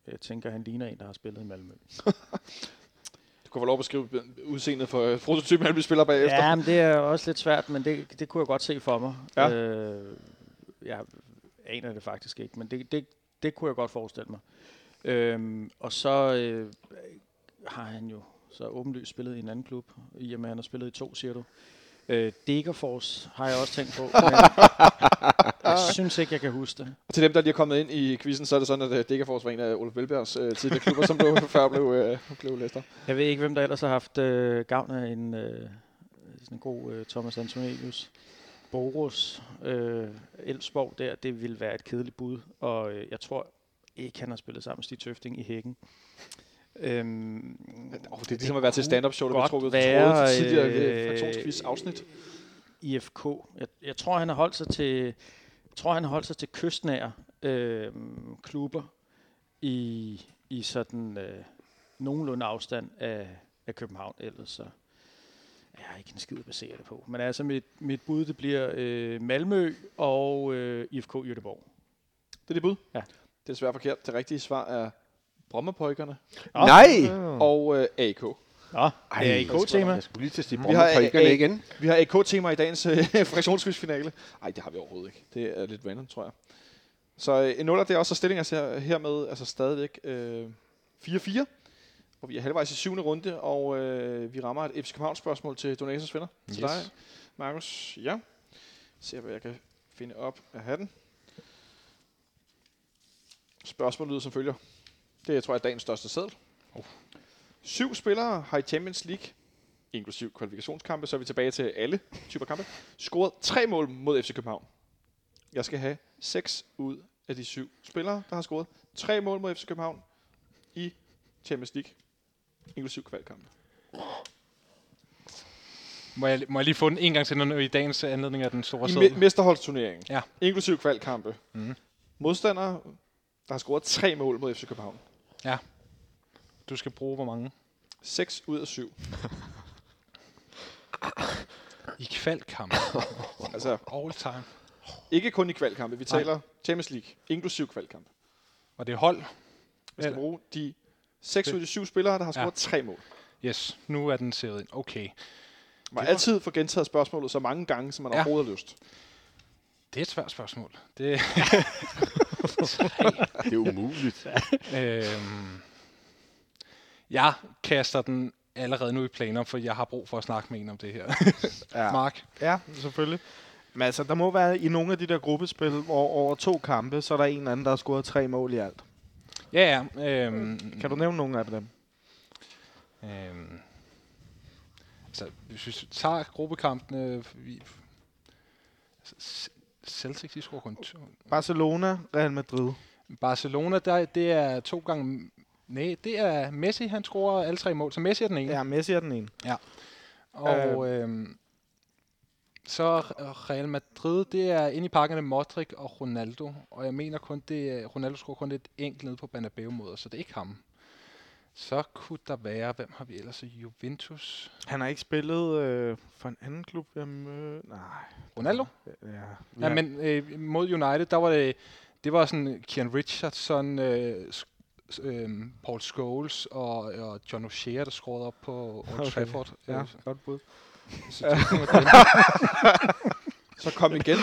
Speaker 3: Jeg tænker, han ligner en, der har spillet i Malmø.
Speaker 2: Du kan få lov at beskrive udseendet for øh, prototypen, han bliver spiller bagefter.
Speaker 3: Ja, men det er også lidt svært, men det, det kunne jeg godt se for mig.
Speaker 2: Ja.
Speaker 3: Øh, jeg aner det faktisk ikke, men det, det, det kunne jeg godt forestille mig. Øhm, og så øh, har han jo så åbenlyst spillet i en anden klub, i og med, at han har spillet i to, siger du. Øh, Degerfors har jeg også tænkt på, men jeg synes ikke, jeg kan huske det.
Speaker 2: Og til dem, der lige er kommet ind i quizzen, så er det sådan, at øh, Dækkerfors var en af Olof Velbergs øh, tidligere klubber, som blev, <laughs> før blev, øh, blev læst op.
Speaker 3: Jeg ved ikke, hvem der ellers har haft øh, gavn af en, øh, sådan en god øh, Thomas Antonius. Boros, øh, Elfsborg der, det ville være et kedeligt bud, og øh, jeg tror ikke, han har spillet sammen med Stig Tøfting i hækken. Øhm,
Speaker 2: Oh, det er ligesom at være til stand-up show, der bliver
Speaker 3: kunne
Speaker 2: trukket
Speaker 3: godt være,
Speaker 2: tråde til tidligere øh,
Speaker 3: øh,
Speaker 2: fraktionsquiz afsnit.
Speaker 3: IFK. Jeg, jeg tror, han har holdt sig til, jeg tror, han har holdt sig til kystnære øh, klubber i, i sådan øh, nogenlunde afstand af, af København. Ellers så er jeg ikke en skid at basere det på. Men altså, mit, mit bud, det bliver øh, Malmø og øh, IFK Jødeborg.
Speaker 2: Det er det bud?
Speaker 3: Ja.
Speaker 2: Det er desværre forkert. Det rigtige svar er Brommapojkerne
Speaker 4: Nej!
Speaker 2: og øh, AK.
Speaker 3: Nå, det er
Speaker 4: Ej,
Speaker 3: et godt tema.
Speaker 4: Jeg skulle lige til at sige
Speaker 2: Vi har
Speaker 4: Brommer på
Speaker 2: A- A-
Speaker 4: ikke igen.
Speaker 2: Vi har AK-temaer i dagens øh, <laughs> fraktionsquizfinale. Nej, det har vi overhovedet ikke. Det er lidt random, tror jeg. Så øh, en nuller, det er også så stillinger her, hermed, altså stadigvæk øh, 4-4. Og vi er halvvejs i syvende runde, og øh, vi rammer et FC København-spørgsmål til Donators venner. Til
Speaker 6: Yes.
Speaker 2: dig, Markus. Ja. Se, hvad jeg kan finde op af hatten. Spørgsmålet lyder som følger. Det tror jeg er dagens største seddel. Syv spillere har i Champions League, inklusiv kvalifikationskampe, så er vi tilbage til alle typer kampe, scoret tre mål mod FC København. Jeg skal have seks ud af de syv spillere, der har scoret tre mål mod FC København i Champions League, inklusiv kvalkampe.
Speaker 6: Må jeg, må jeg lige få den en gang til nu i dagens anledning af den store
Speaker 2: I me-
Speaker 6: sæd?
Speaker 2: mesterholdsturneringen,
Speaker 6: Ja.
Speaker 2: inklusiv kvalkampe.
Speaker 6: Mhm.
Speaker 2: Modstandere, der har scoret tre mål mod FC København.
Speaker 6: Du skal bruge hvor mange?
Speaker 2: 6 ud af 7.
Speaker 6: I kvalkamp.
Speaker 2: Altså,
Speaker 6: All time.
Speaker 2: ikke kun i kvalkampe. Vi taler Champions League, inklusiv kvalkampe.
Speaker 6: Og det er hold.
Speaker 2: Vi skal
Speaker 6: Ja.
Speaker 2: bruge de 6 ud af de 7 spillere, der har
Speaker 6: Ja.
Speaker 2: scoret tre mål.
Speaker 6: Yes, nu er den sædet ind. Okay.
Speaker 2: Man
Speaker 6: Det
Speaker 2: må
Speaker 6: var-
Speaker 2: altid få gentaget spørgsmålet så mange gange, som man
Speaker 6: Ja.
Speaker 2: overhovedet har lyst.
Speaker 6: Det er et svært spørgsmål. Det,
Speaker 4: Det er umuligt.
Speaker 6: øhm, jeg kaster den allerede nu i planer, for jeg har brug for at snakke med en om det her.
Speaker 5: Ja.
Speaker 6: <laughs> Mark,
Speaker 5: Ja, selvfølgelig. Men altså, der må være i nogle af de der gruppespil, hvor over to kampe, så er der en eller anden, der har scoret tre mål i alt.
Speaker 6: Ja, ja. Øhm,
Speaker 5: Kan du nævne nogle af dem?
Speaker 6: Øhm, altså, hvis vi tager gruppekampene... Vi, C- Celtic, de scorer kun to.
Speaker 5: Barcelona, Real Madrid.
Speaker 6: Barcelona, der, det er to gange... Nej, det er Messi, han scorer alle tre mål. Så Messi er den ene.
Speaker 5: Ja, Messi er den ene.
Speaker 6: Og øhm, så R- Real Madrid, det er inde i pakkerne Modric og Ronaldo. Og jeg mener kun, det er, Ronaldo scorer kun et enkelt ned på Bernabeu mod, så det er ikke ham. Så kunne der være, hvem har vi ellers? Juventus.
Speaker 5: Han har ikke spillet øh, for en anden klub, jeg mødte. Nej.
Speaker 6: Ronaldo?
Speaker 5: Ja, ja.
Speaker 6: Ja, men øh, mod United, der var det, det var sådan Kian Richardson, øh, sk- s- øh, Paul Scholes og, og John O'Shea, der skruede op på Old
Speaker 5: Okay,
Speaker 6: okay. Trafford.
Speaker 5: ja,
Speaker 6: Øh,
Speaker 5: godt bud.
Speaker 6: så det var dem.
Speaker 2: Så kom igen.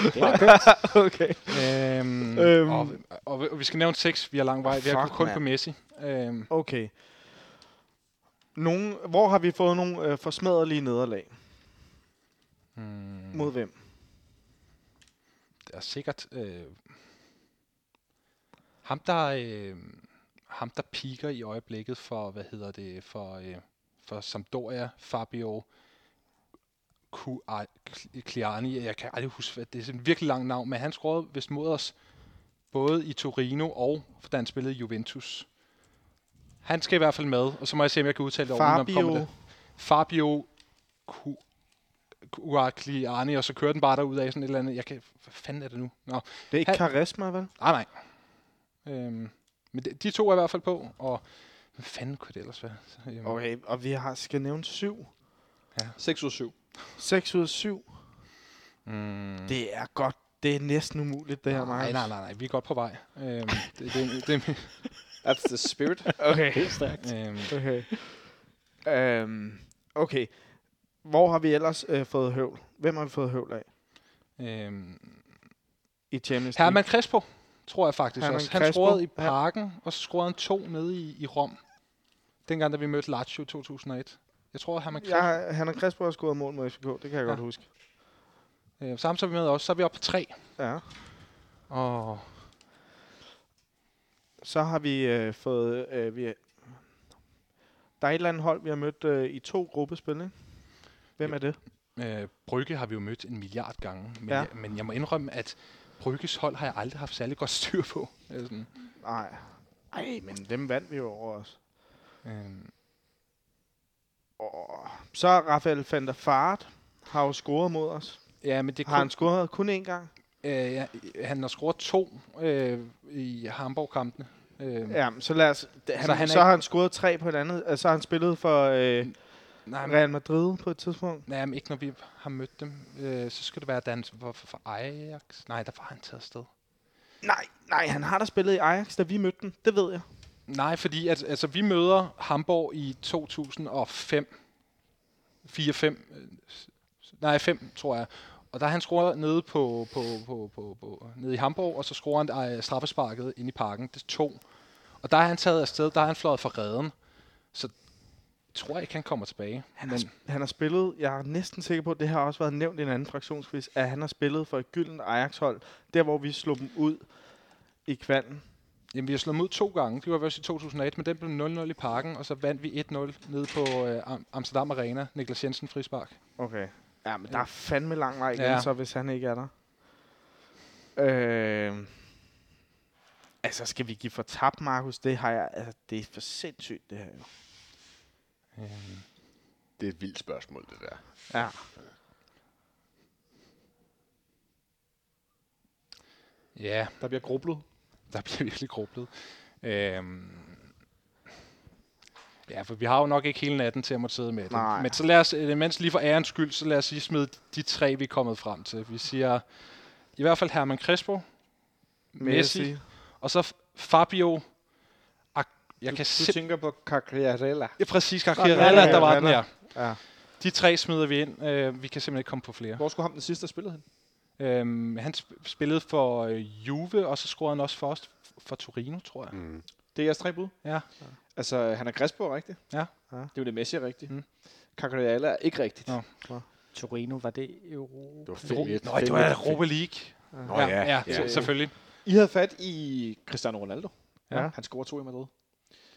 Speaker 5: Okay.
Speaker 6: Øhm,
Speaker 5: Øhm.
Speaker 6: og, og, og vi skal nævne seks, vi har lang vej. Vi har
Speaker 5: Fuck,
Speaker 6: kun
Speaker 4: mand.
Speaker 6: på Messi. Øhm,
Speaker 5: Okay. Nogen, hvor har vi fået nogle øh, forsmædelige nederlag?
Speaker 6: hmm,
Speaker 5: Mod hvem?
Speaker 6: der er sikkert... Øh, ham, der, øh, ham, der piker i øjeblikket for, hvad hedder det, for, øh, for Sampdoria, Fabio Cu- Cliani, jeg kan aldrig huske, hvad det er sådan et virkelig langt navn, men han scorede vist mod os både i Torino og da han spillede i Juventus. Han skal i hvert fald med, og så må jeg se, om jeg kan udtale det ordentligt, når vi kommer
Speaker 5: Fabio.
Speaker 6: der. Fabio Cu- Cuagliani, og så kører den bare derud af sådan et eller andet. Jeg kan, hvad fanden er det nu? Nå,
Speaker 5: Det er ikke
Speaker 6: Han-
Speaker 5: Karisma, vel?
Speaker 6: nej, nej. Øhm, men de, de to er i hvert fald på, og hvad fanden kunne det ellers være? Så, øhm,
Speaker 5: Okay, og vi har, skal nævne syv.
Speaker 2: 6 ud af 7.
Speaker 5: 6 ud af 7.
Speaker 6: mm,
Speaker 5: Det er godt. Det er næsten umuligt, det her,
Speaker 6: nej,
Speaker 5: Marcus.
Speaker 6: nej, nej, nej, vi er godt på vej. Øhm, det, det, det, det,
Speaker 2: That's the spirit.
Speaker 5: Okay.
Speaker 3: Helt stærkt.
Speaker 6: øhm,
Speaker 5: Okay. <laughs> øhm, okay. Hvor har vi ellers øh, fået høvl? Hvem har vi fået høvl af
Speaker 6: øhm,
Speaker 5: i Champions League?
Speaker 6: Herman Crespo, tror jeg faktisk
Speaker 5: Herman
Speaker 6: også. Han
Speaker 5: Crespo,
Speaker 6: scorede i
Speaker 5: ja.
Speaker 6: parken, og så scorede han to nede i, i Rom. Dengang, da vi mødte Lazio i 2001. Jeg tror, at Herman Crespo...
Speaker 5: Jeg har, han og Crespo har scoret mål mod FCK, det kan jeg ja. godt huske.
Speaker 6: Øh, sammen så er vi med også. Så er vi oppe på tre.
Speaker 5: Ja.
Speaker 6: Og
Speaker 5: Så har vi øh, fået... Øh, vi er der er et eller andet hold, vi har mødt øh, i to gruppespil, ikke? Hvem
Speaker 6: Jo.
Speaker 5: er det?
Speaker 6: øh, Brygge har vi jo mødt en milliard gange. Men,
Speaker 5: Ja.
Speaker 6: ja. jeg, men jeg må indrømme, at Brygges hold har jeg aldrig haft særlig godt styr på. Øh, sådan,
Speaker 5: Nej. Ej, men dem vandt vi jo over os.
Speaker 6: øh,
Speaker 5: Og så er Rafael van der Fart har jo scoret mod os.
Speaker 6: ja, men det
Speaker 5: Det har han scoret kun én gang?
Speaker 6: øh, ja, han har scoret to øh, i Hamburg-kampene. Øh,
Speaker 5: Ja, men så lad os... Det, han, Mm. så,
Speaker 6: Så han
Speaker 5: han
Speaker 6: er
Speaker 5: så har
Speaker 6: ikke-
Speaker 5: han scoret tre på et andet... øh, Så har han spillet for øh,
Speaker 6: nej, men-
Speaker 5: Real Madrid på et tidspunkt.
Speaker 6: Nej, men ikke når vi har mødt dem. Øh, så skal det være, da han var for, for Ajax. Nej, der var han taget afsted.
Speaker 5: Nej, nej, han har da spillet i Ajax, da vi mødte dem. Det ved jeg.
Speaker 6: Nej, fordi at, altså, vi møder Hamburg i 2005. 4-5. øh, s- s- Nej, 5, tror jeg. Og der er han scoret nede, på, på, på, på, på, nede i Hamburg, og så scorer han øh, straffesparket ind i parken. Det er to. Og der er han taget afsted, der er han fløjet for redden. Så tror jeg ikke, han kommer tilbage.
Speaker 5: Han har, sp- han har spillet, jeg er næsten sikker på, at det har også været nævnt i en anden fraktionsquiz, at han har spillet for et gyldent Ajax-hold, der hvor vi slog dem ud i kvalden.
Speaker 6: Jamen, vi har slået mod to gange. Det var også i 2008, men den blev 0-0 i parken, og så vandt vi 1-0 nede på øh, Am- Amsterdam Arena. Niklas Jensen frispark.
Speaker 5: Okay. Ja, men der er fandme lang vej igen,
Speaker 6: Ja.
Speaker 5: ja. så hvis han ikke er der. Øh, altså, skal vi give for tab, Markus? Det har jeg, altså, det er for sindssygt, det her. jo.
Speaker 6: Øh,
Speaker 4: Det er et vildt spørgsmål, det der.
Speaker 5: Ja.
Speaker 6: ja,
Speaker 2: Der bliver grublet.
Speaker 6: der bliver virkelig grublet. Øh, ja, for vi har jo nok ikke hele natten til at måtte sidde med det.
Speaker 5: Nej.
Speaker 6: Men så lad os, øh, mens lige for ærens skyld, så lad os lige smide de tre, vi er kommet frem til. Vi siger i hvert fald Herman Crespo, Messi, Messi. og så F- Fabio. Ak- jeg
Speaker 2: Du,
Speaker 6: kan
Speaker 2: du tænker på Cagliarella.
Speaker 6: Ja, præcis.
Speaker 5: Carrera,
Speaker 6: Carrera, der var den her.
Speaker 5: Carrera. Ja.
Speaker 6: De tre smider vi ind. Øh, vi kan simpelthen ikke komme på flere.
Speaker 2: Hvor skulle ham den sidste have spillet hen?
Speaker 6: Øhm, han sp- spillede for øh, Juve, og så scorede han også for os for Torino, tror jeg.
Speaker 4: Mm.
Speaker 2: Det er jeres tre bud?
Speaker 6: Ja.
Speaker 2: Altså, han er Græsborg, rigtigt?
Speaker 6: Ja.
Speaker 5: Ja.
Speaker 2: Det er jo det Messi er rigtigt.
Speaker 6: Mm.
Speaker 2: Mm. Cagliarella er ikke rigtigt.
Speaker 6: Nå.
Speaker 3: Torino, var det Euro?
Speaker 4: Det var
Speaker 6: Ro-
Speaker 4: 5-1.
Speaker 6: Nå, det var Europa League.
Speaker 4: Nå, ja,
Speaker 6: ja,
Speaker 4: ja,
Speaker 6: ja, selvfølgelig.
Speaker 2: I havde fat i Cristiano Ronaldo.
Speaker 5: Ja.
Speaker 2: Han scorer to i Madrid.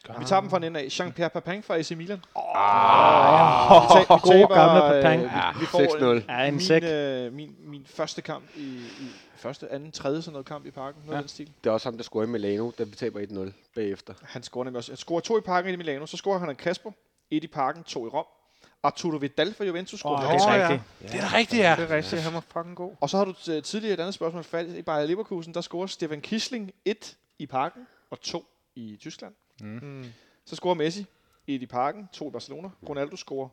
Speaker 6: Gør
Speaker 2: Vi tager dem fra en ende af. Jean-Pierre Papin fra AC Milan.
Speaker 4: Ah,
Speaker 2: Vi tab- vi
Speaker 3: Gode
Speaker 2: taber,
Speaker 3: gamle Papin.
Speaker 2: øh,
Speaker 4: ja.
Speaker 2: vi- Vi får en,
Speaker 4: 6-0.
Speaker 3: Ja, en sæk.
Speaker 2: min, øh, min, min første kamp i, i første, anden, tredje sådan noget kamp i parken. Noget
Speaker 6: Ja.
Speaker 2: ja. den stil.
Speaker 4: Det er også ham, der scorer i Milano, da vi taber 1-0 bagefter.
Speaker 2: Han scorer nemlig også. Han scorer to i parken et i Milano. Så scorer han en Crespo. Et i parken, to i Rom. Arturo Vidal fra Juventus scorer
Speaker 3: Åh,
Speaker 2: oh,
Speaker 3: det
Speaker 5: Nå,
Speaker 3: er
Speaker 5: ja.
Speaker 3: rigtigt.
Speaker 6: Det er da rigtigt, ja.
Speaker 5: Det er rigtigt, han var fucking god.
Speaker 2: Og så har du øh, tidligere et andet spørgsmål fat i Bayer Leverkusen. Der scorer Stefan Kisling 1 i parken og 2 i Tyskland.
Speaker 5: Mm.
Speaker 2: Så scorer Messi et i parken, to i Barcelona. Ronaldo scorer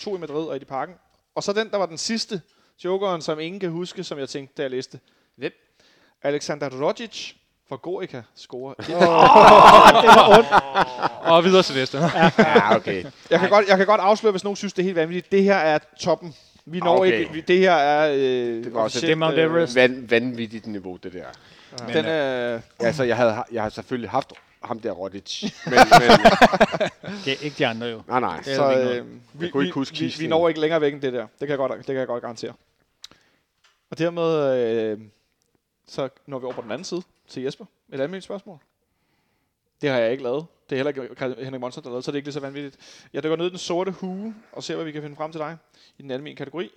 Speaker 2: to i Madrid og et i parken. Og så den, der var den sidste jokeren, som ingen kan huske, som jeg tænkte, da jeg læste.
Speaker 3: Hvem?
Speaker 2: Alexander Rogic fra Gorica scorer. et.
Speaker 6: Og videre til næste.
Speaker 4: Ja, <laughs> okay.
Speaker 2: Jeg kan, godt, jeg kan godt afsløre, hvis nogen synes, det er helt vanvittigt. Det her er toppen. Vi når
Speaker 4: Okay.
Speaker 2: okay. ikke. vi- Det her er... Øh, det
Speaker 4: var også- øh,
Speaker 3: Det er Mount Everest.
Speaker 4: Van, vanvittigt niveau, det der.
Speaker 2: Den er,
Speaker 4: Altså, jeg, havde, jeg har selvfølgelig haft ham der Rodic. Men, men
Speaker 3: Det er ikke de andre jo.
Speaker 4: nej, nej.
Speaker 2: så
Speaker 4: Så, øh,
Speaker 2: øh, vi,
Speaker 4: kunne
Speaker 2: vi,
Speaker 4: ikke huske
Speaker 2: vi, vi
Speaker 4: Kiesling.
Speaker 2: når ikke længere væk end det der. Det kan jeg godt, det kan jeg godt garantere. Og dermed øh, så når vi over på den anden side til Jesper. Et almindeligt spørgsmål. Det har jeg ikke lavet. Det er heller ikke Henrik Monster, der har lavet, så det er ikke lige så vanvittigt. Jeg dykker ned i den sorte hue og ser, hvad vi kan finde frem til dig i den almindelige kategori.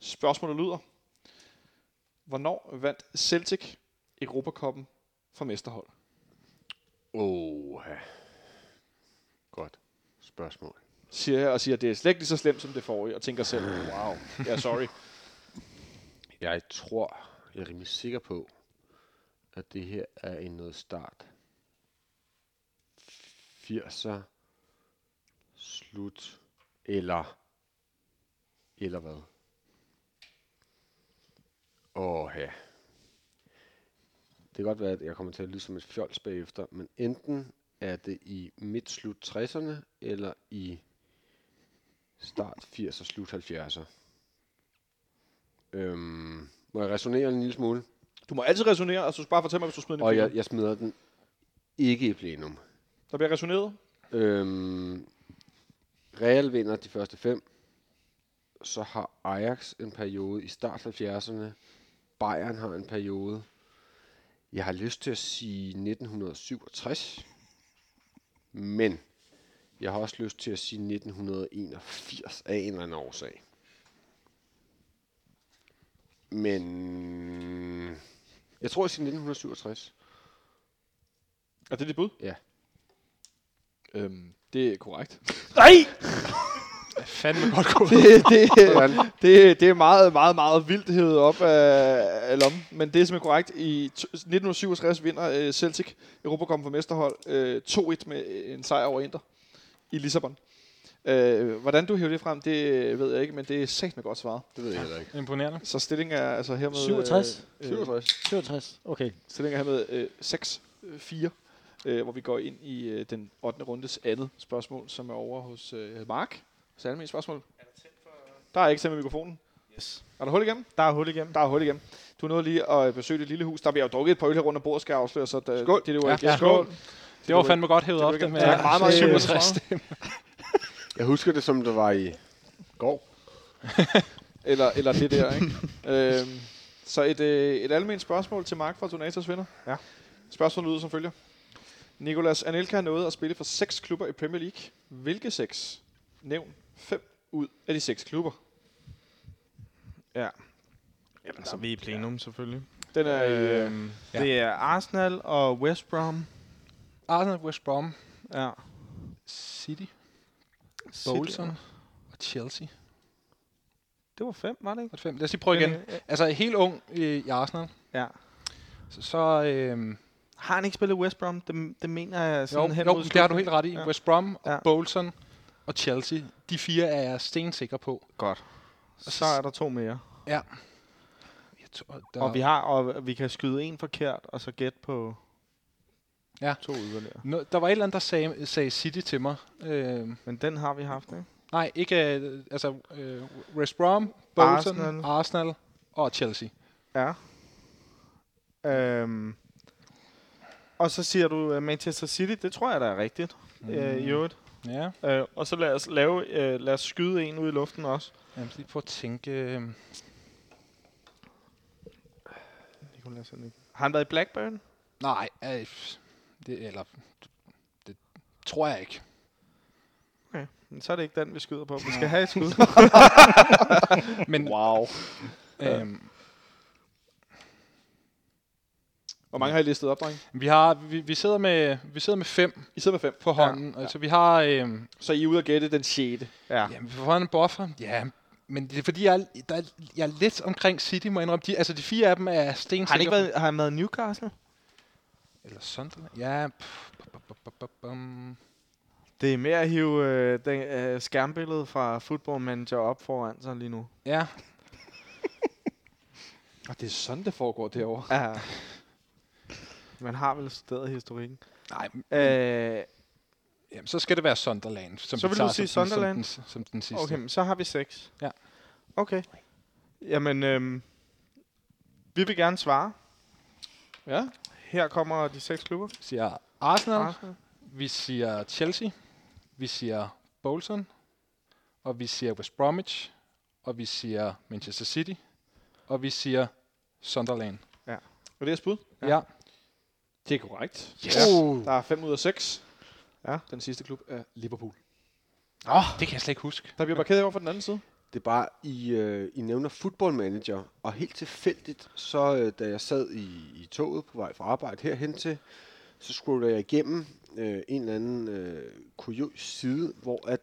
Speaker 2: Spørgsmålet lyder. Hvornår vandt Celtic Europakoppen for mesterhold?
Speaker 4: oh, Godt spørgsmål.
Speaker 2: Siger jeg og siger, at det er slet ikke lige så slemt som det forrige, og tænker selv, wow, ja, sorry.
Speaker 4: Jeg tror, jeg er rimelig sikker på, at det her er en noget start. 80'er, slut, eller, eller hvad? Åh ja. Det kan godt være, at jeg kommer til at lyde som et fjols bagefter, men enten er det i midt-slut 60'erne, eller i start 80'er, slut 70'er. Øhm, må jeg resonere en lille smule?
Speaker 2: Du må altid resonere, altså du skal bare fortælle mig, hvis du smider
Speaker 4: Og
Speaker 2: din jeg...
Speaker 4: jeg, jeg smider den ikke i plenum.
Speaker 2: Der bliver resoneret.
Speaker 4: Øhm, Real vinder de første fem. Så har Ajax en periode i start 70'erne. Bayern har en periode. Jeg har lyst til at sige 1967. Men jeg har også lyst til at sige 1981 af en eller anden årsag. Men jeg tror, jeg siger 1967.
Speaker 2: Er det dit bud?
Speaker 4: Ja.
Speaker 2: Øhm, det er korrekt.
Speaker 6: Fandme godt gået.
Speaker 2: det, det,
Speaker 4: Sådan.
Speaker 2: det, det er meget, meget, meget vildt hævet op af, af lommen. Men det er simpelthen korrekt. I t- 1967 vinder øh, Celtic Europacupen for mesterhold øh, 2-1 med en sejr over Inter i Lissabon. Øh, hvordan du hæver det frem, det ved jeg ikke, men det er sagt med godt svaret.
Speaker 4: Det ved jeg heller ikke.
Speaker 6: Imponerende.
Speaker 2: Så stillingen er altså hermed...
Speaker 3: 67?
Speaker 2: Øh, øh,
Speaker 3: 67. Okay.
Speaker 2: Stillingen er hermed øh, 6-4, øh, hvor vi går ind i øh, den 8. rundes andet spørgsmål, som er over hos øh, Mark. Så er det spørgsmål. Der er ikke tændt med mikrofonen.
Speaker 5: Yes.
Speaker 2: Er der hul igennem?
Speaker 5: Der er hul igennem.
Speaker 2: Der er hul igennem. Du nåede lige at øh, besøge det lille hus. Der bliver jo drukket et par øl her rundt om bordet, skal jeg afsløre. Så øh, det,
Speaker 4: Skål.
Speaker 2: Det, det var
Speaker 6: Ja,
Speaker 2: ikke.
Speaker 6: ja.
Speaker 2: Skål.
Speaker 6: Det var
Speaker 2: var-
Speaker 6: fandme godt hævet
Speaker 2: det var
Speaker 6: op.
Speaker 2: ikke-
Speaker 6: Det med
Speaker 2: det var meget, meget
Speaker 6: Ja,
Speaker 2: sjovt.
Speaker 6: 67. Det
Speaker 4: Jeg husker det, som det var i går.
Speaker 2: Eller, eller det der, ikke? øhm, så et, øh, et almindeligt spørgsmål til Mark fra Donatas venner.
Speaker 5: Ja.
Speaker 2: Spørgsmålet lyder som følger. Nicolas Anelka har nået at spille for seks klubber i Premier League. Hvilke seks? Nævn fem ud af de seks klubber.
Speaker 5: Ja. Jamen, så er vi i plenum, selvfølgelig.
Speaker 2: Den er øh,
Speaker 5: Øhm,
Speaker 6: ja.
Speaker 5: Det er Arsenal og West Brom.
Speaker 6: Arsenal, West Brom,
Speaker 5: Ja.
Speaker 6: City,
Speaker 5: City.
Speaker 6: Bolton og Chelsea.
Speaker 5: Det var fem, var det ikke? Øh,
Speaker 6: Og fem. Lad os lige prøve igen. Altså, helt ung i, i Arsenal.
Speaker 5: Ja.
Speaker 6: Så, så øhm,
Speaker 5: Har han ikke spillet West Brom? Det, det mener jeg
Speaker 6: jo,
Speaker 5: sådan hen
Speaker 6: jo,
Speaker 5: mod
Speaker 6: det har du helt ret i.
Speaker 5: Ja.
Speaker 6: Ja. West Brom,
Speaker 5: Ja.
Speaker 6: ja. Bolton og Chelsea. De fire er jeg stensikker på.
Speaker 5: Godt. Så er der to mere.
Speaker 6: Jeg tror,
Speaker 5: Der.
Speaker 6: der
Speaker 5: Og vi har og vi kan skyde en forkert, og så gætte på
Speaker 6: Ja.
Speaker 5: to yderligere.
Speaker 6: Nå, der var et eller andet, der sagde, sagde City til mig. Øhm,
Speaker 5: Men den har vi haft, ikke?
Speaker 6: nej, ikke... Øh, altså, øh, West Brom, Bolton,
Speaker 5: Arsenal.
Speaker 6: Arsenal. Arsenal og Chelsea.
Speaker 5: Ja. Øhm. Og så siger du uh, Manchester City, det tror jeg, der er rigtigt mm. øh, i øvrigt.
Speaker 6: Ja,
Speaker 5: Øh, og så lad os, lave, øh, lad os skyde en ud i luften også.
Speaker 6: jeg lige prøve at tænke... Øh,
Speaker 5: Nicolas Anelka. Har han været i Blackburn?
Speaker 6: nej, øh, det, eller, det tror jeg ikke.
Speaker 5: Men Så er det ikke den, vi skyder på. Vi skal have <laughs> et skud.
Speaker 6: Men, wow. <laughs> Øhm,
Speaker 2: hvor mange har I listet op, drenge?
Speaker 6: Vi, har, vi, vi, sidder med, vi sidder med fem
Speaker 2: I sidder med fem.
Speaker 6: på hånden. Ja, ja. Altså, vi har... Øhm,
Speaker 2: Så I er ude at gætte den sjette.
Speaker 5: ja.
Speaker 6: jamen, vi får en buffer. Ja, men det er fordi, jeg, er- der, er- jeg er lidt omkring City, må jeg indrømme. De, altså, de fire af dem er stensikker.
Speaker 5: Har han ikke været, har han været i Newcastle?
Speaker 6: Eller Sunderland? Ja. Pff, bum, bum, bum, bum, bum.
Speaker 5: Det er mere at hive øh, den, øh, skærmbilledet fra Football Manager op foran sig lige nu.
Speaker 6: Ja,
Speaker 2: Og det er sådan, det foregår derovre.
Speaker 5: Ja. Man har vel studeret historikken.
Speaker 6: nej,
Speaker 5: Øh,
Speaker 6: jamen, så skal det være Sunderland. Som
Speaker 5: Så
Speaker 6: vi
Speaker 5: vil du
Speaker 6: tager
Speaker 5: sige
Speaker 6: som den-
Speaker 5: Sunderland?
Speaker 6: Som den, som den sidste.
Speaker 5: okay, men så har vi seks.
Speaker 6: Ja.
Speaker 5: Okay. Jamen, øhm, vi vil gerne svare.
Speaker 2: Ja.
Speaker 5: Her kommer de seks klubber.
Speaker 6: Vi siger Arsenal,
Speaker 5: Arsenal.
Speaker 6: vi siger Chelsea, vi siger Bolton, og vi siger West Bromwich, og vi siger Manchester City, og vi siger Sunderland.
Speaker 2: Og det er spud.
Speaker 6: Ja. ja.
Speaker 2: Det er korrekt.
Speaker 6: Yes.
Speaker 2: Ja. Der er 5 ud af 6.
Speaker 5: Ja.
Speaker 2: Den sidste klub er Liverpool.
Speaker 6: Oh, det kan jeg slet ikke huske.
Speaker 2: Der bliver parkeret over for den anden side.
Speaker 4: Det er bare, I, øh, I nævner Football Manager, og helt tilfældigt, så øh, da jeg sad i, i toget på vej fra arbejde herhen til, så scrollede jeg igennem øh, en eller anden øh, kurios side, hvor at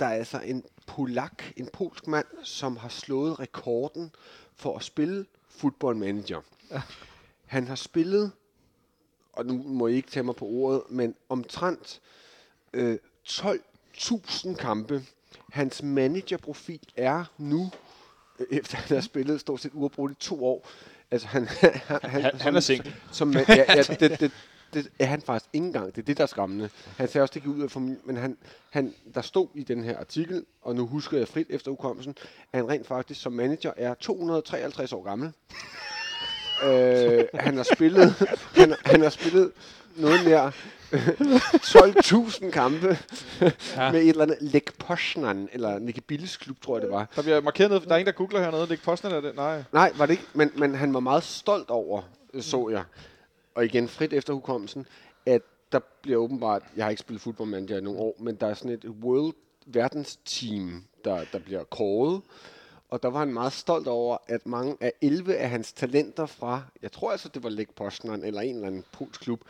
Speaker 4: der er altså en polak, en polsk mand, som har slået rekorden for at spille Football Manager. Han har spillet, og nu må I ikke tage mig på ordet, men omtrent øh, 12.000 kampe. Hans managerprofil er nu, øh, efter han har spillet stort set uafbrudt i to år, altså han, <laughs> han,
Speaker 2: han
Speaker 4: som-
Speaker 2: er single.
Speaker 4: Som, man- ja, ja, det, det, det er han faktisk ikke engang. Det er det, der er skræmmende. Han sagde også, det gik ud af familien, men han, han, der stod i den her artikel, og nu husker jeg frit efter ukommelsen, at han rent faktisk som manager er 253 år gammel. Øh, han har spillet, han, han har spillet noget nær øh, 12.000 kampe ja. med et eller andet Lech Poznan, eller Nicky Billes klub, tror jeg det var.
Speaker 2: Der bliver markeret ned. Der er en, der googler hernede. Det er ikke Poznan, er det? Nej.
Speaker 4: Nej, var det ikke, men, men han var meget stolt over, øh, så jeg, og igen frit efter hukommelsen, at der bliver åbenbart, jeg har ikke spillet Football Manager i nogle år, men der er sådan et world verdensteam, der, der bliver kåret, og der var han meget stolt over, at mange af 11 af hans talenter fra, jeg tror altså, det var Lech Poznan eller en eller anden polsk klub,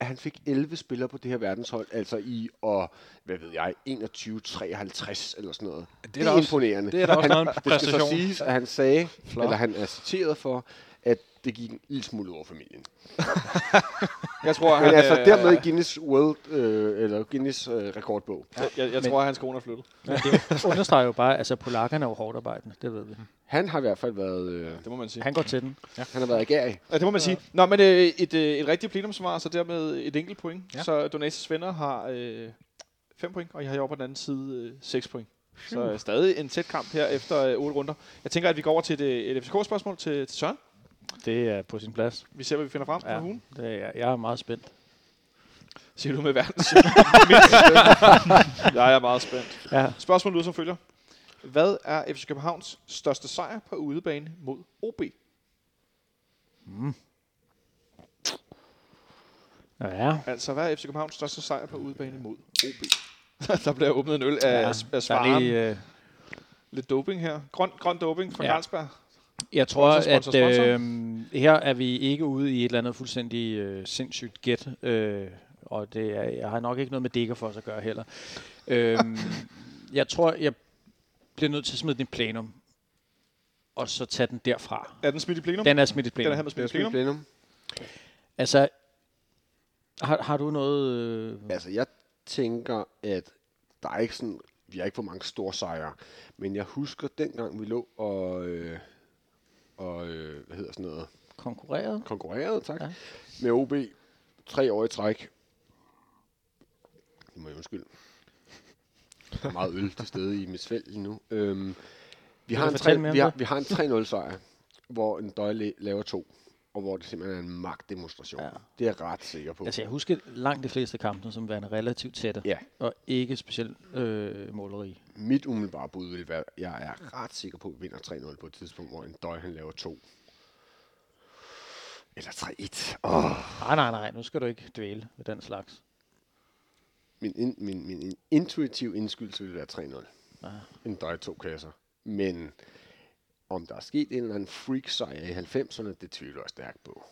Speaker 4: at han fik 11 spillere på det her verdenshold, altså i, og hvad ved jeg, 21-53 eller sådan noget. Det er, det
Speaker 6: da
Speaker 4: er
Speaker 6: også-
Speaker 4: imponerende.
Speaker 6: det er da
Speaker 4: <laughs>
Speaker 6: også
Speaker 4: han,
Speaker 6: noget af en
Speaker 4: det skal så
Speaker 6: præstation.
Speaker 4: siges, at han sagde, eller han er citeret for, at det gik en lille smule over familien.
Speaker 2: Jeg tror,
Speaker 4: Men
Speaker 2: han,
Speaker 4: altså
Speaker 2: øh,
Speaker 4: dermed Guinness World, øh, eller Guinness øh, rekordbog.
Speaker 2: Jeg, jeg, jeg
Speaker 3: Men-
Speaker 2: tror, at hans kone er flyttet.
Speaker 3: Men det understreger jo bare, altså polakkerne er jo hårdt arbejdende, det ved vi.
Speaker 4: Han har i hvert fald været, øh,
Speaker 2: Det må man sige.
Speaker 3: Han går til den.
Speaker 4: han har været gærig.
Speaker 2: Ja, det må man sige. Nå, men øh, et, øh, et rigtigt plenumsvar, så dermed et enkelt point. Ja.
Speaker 6: Ja.
Speaker 2: Så Donatis venner har 5 point, og jeg har jo på den anden side 6 point. Så øh, stadig en tæt kamp her efter 8 runder. Jeg tænker, at vi går over til et, øh, et FCK-spørgsmål til, til Søren.
Speaker 3: Det er på sin plads.
Speaker 2: Vi ser, hvad vi finder frem ja.
Speaker 3: Ja.
Speaker 2: på ugen.
Speaker 3: Det er, jeg er meget spændt.
Speaker 2: Siger du med verdens <laughs> mindste stemme? Jeg er meget spændt.
Speaker 3: Ja.
Speaker 2: Spørgsmålet lyder som følger. Hvad er FC Københavns største sejr på udebane mod OB?
Speaker 3: Ja,
Speaker 2: Altså, hvad er FC Københavns største sejr på udebane mod OB? <laughs> der bliver åbnet en øl af,
Speaker 3: Ja,
Speaker 2: ja, af
Speaker 3: der
Speaker 2: svaren.
Speaker 3: er
Speaker 2: Lige...
Speaker 3: lige, øh,
Speaker 2: Lidt doping her. Grøn, grøn doping fra ja.
Speaker 3: Ja.
Speaker 2: Carlsberg.
Speaker 3: jeg tror,
Speaker 2: Sponsor, sponsor,
Speaker 3: at
Speaker 2: sponsor.
Speaker 3: øh, her er vi ikke ude i et eller andet fuldstændig øh, sindssygt gæt. Øh, og det er, jeg har nok ikke noget med dækker for os at gøre heller. Øh,
Speaker 2: <laughs>
Speaker 3: jeg tror, jeg bliver nødt til at smide den i plenum. Og så tage den derfra.
Speaker 2: Er den smidt i plenum?
Speaker 3: Den er smidt i plenum.
Speaker 2: Den er her med smidt i plenum.
Speaker 4: Plenum.
Speaker 3: Altså, har, har du noget... Øh,
Speaker 4: Altså jeg tænker, at der er ikke sådan, vi har ikke for mange store sejre, men jeg husker dengang vi lå og, øh, og øh, hvad hedder sådan noget,
Speaker 3: konkurreret?
Speaker 4: konkurreret, tak, ja.
Speaker 3: Ja.
Speaker 4: med OB tre år i træk. Det må jeg undskylde. Der er meget øl til stede i mit svælg lige nu. Øhm, vi, har
Speaker 3: du
Speaker 4: en
Speaker 3: fortælle
Speaker 4: 3,
Speaker 3: mere om
Speaker 4: vi, har,
Speaker 3: det?
Speaker 4: vi har en 3-0 sejr, hvor en døjle laver to, og hvor det simpelthen er en magtdemonstration. Ja.
Speaker 3: Ja.
Speaker 4: Det er jeg ret sikker på.
Speaker 3: Altså, jeg husker langt de fleste kampe som værende relativt tætte.
Speaker 4: Ja.
Speaker 3: Og ikke specielt øh, målerige.
Speaker 4: Mit umiddelbare bud vil være, jeg er ret sikker på, at vi vinder 3-0 på et tidspunkt, hvor en døj han laver to. Eller 3-1. Åh,
Speaker 3: Nej, Ah, nej, nej. Nu skal du ikke dvæle ved den slags.
Speaker 4: Min, in, min, min intuitiv indskyldelse ville være 3-0.
Speaker 3: Ah.
Speaker 4: En døj to kasser. Men om der er sket en eller anden freak sejr i 90'erne, det tvivler jeg stærkt på.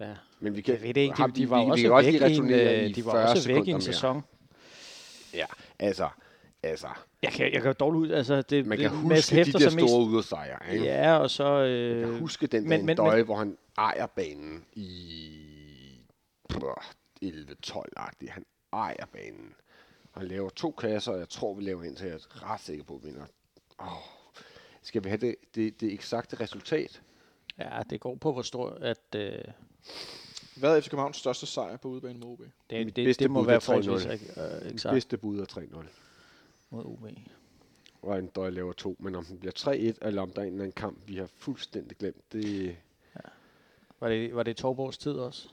Speaker 3: Ja.
Speaker 4: Men vi kan,
Speaker 3: Jeg ved det ikke.
Speaker 4: har
Speaker 3: De,
Speaker 4: vi-
Speaker 3: de var
Speaker 4: vi, vi
Speaker 3: også
Speaker 4: kan godt
Speaker 3: væk
Speaker 4: lige
Speaker 3: i en,
Speaker 4: returnere
Speaker 3: øh,
Speaker 4: i
Speaker 3: de var
Speaker 4: 40
Speaker 3: også væk i
Speaker 4: sekunder
Speaker 3: en
Speaker 4: mere.
Speaker 3: sæson.
Speaker 4: Ja, altså, altså
Speaker 3: Jeg kan, jeg kan jo dårligt ud... Altså, det,
Speaker 4: man
Speaker 3: det,
Speaker 4: kan
Speaker 3: Mads
Speaker 4: huske de
Speaker 3: hæfter
Speaker 4: der
Speaker 3: sig mest-
Speaker 4: store ydersejre. Ikke?
Speaker 3: Ja, og så... Øh,
Speaker 4: Jeg kan huske den
Speaker 3: men-
Speaker 4: men, der
Speaker 3: men-
Speaker 4: døje,
Speaker 3: men-
Speaker 4: hvor han ejer banen i... Brr, 11-12-agtig. Han ejer banen. Og han laver to kasser, og jeg tror, vi laver en til, jeg er ret sikker på, at vi vinder. Åh. Skal vi have det, det, det eksakte resultat?
Speaker 3: Ja, det går på, hvor stor, at øh, det,
Speaker 2: Hvad er FC Københavns største sejr på udebane mod OB?
Speaker 4: Mit
Speaker 3: det,
Speaker 4: bedste
Speaker 3: det, må
Speaker 4: bud,
Speaker 3: være
Speaker 4: det er 3-0.
Speaker 3: forholdsvis øh,
Speaker 4: Mit
Speaker 3: eksakt
Speaker 4: bedste bud er 3-0.
Speaker 3: mod OB.
Speaker 4: Og en døj laver to, men om den bliver 3-1, eller om der er en eller anden kamp, vi har fuldstændig glemt, det er
Speaker 3: Var det, var det Torborgs tid også?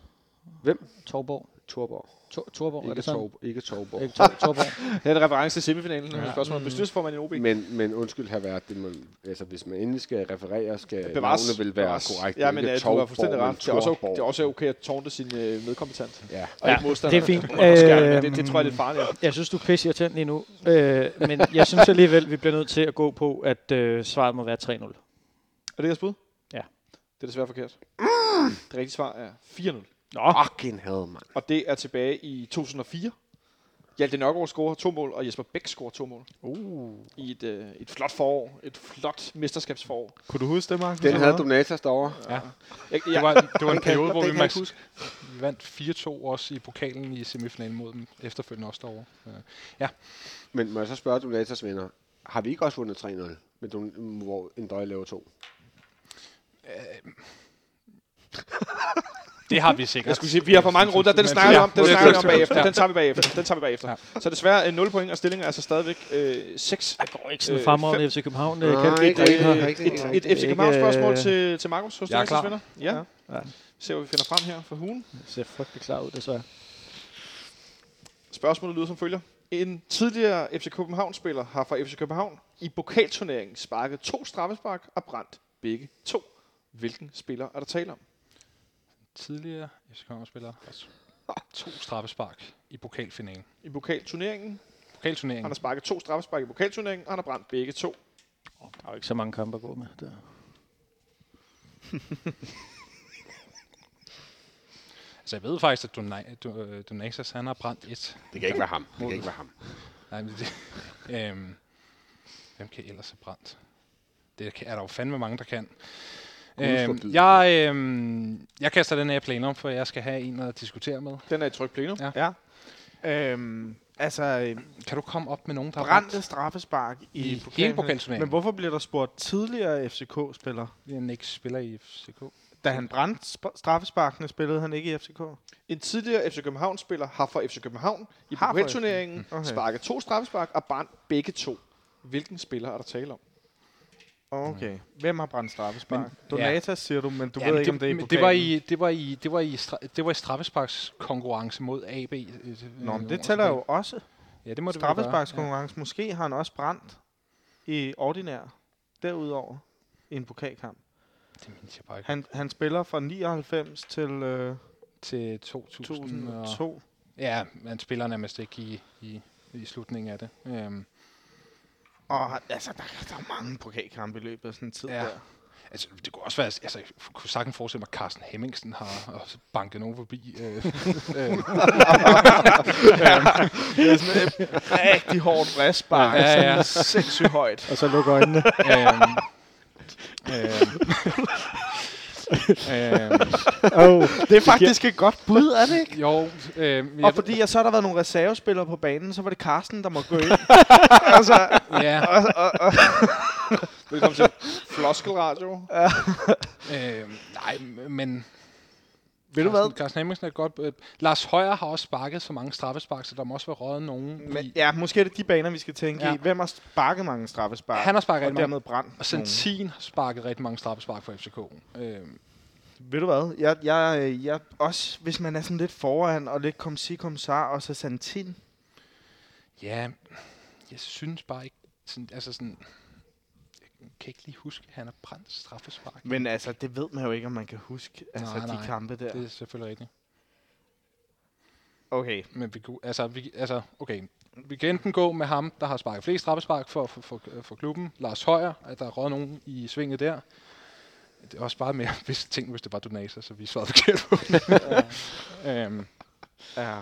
Speaker 4: Hvem?
Speaker 3: Torborg.
Speaker 4: Torborg.
Speaker 3: Tor, Torborg, er
Speaker 4: Ikke,
Speaker 3: det sådan?
Speaker 4: Torborg. ikke Torborg.
Speaker 3: Ikke Tor, Torborg.
Speaker 2: Det er en reference til semifinalen. Ja.
Speaker 6: Ja.
Speaker 2: Spørgsmål om bestyrelsesformand i OB.
Speaker 4: Men, men undskyld, herr Vært, det må, altså, hvis man endelig skal referere, skal
Speaker 2: Bevares.
Speaker 4: navnet vil være
Speaker 2: Bevares.
Speaker 4: korrekt.
Speaker 2: Ja, men
Speaker 4: Ikke
Speaker 2: øh, du har
Speaker 4: Torborg,
Speaker 2: fuldstændig ret.
Speaker 4: men
Speaker 2: Det er, også,
Speaker 4: Torborg.
Speaker 2: det er også okay at tårne sin øh, medkompetent.
Speaker 4: Ja.
Speaker 2: Og
Speaker 3: Ja,
Speaker 2: ikke modstander.
Speaker 3: det er fint.
Speaker 2: Det, det, det
Speaker 3: Øhm,
Speaker 2: tror jeg, det er farligt.
Speaker 3: Jeg synes, du er pisse irritant lige nu. Øh, men jeg synes alligevel, vi bliver nødt til at gå på, at øh, svaret må være 3-0.
Speaker 2: Er det jeres bud?
Speaker 3: Ja.
Speaker 2: Det er desværre forkert. Det rigtige svar er 4-0.
Speaker 4: Fucking hell, mand.
Speaker 2: Og det er tilbage i 2004. Hjalte Nørgaard scorer to mål, og Jesper Bæk scorer to mål. Uh. I et, øh, et flot forår. Et flot mesterskabsforår.
Speaker 5: Kunne du huske det, Mark?
Speaker 2: Altså,
Speaker 4: Den havde Donatas derovre.
Speaker 2: Jeg,
Speaker 6: Det
Speaker 2: jeg,
Speaker 6: var, det var en
Speaker 2: kan jeg-
Speaker 6: periode, hvor
Speaker 2: den kan
Speaker 6: vi,
Speaker 2: jeg ikke
Speaker 6: max, vi vandt 4-2 også i pokalen i semifinalen mod dem. Efterfølgende også derovre. Øh,
Speaker 4: Men må jeg så spørge Donatas venner, har vi ikke også vundet 3-0? Med Don- hvor en døj laver to.
Speaker 6: Det har vi sikkert.
Speaker 2: jeg skulle sige, vi har for mange runder. Den snakker vi om, den snakker vi om bagefter. Den tager vi bagefter. Den tager vi bagefter. Så desværre øh, 0 point, og stillingen er altså stadigvæk øh, 6
Speaker 3: Det går ikke sådan
Speaker 2: Øh,
Speaker 3: fremragende FC København. øh,
Speaker 4: Nej,
Speaker 3: kan vi
Speaker 4: ikke
Speaker 3: ikke
Speaker 4: rigtig.
Speaker 3: det?
Speaker 2: Øh,
Speaker 4: rigtigt,
Speaker 2: et,
Speaker 3: rigtigt.
Speaker 2: et FC København
Speaker 3: Ikke,
Speaker 2: spørgsmål
Speaker 3: øh,
Speaker 2: til, til Markus hos
Speaker 6: Jeg er
Speaker 2: Donatas
Speaker 6: klar.
Speaker 2: venner. Ja.
Speaker 3: Ja.
Speaker 2: Se, hvad vi finder frem her for hugen.
Speaker 3: Det ser frygtelig klar ud, desværre.
Speaker 2: Spørgsmålet lyder som følger. En tidligere FC København-spiller har fra FC København i pokalturneringen sparket to straffespark og brændt begge to. Hvilken spiller er der tale om?
Speaker 6: Tidligere FC København-spiller. To straffespark i pokalfinalen.
Speaker 2: I pokalturneringen. Han
Speaker 6: Pokalturneringen.
Speaker 2: har
Speaker 3: Mm.
Speaker 2: sparket to straffespark i pokalturneringen, og han har brændt begge to.
Speaker 3: Der er jo ikke så mange kampe at gå med. Der.
Speaker 6: Altså, jeg ved faktisk, at Donai- Du- øh, Donatas, han har brændt et.
Speaker 4: Det kan ikke være ham. Det kan ikke være ham.
Speaker 6: Nej, men det, <laughs> øhm, hvem kan ellers have brændt? Det kan- er der jo fandme mange, der kan.
Speaker 4: forbyde
Speaker 6: Øhm,
Speaker 4: det.
Speaker 6: jeg, øhm, jeg kaster den her planer om, for jeg skal have en at diskutere med.
Speaker 2: Den er i tryk plenum.
Speaker 5: Øhm, altså, øh,
Speaker 6: Kan du komme op med nogen, der har
Speaker 5: brændte straffespark i,
Speaker 6: i hele
Speaker 5: pokalfinalen. Men
Speaker 6: pokalturneringen?
Speaker 5: hvorfor bliver der spurgt tidligere FCK-spiller?
Speaker 6: Hvor han ikke spiller i FCK.
Speaker 5: Da han brændte sp- straffesparkene, spillede han ikke i FCK.
Speaker 2: En tidligere FC København-spiller har fra FC København i
Speaker 5: Har fra
Speaker 2: pokalturneringen
Speaker 5: Mm, Okay.
Speaker 2: okay. sparket to straffespark og brændt begge to. Hvilken spiller er der tale om?
Speaker 5: Okay. Hvem har brændt straffespark?
Speaker 6: Men-
Speaker 5: Men, Donatas, siger du, men du
Speaker 6: Ja,
Speaker 5: ved
Speaker 6: men
Speaker 5: ikke, om det er i
Speaker 6: men
Speaker 5: pokalen.
Speaker 6: det var i det var i det var i stra- det var i straffesparkskonkurrence mod AB. øh,
Speaker 5: Nå, men
Speaker 6: nogle år
Speaker 5: det tæller
Speaker 6: tilbage.
Speaker 5: jo også.
Speaker 6: Ja, det må det vel gøre.
Speaker 5: Straffesparkskonkurrence. Ja. Måske har han også brændt i ordinær derudover i en pokalkamp.
Speaker 6: Ja, det mindes jeg bare ikke.
Speaker 5: Han, han spiller fra 99 til øh,
Speaker 6: Til 2000 og
Speaker 5: 2002.
Speaker 6: Ja, men spiller nærmest ikke i, i, i slutningen af det. Øhm,
Speaker 5: Og han- altså, der, der er mange pokalkampe i løbet af sådan en tid ja.
Speaker 6: Ja. <laughs>
Speaker 5: der.
Speaker 6: altså, det kunne også være, altså, jeg kunne sagtens forestille mig, at Carsten Hemmingsen har også banket nogen forbi. <laughs> Øh, øh,
Speaker 5: Rigtig hårdt bræspark.
Speaker 6: Ja, ja, ja.
Speaker 5: Sindssygt højt.
Speaker 3: Og så lukker
Speaker 4: <laughs>
Speaker 3: øjnene.
Speaker 6: øhm, øhm, øhm,
Speaker 3: oh.
Speaker 5: Det er faktisk et godt bud, er det ikke?
Speaker 6: <laughs> jo, øh,
Speaker 5: Og fordi jeg så har der været nogle reservespillere på banen, så var det Carsten, der må gå ind. altså,
Speaker 6: ja,
Speaker 2: <laughs>
Speaker 6: <laughs>
Speaker 2: Velkommen til Floskelradio.
Speaker 6: øh, nej, men
Speaker 5: ved du hvad?
Speaker 6: Carsten- Carsten Hemmingsen er et godt. Øh, Lars Højer har også sparket så mange straffespark, så der må også være røget nogen.
Speaker 5: Men,
Speaker 6: i,
Speaker 5: ja, måske er det de baner, vi skal tænke ja.
Speaker 6: Ja.
Speaker 5: i. Hvem har sparket mange straffespark?
Speaker 6: Han har sparket
Speaker 5: og
Speaker 6: rigtig
Speaker 5: dermed brændt
Speaker 6: og Mm.
Speaker 5: nogen?
Speaker 6: Sentin har sparket rigtig mange straffespark for FCK. Øh,
Speaker 5: Ved du hvad? Jeg, jeg, øh, jeg, også hvis man er sådan lidt foran og lidt kom si kom sar, og så Santin.
Speaker 6: Ja, jeg synes bare ikke, sådan, altså sådan, jeg kan ikke lige huske, at han har brændt straffespark.
Speaker 5: Men altså, det ved man jo ikke, om man kan huske altså,
Speaker 6: Nej,
Speaker 5: de
Speaker 6: nej.
Speaker 5: kampe der.
Speaker 6: Det er selvfølgelig rigtigt.
Speaker 5: Okay.
Speaker 6: Men vi, kunne- altså, vi, altså, okay. Vi kan enten gå med ham, der har sparket flest straffespark for, for, for, for klubben. Lars Højer, at der er røget nogen i svinget der. Det er også bare mere, <laughs> hvis ting, hvis det var Donasa, så vi svarede forkert på det. <laughs> øhm,
Speaker 5: Ja.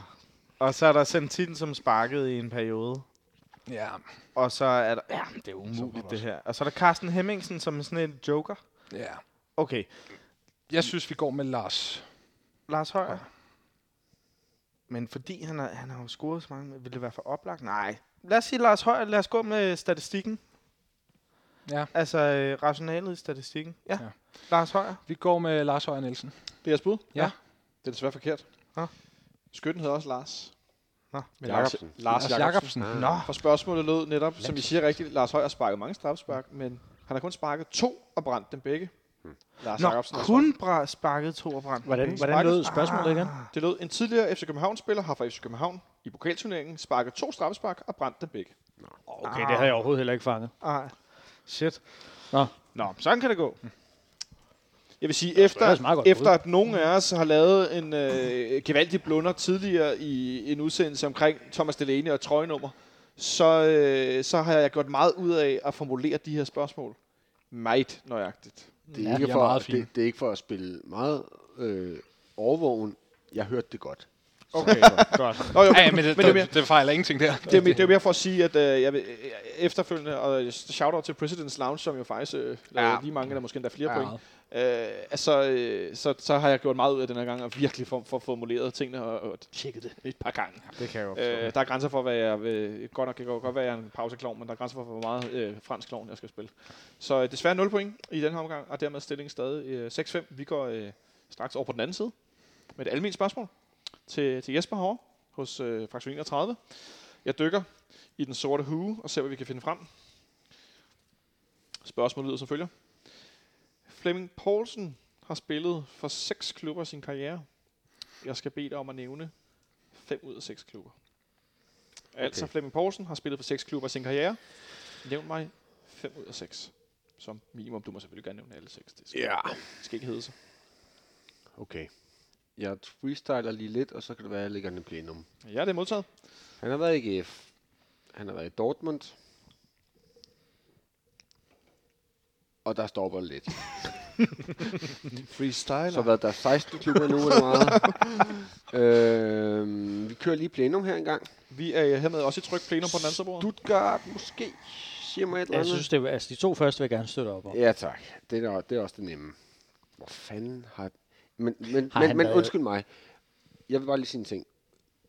Speaker 5: Og så er der Santin, som sparkede i en periode.
Speaker 6: ja,
Speaker 5: Og så er der... Ja, det er
Speaker 6: Sådan var
Speaker 5: umuligt,
Speaker 6: det
Speaker 5: det
Speaker 6: også.
Speaker 5: her. Og så er der Carsten Hemmingsen, som er sådan en joker.
Speaker 6: ja.
Speaker 5: Okay.
Speaker 6: Jeg synes, vi går med Lars.
Speaker 5: Lars Højer. Men fordi han har, han har jo scoret så mange, vil det være for oplagt? Nej. Lad os sige Lars Højer, lad os gå med statistikken.
Speaker 6: Ja.
Speaker 5: Altså øh, rationalet i statistikken. Ja.
Speaker 6: Ja.
Speaker 5: ja. Lars Højer.
Speaker 6: Vi går med Lars Højer Nielsen.
Speaker 2: Det er jeres bud?
Speaker 6: Ja.
Speaker 2: Det er desværre forkert.
Speaker 5: Nå.
Speaker 2: Skytten hedder også Lars.
Speaker 6: Men
Speaker 4: Jacobsen.
Speaker 2: Lars, Lars Jacobsen.
Speaker 6: Jacobsen.
Speaker 5: Nå,
Speaker 2: For spørgsmålet lød netop, som I siger rigtigt, Lars Høj har sparket mange strafspark, men han har kun sparket to og brændt dem begge. Lars
Speaker 5: Nå
Speaker 2: Jacobsen har
Speaker 5: kun bra- sparket to og brændt.
Speaker 3: Hvordan,
Speaker 5: Okay.
Speaker 3: hvordan lød spørgsmålet igen?
Speaker 2: Det lød, en tidligere FC København-spiller har fra FC København i pokalturneringen sparket to straffespark og brændt dem begge.
Speaker 3: Ah. Okay, det havde jeg overhovedet heller ikke fanget.
Speaker 5: Ej. Shit.
Speaker 3: Nå.
Speaker 5: Nå, sådan kan det gå.
Speaker 2: Jeg vil sige, efter,
Speaker 3: ellers meget godt Mm.
Speaker 2: efter at nogen af os har lavet en øh, gevaldig blunder tidligere i en udsendelse omkring Thomas Delaney og trøjenummer, så, øh, så har jeg gjort meget ud af at formulere de her spørgsmål. Meget nøjagtigt.
Speaker 4: Det er,
Speaker 6: Ja,
Speaker 4: ja,
Speaker 6: de
Speaker 4: ikke
Speaker 6: er
Speaker 4: for,
Speaker 6: meget fine.
Speaker 4: det, det er ikke for at spille meget øh, overvågen. Jeg hørte det godt.
Speaker 2: Okay,
Speaker 5: Godt.
Speaker 2: Nå,
Speaker 3: <laughs>
Speaker 2: jo,
Speaker 6: Ja, ja, men det,
Speaker 2: men det er mere-
Speaker 6: det, det fejler ingenting der.
Speaker 2: det, er, mere- det er mere for at sige, at øh, jeg vil, øh, efterfølgende, og shout-out til President's Lounge, som jo faktisk øh, lavede lige mange, eller måske endda flere point. Øh, altså, øh, så, så har jeg gjort meget ud af den her gang, og virkelig for, for formuleret tingene, og, og tjekket det et par gange.
Speaker 3: <laughs>
Speaker 5: Det kan jeg godt forstå.
Speaker 2: Øh, der er grænser for, hvad jeg vil, godt nok kan godt godt være, jeg er en pauseklovn, men der er grænser for, hvor meget øh, fransk klovn jeg skal spille. Så øh, desværre 0 point i den her omgang, og dermed stilling stadig øh, 6-5. Vi går øh, straks over på den anden side med et almindeligt spørgsmål til, til Jesper Hård hos øh, fraktion 31. Jeg dykker i den sorte hue og ser, hvad vi kan finde frem. Spørgsmålet lyder som følger. Flemming Poulsen har spillet for seks klubber i sin karriere. Jeg skal bede dig om at nævne fem ud af seks klubber. Altså
Speaker 4: Okay.
Speaker 2: Flemming Poulsen har spillet for seks klubber i sin karriere. Nævn mig fem ud af seks. Som minimum, du må selvfølgelig gerne nævne alle seks. Det skal,
Speaker 4: Ja.
Speaker 2: skal ikke hedde sig.
Speaker 4: Okay. Jeg freestyler lige lidt, og så kan det være, at jeg lægger den i plenum.
Speaker 2: Ja, det er modtaget.
Speaker 4: Han har været i GF. Han har været i Dortmund. Og der stopper det lidt.
Speaker 2: Freestyler.
Speaker 4: Så hvad, der er 16 klubber nu, eller meget. øh, vi kører lige plenum her engang.
Speaker 2: Vi er hermed også i tryk plenum på den anden side af bordet.
Speaker 4: Stuttgart måske, siger mig et eller
Speaker 3: Jeg
Speaker 4: andet.
Speaker 3: synes, det er, altså, de to første vil jeg gerne støtte op om.
Speaker 4: Ja tak, det er, det er også det nemme. Hvor fanden har... Men, men,
Speaker 3: Har
Speaker 4: har men,
Speaker 3: han
Speaker 4: men
Speaker 3: været-
Speaker 4: undskyld mig, jeg vil bare lige sige en ting,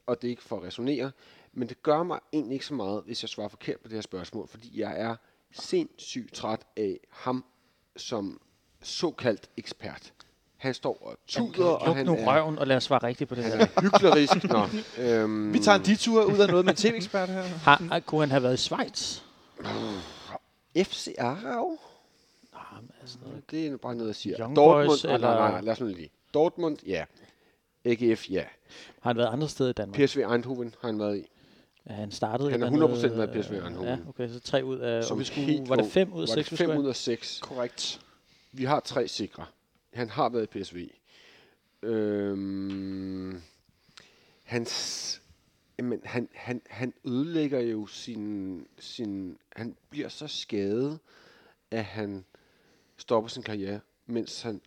Speaker 4: og det er ikke for at resonere, men det gør mig egentlig ikke så meget, hvis jeg svarer forkert på det her spørgsmål, fordi jeg er sindssygt træt af ham som såkaldt ekspert. Han står og tuder, og
Speaker 3: Luk
Speaker 4: han
Speaker 3: nu
Speaker 4: er,
Speaker 3: røven, og lad os svare rigtigt på det
Speaker 4: <laughs>
Speaker 3: her.
Speaker 4: hyklerisk.
Speaker 3: <laughs>
Speaker 4: Nå, øhm,
Speaker 2: Vi tager en detur ud af noget med <laughs> en tv-ekspert her.
Speaker 3: Har, kunne han have været i Schweiz?
Speaker 4: FC Arau? Det er bare noget, jeg siger.
Speaker 3: altså, Young
Speaker 4: Dortmund,
Speaker 3: Boys,
Speaker 4: Boys, eller... nej, nej,
Speaker 3: eller-
Speaker 4: nej, lad os nu lige. Dortmund, ja. AGF, ja.
Speaker 3: Har han været andre steder i Danmark?
Speaker 4: PSV Eindhoven har han været i.
Speaker 3: Ja, han startede
Speaker 4: Han
Speaker 3: et
Speaker 4: har
Speaker 3: eller
Speaker 4: 100%
Speaker 3: andet,
Speaker 4: været
Speaker 3: øh,
Speaker 4: PSV Eindhoven.
Speaker 3: Ja, okay, så tre ud af... og vi skulle,
Speaker 4: helt
Speaker 3: var det
Speaker 4: våg-
Speaker 3: fem ud af
Speaker 4: var det
Speaker 3: seks, vi skulle
Speaker 4: fem
Speaker 3: have?
Speaker 4: ud af seks.
Speaker 2: Korrekt.
Speaker 4: Vi har tre sikre. Han har været i PSV. Øhm, hans, jamen, han, han, han ødelægger jo sin, sin... Han bliver så skadet, at han stopper sin karriere, mens han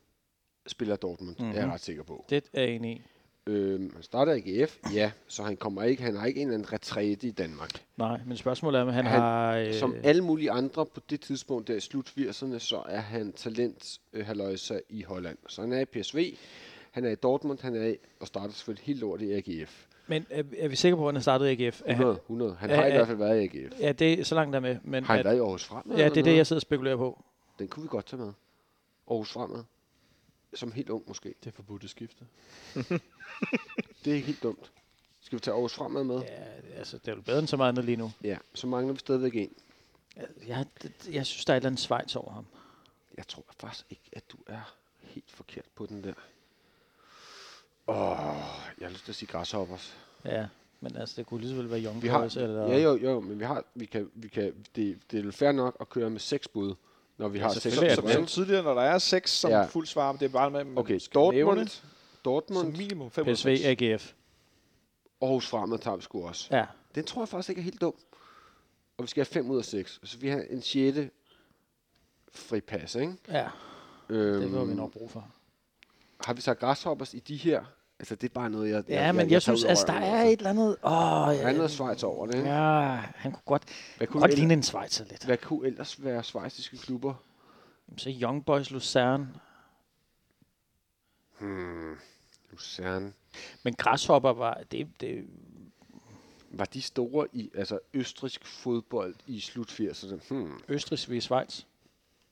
Speaker 4: spiller Dortmund. Mm-hmm. Det er jeg ret sikker på.
Speaker 3: Det er jeg enig i.
Speaker 4: Øhm, han starter i AGF, ja, så han kommer ikke, han har ikke en eller anden retræte i Danmark.
Speaker 3: Nej, men spørgsmålet er, om han,
Speaker 4: Han-
Speaker 3: har... Øh,
Speaker 4: Som alle mulige andre på det tidspunkt der i slut 80'erne, så er han talent øh, halløjsa i Holland. Så han er i PSV, han er i Dortmund, han er i, og starter selvfølgelig helt lort i AGF.
Speaker 3: Men er, er vi sikre på, at han har startet i AGF? Er han,
Speaker 4: 100, 100. Han
Speaker 3: er-
Speaker 4: har i
Speaker 3: er-
Speaker 4: hvert fald været i AGF.
Speaker 3: ja, det er så langt der med. Men
Speaker 4: Har han
Speaker 3: at,
Speaker 4: været i Aarhus Fremad?
Speaker 3: ja,
Speaker 4: eller
Speaker 3: det er det,
Speaker 4: noget?
Speaker 3: jeg sidder og spekulerer på.
Speaker 4: Den kunne vi godt tage med. Aarhus Fremad. Som helt ung måske.
Speaker 2: Det er forbudte skifte.
Speaker 4: <laughs> Det er ikke helt dumt. Skal vi tage Aarhus Fremad med? Ja.
Speaker 3: Ja, altså, det er jo bedre end så meget andet lige nu.
Speaker 4: ja. Så mangler vi stadigvæk en.
Speaker 3: Jeg, det- jeg synes, der er et eller andet Schweiz over ham.
Speaker 4: Jeg tror faktisk ikke, at du er helt forkert på den der. Åh, jeg har lyst til at sige græshoppers.
Speaker 3: Ja, men altså, det kunne lige så vel være Young
Speaker 4: Vi har,
Speaker 3: Boys, eller...
Speaker 4: ja, jo, jo, men vi har, vi kan, vi kan, det, det er fair nok at køre med seks bud, når vi har seks
Speaker 2: Som,
Speaker 3: selvfølgelig
Speaker 2: som,
Speaker 3: er
Speaker 2: som
Speaker 4: bud.
Speaker 2: tidligere, når der er seks som ja.
Speaker 4: Ja.
Speaker 2: fuld svar, men det er bare med, man
Speaker 4: Okay,
Speaker 2: skal nævne
Speaker 4: Dortmund,
Speaker 2: som
Speaker 4: Dortmund,
Speaker 2: minimum fem ud af
Speaker 3: PSV,
Speaker 2: seks.
Speaker 3: AGF.
Speaker 4: Aarhus Fremad tager vi sgu også.
Speaker 3: Ja,
Speaker 4: Den tror jeg faktisk ikke er helt dum. Og vi skal have fem ud af seks. Så vi har en sjette fripas, ikke?
Speaker 3: ja,
Speaker 4: Øhm,
Speaker 3: det var vi nok brug for.
Speaker 4: Har vi så græshoppers i de her? Altså, det er bare noget, jeg...
Speaker 3: Ja, men jeg
Speaker 4: tager
Speaker 3: synes,
Speaker 4: ud af
Speaker 3: altså, der
Speaker 4: røven,
Speaker 3: er
Speaker 4: altså.
Speaker 3: et eller andet... Åh,
Speaker 4: Der er noget
Speaker 3: ja,
Speaker 4: Schweiz over det, ikke?
Speaker 3: ja, han kunne godt,
Speaker 4: Hvad
Speaker 3: kunne
Speaker 4: kunne,
Speaker 3: godt
Speaker 4: ellers,
Speaker 3: ligne en Schweizer lidt.
Speaker 4: hvad kunne ellers være svejsiske klubber? Hmm,
Speaker 3: Så Young Boys Luzern.
Speaker 4: Lucerne.
Speaker 3: Men græshopper var... Det, det,
Speaker 4: Var de store i altså østrisk fodbold i slut 80'erne? Hmm.
Speaker 3: Østrig ved Schweiz.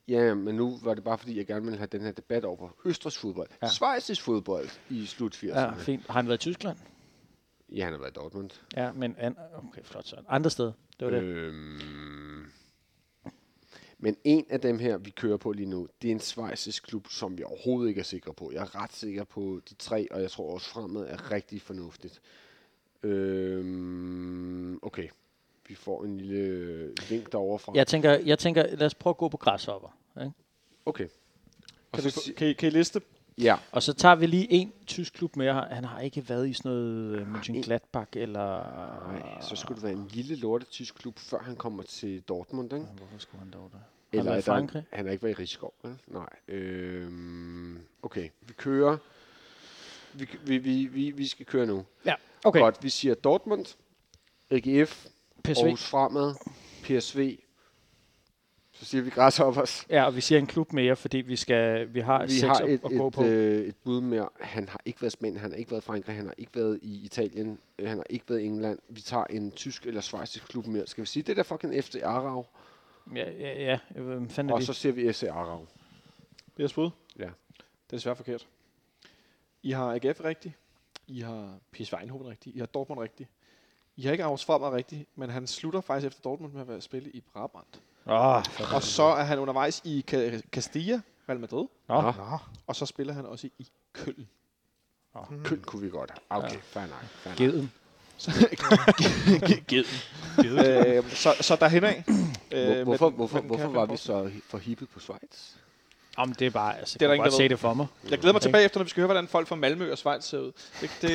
Speaker 4: Ja, men nu var det bare fordi, jeg gerne ville have den her debat over østrisk fodbold. Ja.
Speaker 3: Ja.
Speaker 4: Schweizisk fodbold i slut 80'erne.
Speaker 3: Ja,
Speaker 4: Ja.
Speaker 3: fint. Har han været i Tyskland?
Speaker 4: ja, han har været i Dortmund.
Speaker 3: Ja, men... An, okay, flot Øh. sådan. Andre steder. Det var det.
Speaker 4: Øhm. Men en af dem her, vi kører på lige nu, det er en svejsisk klub, som jeg overhovedet ikke er sikker på. Jeg er ret sikker på de tre, og jeg tror også fremad er rigtig fornuftigt. Øhm, okay, vi får en lille link derovre fra.
Speaker 3: Jeg tænker, jeg tænker, lad os prøve at gå på græshopper. Ikke?
Speaker 4: Okay. Og
Speaker 2: Kan,
Speaker 4: så,
Speaker 2: du,
Speaker 4: si-
Speaker 2: kan, I, kan I liste dem?
Speaker 4: ja,
Speaker 3: Og så tager vi lige en tysk klub mere. Han har ikke været i sådan noget øh, Mönchengladbach eller... Ah.
Speaker 4: Ej, så skulle det være en lille lorte tysk klub, før han kommer til Dortmund, ikke?
Speaker 3: Hvorfor skulle han dog det? Eller
Speaker 4: Eller
Speaker 3: han var i
Speaker 4: er der en-
Speaker 3: Frankrig.
Speaker 4: Han har ikke været i Rigskov, vel? Nej. Øhm, okay, vi kører. Vi, vi, vi, vi, vi skal køre nu.
Speaker 3: Ja, okay.
Speaker 4: Godt, vi siger Dortmund, AGF, PSV.
Speaker 3: PSV.
Speaker 4: Aarhus Fremad, PSV. Så siger vi Græshoppers.
Speaker 3: Ja, og vi siger en klub mere, fordi vi, skal, vi har
Speaker 4: Vi
Speaker 3: seks
Speaker 4: har
Speaker 3: at,
Speaker 4: et,
Speaker 3: at gå på.
Speaker 4: et, øh, et bud mere. Han har ikke været i Spanien, han har ikke været i Frankrig, han har ikke været i Italien, øh, han har ikke været i England. Vi tager en tysk eller schweizisk klub mere. Skal vi sige, det der fucking FC Arau,
Speaker 3: Ja, ja, ja. Hvem fanden er
Speaker 4: og
Speaker 3: de?
Speaker 4: så siger vi FC Arau.
Speaker 2: Det er spud.
Speaker 4: Ja.
Speaker 2: Det er desværre forkert. I har AGF rigtigt. I har PSV Eindhoven rigtigt. I har Dortmund rigtigt. I har ikke Aarhus Fremad rigtigt, men han slutter faktisk efter Dortmund med at være spille i Brabant.
Speaker 3: Åh,
Speaker 2: Og så er han undervejs i Ca- Castilla, Real Madrid.
Speaker 3: Nå.
Speaker 4: Nå.
Speaker 2: Og så spiller han også i, i Køln.
Speaker 4: Køn kunne vi godt. have. Okay, ja. fair nok. Fair nok.
Speaker 3: geden.
Speaker 2: Så, øh, så, så Øh, derhen af.
Speaker 4: Hvor, hvorfor, hvorfor,
Speaker 2: den
Speaker 4: hvorfor
Speaker 2: kære
Speaker 4: var vi
Speaker 2: Poulsen.
Speaker 4: så for hippet på Schweiz?
Speaker 3: Om det er bare, altså,
Speaker 2: Det er
Speaker 3: det
Speaker 2: der
Speaker 3: er
Speaker 2: ingen,
Speaker 3: ikke
Speaker 2: der
Speaker 3: godt se det for mig.
Speaker 2: Jeg glæder mig
Speaker 3: Okay.
Speaker 2: tilbage efter, når vi skal høre, hvordan folk fra Malmø og Schweiz ser ud. Det,
Speaker 6: <laughs>
Speaker 2: det,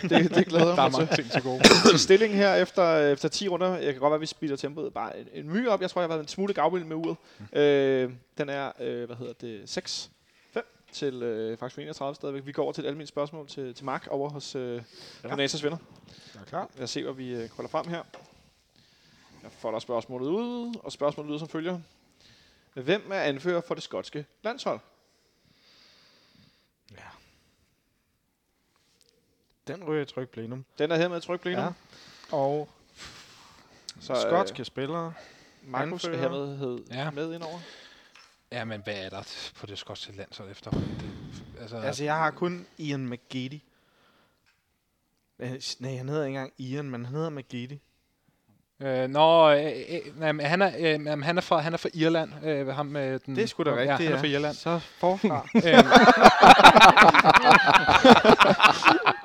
Speaker 2: det, det, det glæder
Speaker 6: Der er
Speaker 2: jeg mig
Speaker 6: mange
Speaker 2: til.
Speaker 6: ting til gode.
Speaker 2: Så Stillingen her efter, efter 10 runder. Jeg kan godt være, at vi speeder tempoet bare en, en my op. Jeg tror, jeg har været en smule gavmild med uret. Øh, den er, øh, hvad hedder det, 6 5 til øh, faktisk 31 stadigvæk. Vi går over til et almindeligt spørgsmål til, til Mark over hos øh, Renatas venner.
Speaker 6: Er klar?
Speaker 2: Lad os se, hvad vi øh, kolder frem her. Jeg folder spørgsmålet ud, og spørgsmålet lyder som følger. Hvem er anfører for det skotske landshold?
Speaker 5: Den ryger jeg tryk plenum.
Speaker 2: Den er her med tryk ja.
Speaker 5: Ja. Og
Speaker 2: Så
Speaker 5: så, øh, skotske spillere.
Speaker 2: øh, Markus skal
Speaker 5: anfører.
Speaker 2: hermed hed ja.
Speaker 6: Ja.
Speaker 2: med indover.
Speaker 6: Ja, men hvad er der t- på det skotske land så efterhånden? Det, altså,
Speaker 5: Altså, jeg har kun Ian McGiddy. Øh, s- Nej, han hedder ikke engang Ian, men han hedder McGiddy.
Speaker 6: øh, nå, øh, øh, nej, men han, er, øh, jamen, han, er fra, han er fra Irland. Øh, ham, øh, den,
Speaker 5: Det er sgu da
Speaker 6: Ja, han
Speaker 5: rigtigt,
Speaker 6: er fra Irland.
Speaker 5: Så <laughs> forfra.
Speaker 6: Øhm,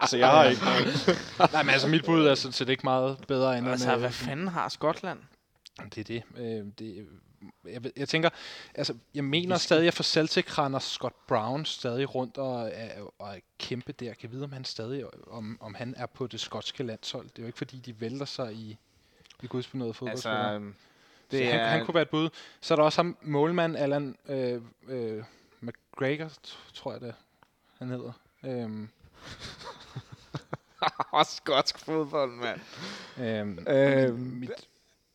Speaker 2: Altså, jeg har ikke.
Speaker 6: nej, men altså, mit bud er sådan set ikke meget bedre end...
Speaker 5: altså,
Speaker 6: øh,
Speaker 5: hvad fanden har Skotland?
Speaker 6: Det er det. Øh, det jeg, ved- jeg tænker, altså, jeg mener stadig, at for Celtic render Scott Brown stadig rundt og, er- og er kæmpe der. Jeg kan vide, om han stadig om, om han er på det skotske landshold. Det er jo ikke, fordi de vælter sig i, i guds på noget fodbold.
Speaker 5: <laughs> Altså, øhm,
Speaker 6: det
Speaker 5: det
Speaker 6: han,
Speaker 5: er-
Speaker 6: han kunne være et bud. Så er der også ham, målmand Allan øh, øh, McGregor, t- tror jeg det han hedder. Øhm,
Speaker 5: Åh, skotsk fodbold, mand.
Speaker 6: øhm,
Speaker 5: Øhm,
Speaker 6: mit,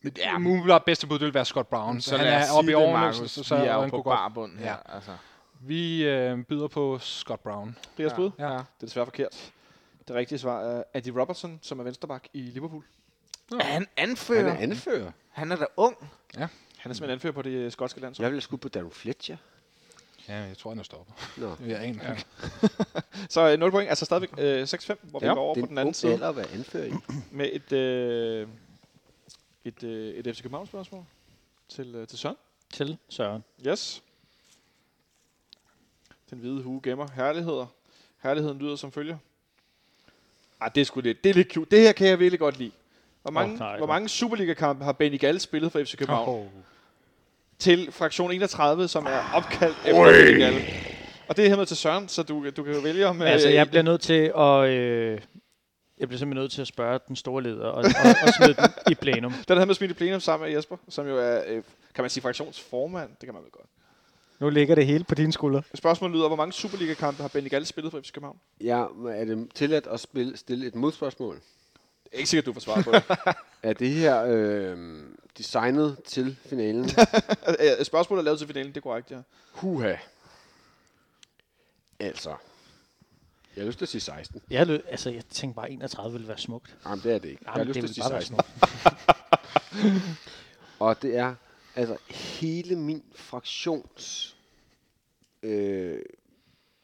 Speaker 6: mit ja. umiddelbart bedste bud, det ville være Scott Brown.
Speaker 5: Så
Speaker 6: han
Speaker 5: lad os
Speaker 6: er oppe i
Speaker 5: sige det,
Speaker 6: årene,
Speaker 5: Markus.
Speaker 6: så, så
Speaker 5: Vi
Speaker 6: og
Speaker 5: er jo
Speaker 6: han
Speaker 5: på
Speaker 6: kunne godt-
Speaker 5: barbund her,
Speaker 6: Ja.
Speaker 5: altså.
Speaker 6: Vi øh, byder på Scott Brown.
Speaker 2: Peters bud?
Speaker 6: Ja. Ja.
Speaker 2: Det er desværre forkert. Det rigtige svar er Andy Robertson, som er vensterbak i Liverpool.
Speaker 5: Er han
Speaker 4: Han
Speaker 5: anfører?
Speaker 4: er anfører.
Speaker 5: Han er da ung.
Speaker 2: Han er simpelthen anfører på det øh, skotske landshold.
Speaker 4: Jeg ville sgu på Darren Fletcher.
Speaker 6: ja, jeg tror, han er stoppet.
Speaker 4: Nå.
Speaker 6: Jeg aner ja.
Speaker 2: Så øh, 0 point, altså stadigvæk øh, 6-5, hvor ja.
Speaker 4: Ja.
Speaker 2: vi går over
Speaker 4: det
Speaker 2: på
Speaker 4: er
Speaker 2: den anden
Speaker 4: ung
Speaker 2: side
Speaker 4: alder at være anfører i.
Speaker 2: med et, øh, et, øh, et FC København spørgsmål til, øh, til Søren.
Speaker 3: Til Søren.
Speaker 2: Yes. Den hvide hue gemmer herligheder. Herligheden lyder som følger. Ah, det er sgu lidt. Det er lidt cute. Det her kan jeg virkelig godt lide. Hvor mange, oh,
Speaker 3: nej,
Speaker 2: hvor
Speaker 3: godt.
Speaker 2: mange Superliga-kampe har Benny Gall spillet for FC København?
Speaker 6: Oh.
Speaker 2: til fraktion 31, som er opkaldt efter Benny Gall. Og det er hermed til Søren, så du, du kan jo vælge om...
Speaker 3: Men <laughs> altså,
Speaker 2: øh,
Speaker 3: jeg bliver nødt til at... Øh, jeg bliver simpelthen nødt til at spørge den store leder og, og, <laughs> og smide den i plenum.
Speaker 2: Den her med smidt i plenum sammen med Jesper, som jo er, øh, kan man sige, fraktionsformand. Det kan man vel godt.
Speaker 3: Nu ligger det hele på dine skuldre.
Speaker 2: Spørgsmålet lyder, hvor mange Superliga-kampe har Benny Gall spillet for FC København?
Speaker 4: Ja, men er det tilladt at spille, stille et modspørgsmål?
Speaker 2: Det er ikke sikkert, du får svar på det.
Speaker 4: Er det her øh, designet til finalen?
Speaker 2: Øh, øh, Spørgsmålet er lavet til finalen, det er korrekt, ja.
Speaker 4: Huha. Altså, Jeg har lyst til at sige 16.
Speaker 3: Jeg, lø- altså, jeg tænkte bare, 31 ville være smukt.
Speaker 4: Jamen, det er det ikke. jeg har
Speaker 3: Jamen,
Speaker 4: lyst
Speaker 3: det
Speaker 4: til at
Speaker 3: ville
Speaker 4: sige
Speaker 3: bare være
Speaker 4: 16. Og det er altså hele min fraktions øh,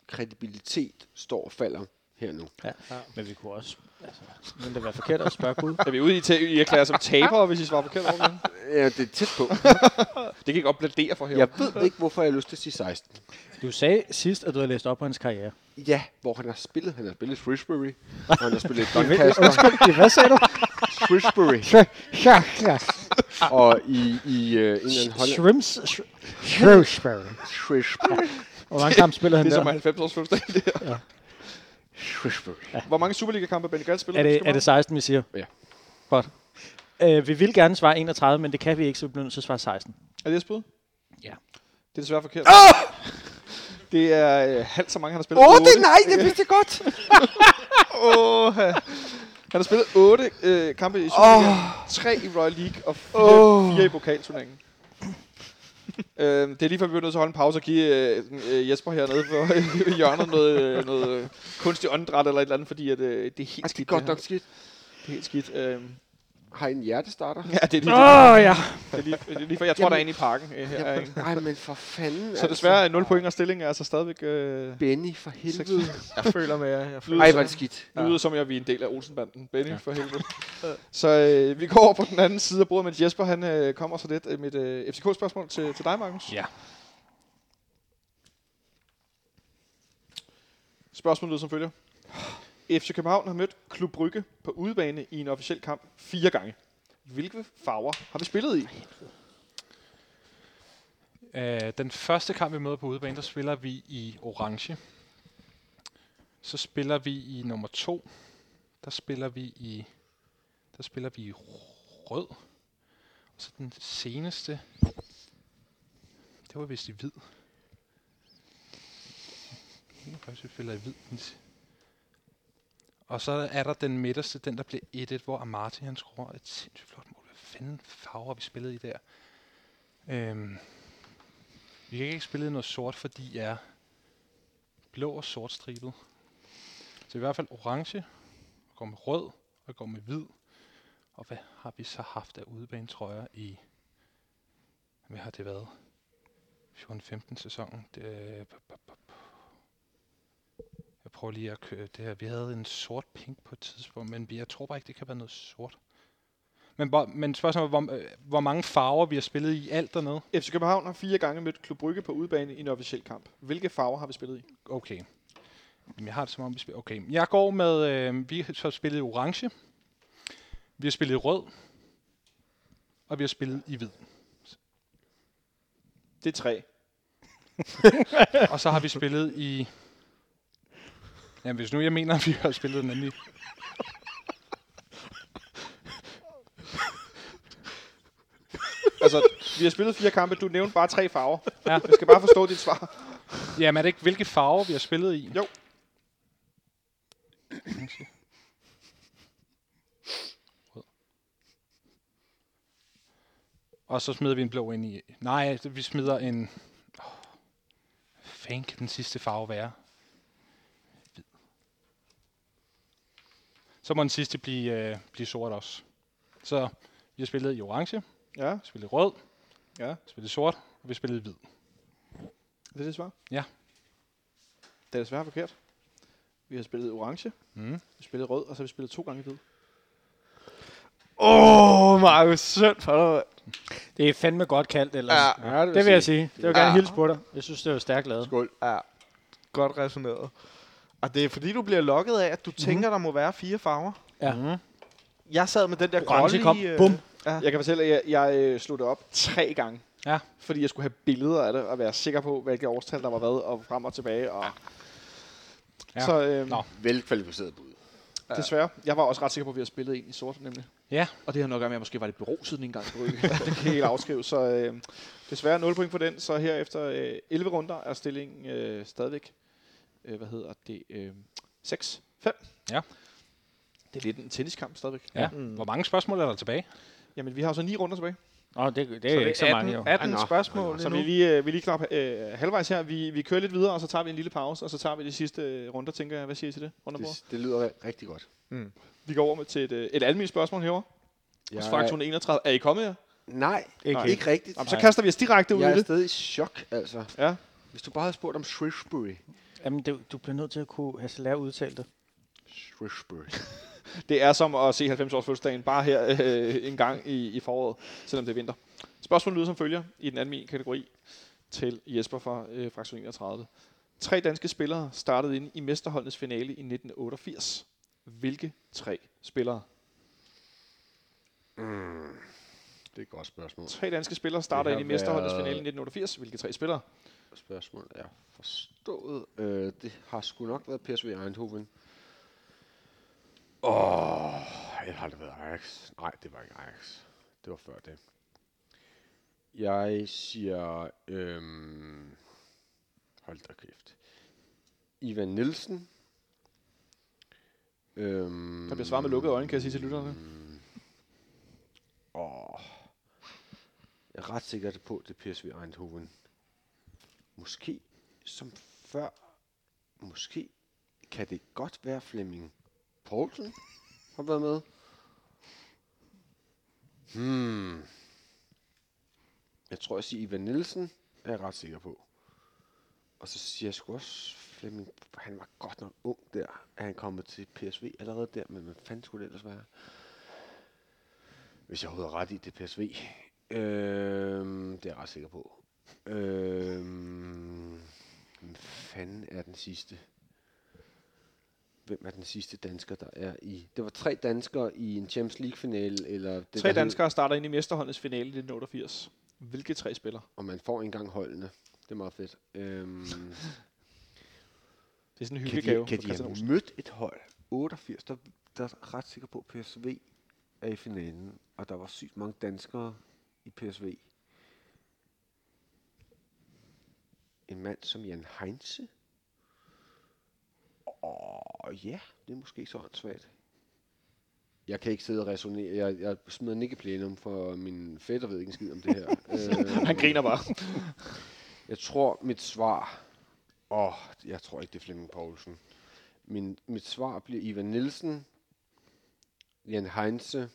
Speaker 4: kredibilitet står og falder her nu.
Speaker 3: Ja. ja. Men vi kunne også... Altså, ville det være forkert at spørge Gud?
Speaker 2: Er vi ude i, til, I erklærer jer som tabere, hvis I svarer forkert over det?
Speaker 4: Ja, det er tæt <laughs> på.
Speaker 2: Det kan I godt bladere for her.
Speaker 4: Jeg ved ikke, hvorfor jeg har lyst til at sige 16.
Speaker 3: <laughs> Du sagde sidst, at du havde læst op på hans karriere.
Speaker 4: Ja, hvor han har spillet. Han har spillet Frisbury, og han har <laughs> spillet Doncaster.
Speaker 3: Hvad sagde
Speaker 4: <laughs>
Speaker 3: du?
Speaker 4: Frisbury. <laughs>
Speaker 3: Ja, ja.
Speaker 4: Og i, i øh, en eller anden holland...
Speaker 3: Shrimps... Sh- Shrewsbury.
Speaker 4: Frisbury.
Speaker 3: Hvor mange kampe spillede han
Speaker 2: Det er som
Speaker 3: der?
Speaker 2: 90 års fødselsdag. det her.
Speaker 4: Frisbury.
Speaker 2: Hvor mange Superliga-kampe Ben Galt spiller?
Speaker 3: Er det, er det 16, vi siger?
Speaker 4: Ja.
Speaker 3: Godt. Øh, vi vil gerne svare 31, men det kan vi ikke, så vi bliver nødt til at svare 16.
Speaker 2: er det et bud?
Speaker 3: Ja.
Speaker 2: Det er desværre forkert. Ah! Det er øh, halvt så mange, han har spillet.
Speaker 4: Åh, oh, det
Speaker 2: Otte.
Speaker 4: er nej, det vidste jeg godt.
Speaker 2: Åh, ha. han har spillet 8 øh, kampe i Superligaen, 3 i Royal League og 4,
Speaker 4: Åh.
Speaker 2: oh. 4 i pokalturneringen. øhm, det er lige før, vi bliver nødt til at holde en pause og give øh, sådan, øh, Jesper hernede for i <laughs> hjørnet noget, øh, noget øh, kunstig åndedræt eller et eller andet, fordi at, øh, det er helt
Speaker 4: Ej, det
Speaker 2: skidt.
Speaker 4: er godt
Speaker 2: her.
Speaker 4: nok skidt.
Speaker 2: Det er helt skidt. Øhm,
Speaker 4: Har I en hjertestarter?
Speaker 2: <laughs> ja, det er lige,
Speaker 3: Åh, ja.
Speaker 2: det, er lige, det er lige for, jeg tror, der er en i parken. Øh, her, er en.
Speaker 4: Nej, men for fanden. altså.
Speaker 2: Så desværre 0 point og stillingen er altså stadigvæk... Øh,
Speaker 4: Benny, for helvede.
Speaker 2: jeg føler med jer. Jeg føler
Speaker 4: Ej, hvor er det skidt.
Speaker 2: Nu lyder som, jeg vi er en del af Olsenbanden. Benny, <laughs> ja. for helvede. så øh, vi går over på den anden side af bordet, men Jesper han øh, kommer så lidt øh, med et øh, FCK-spørgsmål til, til dig, Markus.
Speaker 6: Ja.
Speaker 2: Spørgsmålet lyder som følger. FC København har mødt Klub Brygge på udebane i en officiel kamp fire gange. Hvilke farver har vi spillet i?
Speaker 6: Øh, den første kamp, vi møder på udebane, der spiller vi i orange. Så spiller vi i nummer to. Der spiller vi i, der spiller vi i rød. Og så den seneste, det var vist i hvid. Nu faktisk, vi spiller i hvid. den si- Og så er der den midterste, den der blev 1-1, hvor Amati han scorer et sindssygt flot mål. Hvad fanden farver har vi spillet i der? Øhm, vi kan ikke spille i noget sort, fordi jeg er blå og sort stribet. Så i hvert fald orange, jeg går med rød, og jeg går med hvid. Og hvad har vi så haft af udebanetrøjer i, hvad har det været? 14-15 sæsonen. Det, øh, p- p- p- p- jeg prøver lige at køre det her. Vi havde en sort pink på et tidspunkt, men vi- jeg tror bare ikke, det kan være noget sort. Men, hvor, men spørgsmålet er, hvor, øh, hvor mange farver vi har spillet i alt dernede?
Speaker 2: FC København har fire gange mødt Klub Brygge på udebane i en officiel kamp. Hvilke farver har vi spillet i?
Speaker 6: Okay. Jamen, jeg har det som om, vi spiller... Okay. Jeg går med... Øh, vi har så spillet i orange. Vi har spillet i rød. Og vi har spillet i hvid.
Speaker 2: Det er tre.
Speaker 6: Og så har vi spillet i... Jamen, hvis nu jeg mener, at vi har spillet den anden i...
Speaker 2: Altså, vi har spillet fire kampe. Du nævnte bare tre farver.
Speaker 6: Ja.
Speaker 2: Jeg skal bare forstå dit svar.
Speaker 6: Jamen, er det ikke, hvilke farver vi har spillet i?
Speaker 2: Jo.
Speaker 6: Orange. Rød. Og så smider vi en blå ind i... Nej, vi smider en... Oh, fanden kan den sidste farve være? Hvid. Så må den sidste blive, øh, blive sort også. Så vi har spillet i orange, vi
Speaker 2: Ja,
Speaker 6: har spillet i rød,
Speaker 2: Ja.
Speaker 6: vi har spillet i sort, og vi har spillet i hvid.
Speaker 2: det er det svar.
Speaker 6: Ja.
Speaker 2: Det er desværre forkert. Vi har spillet orange,
Speaker 6: Mm.
Speaker 2: vi spillede rød, og så har vi spillet to gange hvid.
Speaker 5: Åh, oh, Markus, synd for dig. mand.
Speaker 3: Det er fandme godt kaldt, eller?
Speaker 2: Ja.
Speaker 4: Ja,
Speaker 3: Det vil jeg sige. Ah. Det vil jeg gerne
Speaker 5: Ja.
Speaker 3: hilse på dig. Jeg synes, det var stærkt lavet.
Speaker 4: Skål.
Speaker 5: Ja, godt resoneret. Og det er fordi, du bliver lokket af, at du mm-hmm. tænker, der må være fire farver.
Speaker 3: Mhm. Ja.
Speaker 5: Mm-hmm. Jeg sad med den der
Speaker 3: Orange
Speaker 5: grønne
Speaker 3: kom.
Speaker 5: i, øh,
Speaker 3: Bum.
Speaker 2: Jeg kan fortælle, at jeg, jeg øh, slog det op tre gange.
Speaker 6: Ja.
Speaker 2: Fordi jeg skulle have billeder af det, og være sikker på, hvilke årstal der var hvad, og frem og tilbage. Og
Speaker 6: Ja.
Speaker 2: Så øh,
Speaker 6: Nå.
Speaker 4: Velkvalificeret bud.
Speaker 2: desværre, jeg var også ret sikker på, at vi har spillet en i sort, nemlig.
Speaker 6: Ja.
Speaker 2: Og det har nok at gøre med, at jeg måske var lidt beruset en gang på ryggen. <laughs> det kan jeg helt afskrive. Så øh, desværre 0 point for den. Så her efter øh, 11 runder er stillingen øh, stadigvæk, øh, hvad hedder det, øh, 6-5.
Speaker 6: Ja.
Speaker 2: Det er lidt en tenniskamp stadigvæk.
Speaker 6: Ja.
Speaker 5: Mm.
Speaker 6: Hvor mange spørgsmål er der tilbage?
Speaker 2: Jamen, vi har jo så ni runder tilbage.
Speaker 3: Nå, det, det er
Speaker 2: det er
Speaker 3: ikke så mange, jo.
Speaker 5: 18
Speaker 4: Nå,
Speaker 5: spørgsmål
Speaker 2: Så
Speaker 5: endnu.
Speaker 2: vi er lige, øh, vi er lige knap øh, halvvejs her. Vi, vi kører lidt videre, og så tager vi en lille pause, og så tager vi de sidste øh, runder, tænker jeg. Hvad siger I til det? Rundt om bordet?
Speaker 4: Det, det lyder ri- rigtig godt.
Speaker 2: Vi går over med til et, øh, et almindeligt spørgsmål herovre. Ja,
Speaker 4: Jeg
Speaker 2: Hos Faktor 31. Er I kommet her?
Speaker 4: er, nej,
Speaker 5: Ikke
Speaker 4: ikke, ikke rigtigt.
Speaker 2: Jamen, så
Speaker 6: Nej.
Speaker 2: kaster vi os direkte ud
Speaker 4: Jeg
Speaker 2: i
Speaker 4: er
Speaker 2: det.
Speaker 4: stadig i chok, altså.
Speaker 2: Ja.
Speaker 4: Hvis du bare havde spurgt om Shrewsbury.
Speaker 3: Jamen, det, du bliver nødt til at kunne have lært udtalt det.
Speaker 4: Shrewsbury.
Speaker 2: Det er som at se 90 års fødselsdagen bare her øh, en gang i, i foråret, selvom det er vinter. Spørgsmålet lyder som følger i den anden kategori til Jesper fra øh, fraktion 31. Tre danske spillere startede ind i mesterholdenes finale i 1988. Hvilke tre spillere?
Speaker 4: Mm. Det er et godt spørgsmål.
Speaker 2: Tre danske spillere starter
Speaker 4: Det
Speaker 2: ind
Speaker 4: har
Speaker 2: i mesterholdenes
Speaker 4: været-
Speaker 2: finale i 1988. Hvilke tre spillere?
Speaker 4: Spørgsmål er forstået. Øh, det har sgu nok været PSV Eindhoven. Åh, oh, jeg har aldrig været Ajax. Nej, det var ikke Ajax. Det var før det. Jeg siger, øhm, hold da kæft. Ivan Nielsen. Øhm,
Speaker 2: Der bliver svaret med lukkede øjne, kan jeg sige til lytterne.
Speaker 4: Åh. Jeg er ret sikker på, at det er PSV Eindhoven. Måske som før. Måske kan det godt være Flemming Poulsen har været med. Hmm. Jeg tror, jeg siger Ivan Nielsen. Er jeg ret sikker på. Og så siger jeg sgu også Flemming. Han var godt nok ung der. Er han kommet til PSV allerede der? Men hvad fanden skulle det ellers være? Hvis jeg overhovedet har ret i det er PSV. Øhm, det er jeg ret sikker på. Øhm, hvem fanden er den sidste? Hvem er den sidste dansker, der er i... Det var tre danskere i en Champions League-finale, eller... Det,
Speaker 2: Tre
Speaker 4: der hed-
Speaker 2: danskere starter ind i mesterholdenes finale i 1988. Hvilke tre spillere?
Speaker 4: Og man får engang holdene. Det er meget fedt. Øhm,
Speaker 2: Det er sådan en
Speaker 4: kan
Speaker 2: hyggelig
Speaker 4: de,
Speaker 2: gave
Speaker 4: kan
Speaker 2: fra
Speaker 4: de
Speaker 2: Christian
Speaker 4: have
Speaker 2: Olsen.
Speaker 4: mødt et hold? 88, der, der er jeg ret sikker på, at PSV er i finalen. Og der var sygt mange danskere i PSV. En mand som Jan Heinze. Åh, ja, det er måske så åndssvagt. Jeg kan ikke sidde og resonere. Jeg, jeg smider den ikke i plenum, for min fætter ved ikke en skid om
Speaker 2: <laughs>
Speaker 4: det her. øhm,
Speaker 2: Han griner bare.
Speaker 4: jeg tror, mit svar... Åh, oh, jeg tror ikke, det er Flemming Poulsen. Min, mit svar bliver Ivan Nielsen, Jan Heinze,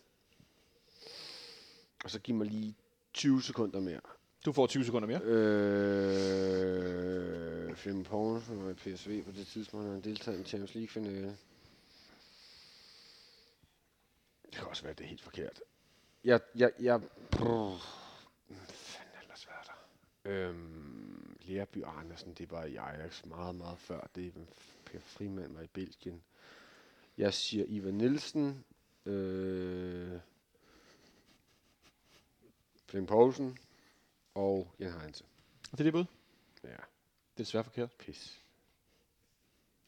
Speaker 4: og så giv mig lige 20 sekunder mere.
Speaker 2: Du får 20 sekunder mere.
Speaker 4: Øh, Flemming Poulsen var i PSV på det tidspunkt, han deltaget i en Champions League-finale. Det kan også være, det er helt forkert. Jeg, jeg, jeg... Brrr. Hvad fanden har ellers været der? Øhm, Lerby Andersen, det var i Ajax meget, meget før. Det er- Per Frimand var i Belgien. Jeg siger Ivan Nielsen, øh, Flemming Poulsen og Jan Heinze.
Speaker 2: Og det er det bud.
Speaker 4: Ja,
Speaker 2: Det er desværre forkert.
Speaker 4: pis.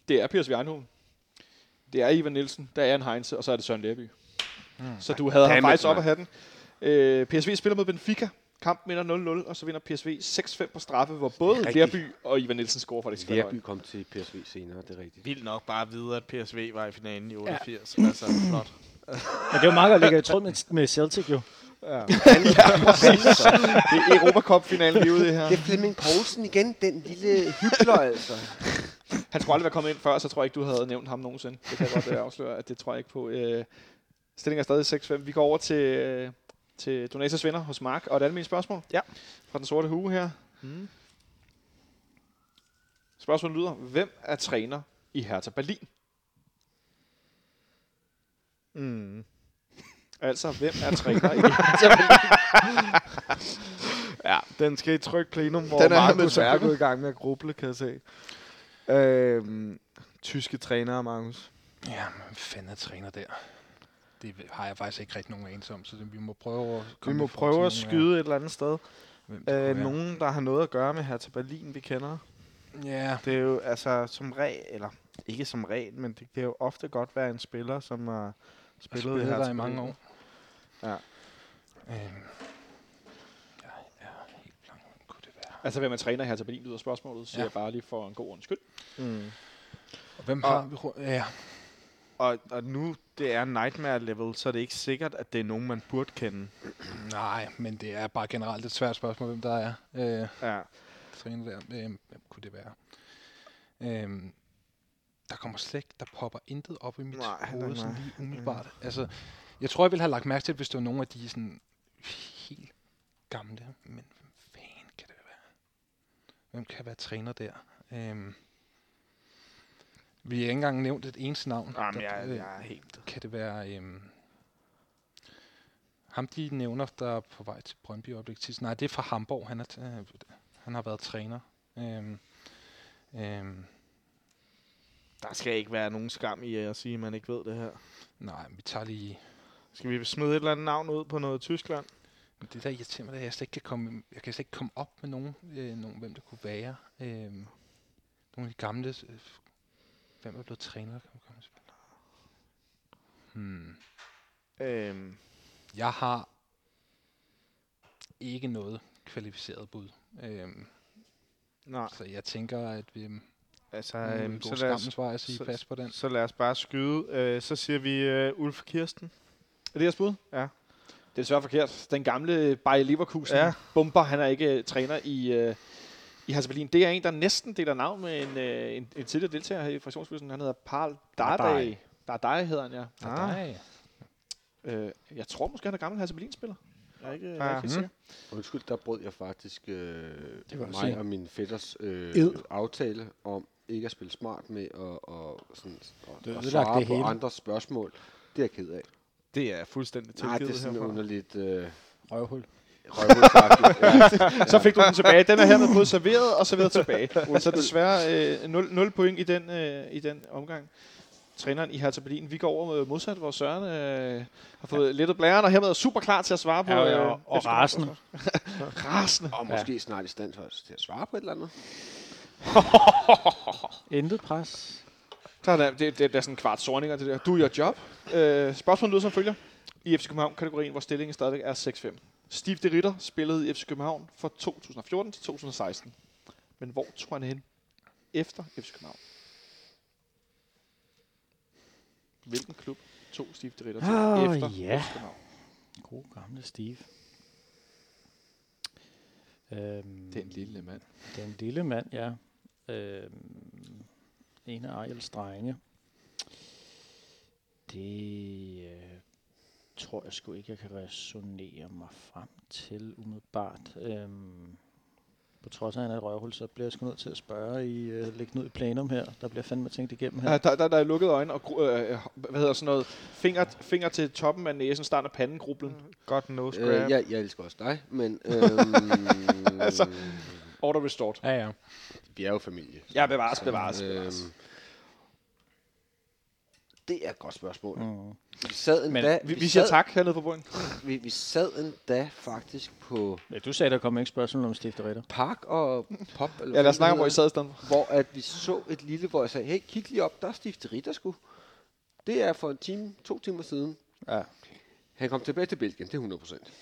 Speaker 2: Det er Piers Eindhoven. Det er Ivan Nielsen, der er en Heinze, og så er det Søren Lerby. Mm. Så du havde ham
Speaker 4: Dammit,
Speaker 2: faktisk op
Speaker 4: Hmm. mand.
Speaker 2: at have den. Øh, PSV spiller mod Benfica. Kampen ender 0-0, og så vinder PSV 6-5 på straffe, hvor både
Speaker 4: rigtigt.
Speaker 2: Lerby og Ivan Nielsen scorer faktisk. hver
Speaker 4: Lerby
Speaker 2: gang.
Speaker 4: kom til PSV senere, det er rigtigt.
Speaker 5: Vildt nok bare at vide, at PSV var i finalen i 88. Ja. Altså, flot.
Speaker 3: Men det er jo meget godt at ligge i tråd med, med Celtic, jo.
Speaker 2: <laughs> Det er Europa Cup-finalen, vi er ude i her.
Speaker 4: Det er Flemming Poulsen igen, den lille hyggelig <laughs> altså.
Speaker 2: Han skulle aldrig være kommet ind før, så tror jeg ikke, du havde nævnt ham nogensinde. Det kan jeg godt øh, afsløre, at det tror jeg ikke på. Øh, stillingen er stadig 6-5. Vi går over til, øh, til Donatas venner hos Mark, og et almindeligt spørgsmål
Speaker 5: Ja.
Speaker 2: fra den sorte hue her.
Speaker 5: Mm.
Speaker 2: Spørgsmålet lyder, hvem er træner i Hertha Berlin?
Speaker 5: Mm.
Speaker 2: Altså, hvem er træner i
Speaker 5: <laughs>
Speaker 2: Hertha
Speaker 5: <clears throat> Den skal i tryk plenum, hvor
Speaker 2: Den
Speaker 5: den
Speaker 2: er
Speaker 5: er
Speaker 2: han
Speaker 5: Markus er
Speaker 2: desværre.
Speaker 5: gået i gang med at gruble, kan jeg se. Øhm, tyske trænere, Markus.
Speaker 6: Ja, men hvem fanden er træner der? Det har jeg faktisk ikke rigtig nogen anelse om, så det, vi må prøve at,
Speaker 5: Vi
Speaker 6: komme
Speaker 5: må
Speaker 6: frem til
Speaker 5: prøve
Speaker 6: nogle
Speaker 5: at skyde et eller andet sted.
Speaker 6: Af, hvem det
Speaker 5: Øh,
Speaker 6: kunne være.
Speaker 5: nogen, der har noget at gøre med her til Berlin, vi kender.
Speaker 6: Ja,
Speaker 5: Det er jo altså som regel, eller ikke som regel, men det kan jo ofte godt være en spiller, som har
Speaker 6: og
Speaker 5: spillet,
Speaker 6: spillet
Speaker 5: Hertha
Speaker 6: der
Speaker 5: Berlin.
Speaker 6: i mange år.
Speaker 5: Ja.
Speaker 6: Øhm, jeg er helt blank. Hvem kunne det være?
Speaker 2: Altså, hvem er træner i Hertha Berlin, lyder spørgsmålet. Siger
Speaker 6: Ja.
Speaker 2: jeg bare lige for en god ordens skyld.
Speaker 5: Mm.
Speaker 6: Og hvem
Speaker 5: Og-
Speaker 6: har vi? ru- Ja,
Speaker 5: Og, og nu det er nightmare-level, så er det ikke sikkert, at det er nogen, man burde kende.
Speaker 6: Nej, men det er bare generelt et svært spørgsmål, hvem der er øh,
Speaker 5: Ja.
Speaker 6: træner der. Øh, hvem kunne det være? Øh, der kommer slet ikke- der popper intet op i mit
Speaker 5: Nej,
Speaker 6: nej,
Speaker 5: nej,
Speaker 6: hoved sådan
Speaker 5: nej. Mm.
Speaker 6: lige umiddelbart. Altså, jeg tror, jeg ville have lagt mærke til, hvis det var nogen af de sådan helt gamle, men hvem fanden kan det være? Hvem kan være træner der? Øh, vi har ikke engang nævnt et eneste navn.
Speaker 5: Jamen,
Speaker 6: Der-
Speaker 5: jeg,
Speaker 6: øh,
Speaker 5: jeg er helt...
Speaker 6: kan det være øhm, ham, de nævner, der er på vej til Brøndby i øjeblikket sidst? Nej, det er fra Hamburg. Han, er t- øh, han har været træner. Øhm, øhm,
Speaker 5: Der skal ikke være nogen skam i at sige, at man ikke ved det her.
Speaker 6: nej, vi tager lige...
Speaker 5: Skal vi smide et eller andet navn ud på noget Tyskland?
Speaker 6: Det der irriterer mig, det er, at jeg slet ikke kan komme, jeg kan slet ikke komme op med nogen, øh, nogen hvem det kunne være. Øhm, nogle af de gamle... Øh, hvem er blevet træner? Kan man komme til? Hmm.
Speaker 5: Øhm,
Speaker 6: Jeg har ikke noget kvalificeret bud. Øhm,
Speaker 5: nej,
Speaker 6: Så jeg tænker, at vi øhm,
Speaker 5: altså...
Speaker 6: øhm,
Speaker 5: Øhm,
Speaker 6: går
Speaker 5: så, lad os,
Speaker 6: skammens vej at sige
Speaker 5: så-
Speaker 6: plads på den.
Speaker 5: så lad os bare skyde. Øh, så siger vi øh, Ulf Kirsten.
Speaker 2: Er det jeres bud?
Speaker 5: Ja.
Speaker 2: Det er desværre forkert. Den gamle Bayer Leverkusen,
Speaker 5: Ja.
Speaker 2: ja. Bomber, han er ikke øh, træner i, øh, i Hertha Berlin. Det er en, der næsten deler navn med en, øh, en, en tidligere deltager her i fraktionsbyrelsen. Han hedder Parl Dardai. Dardai hedder han, ja.
Speaker 5: Ah,
Speaker 6: Nej.
Speaker 2: Øh, jeg tror måske, han er gammel Hertha Berlin-spiller. Jeg er ikke, jeg er
Speaker 5: Ah,
Speaker 2: ikke helt sikker.
Speaker 4: Undskyld, der brød jeg faktisk øh,
Speaker 3: Det var
Speaker 4: mig
Speaker 3: synd.
Speaker 4: og min fætters øh,
Speaker 3: Ed.
Speaker 4: aftale om ikke at spille smart med og, og, sådan, og,
Speaker 3: Du har
Speaker 4: og
Speaker 3: ødelagt
Speaker 4: svare
Speaker 3: det
Speaker 4: på
Speaker 3: hele.
Speaker 4: andres spørgsmål. Det er jeg ked af.
Speaker 5: det er fuldstændig
Speaker 4: Nej,
Speaker 5: tilgivet
Speaker 4: det er sådan
Speaker 5: herfra.
Speaker 4: herfra. underligt øh,
Speaker 3: Røvhul.
Speaker 4: røvhulsagtigt. ja.
Speaker 3: <laughs>
Speaker 2: Så fik du den tilbage. Den er hermed både serveret og serveret tilbage. Så desværre øh, 0, 0 point i den, øh, i den omgang. Træneren i Hertha Berlin, vi går over med modsat, hvor Søren øh, har fået ja. lettet blæren, og hermed er super klar til at svare på.
Speaker 3: Ja, ja, og-
Speaker 2: FC
Speaker 3: og
Speaker 2: København.
Speaker 3: rasende.
Speaker 2: rasende.
Speaker 4: øh, Og måske snart i stand for os til at svare på et eller andet.
Speaker 3: Intet pres.
Speaker 2: Der er, der- det, det, der er sådan en kvart sorninger til det her. Do your job. Øh, spørgsmålet lyder som følger. I FC København-kategorien, hvor stillingen stadigvæk er 6-5. Steve de Ritter spillede i FC København fra 2014 til 2016. Men hvor tog han hen efter FC København? Hvilken klub tog Steve de Ritter til
Speaker 3: Åh,
Speaker 2: efter
Speaker 3: Ah, ja.
Speaker 2: FC København?
Speaker 3: God gamle Steve. Øhm,
Speaker 2: Den lille mand.
Speaker 3: Den lille mand, ja. Øhm, en af Ejels drenge. Det øh, tror jeg sgu ikke, jeg kan resonere mig frem til umiddelbart. Øhm, på trods af, at han er et røvhul, så bliver jeg sgu nødt til at spørge i øh, lægge ud i planum her. Der bliver fandme tænkt igennem her.
Speaker 2: Ja, der, der, der er lukkede øjne og gru- øh, øh, hvad hedder sådan noget, finger, finger til toppen af næsen, starten af panden, grublen.
Speaker 5: Godt nose grab.
Speaker 4: Øh, jeg, jeg elsker også dig, men
Speaker 3: <laughs>
Speaker 4: øhm, altså.
Speaker 2: Order restored.
Speaker 6: Ja, ja.
Speaker 4: vi er jo familie.
Speaker 2: Ja, bevares, bevares, bevares.
Speaker 4: Øhm, det er et godt spørgsmål.
Speaker 3: Mm.
Speaker 4: Vi sad
Speaker 3: Men
Speaker 4: endda,
Speaker 2: Vi, vi siger
Speaker 4: sad,
Speaker 2: tak hernede på bunden.
Speaker 4: Vi, vi sad endda faktisk på
Speaker 3: Ja, du sagde, der kom ikke spørgsmål om Stifter Ritter.
Speaker 4: Park og Pop. Eller
Speaker 2: Ja, lad
Speaker 4: hvad
Speaker 2: os snakke om, hvor I
Speaker 4: det
Speaker 2: sad i stedet.
Speaker 4: hedder, Hvor at vi så et lille, hvor jeg sagde, hey, kig lige op, der er stifteri, der skulle. Det er for en time, to timer siden.
Speaker 3: Ja.
Speaker 4: Han kom tilbage til Belgien, det er 100 procent.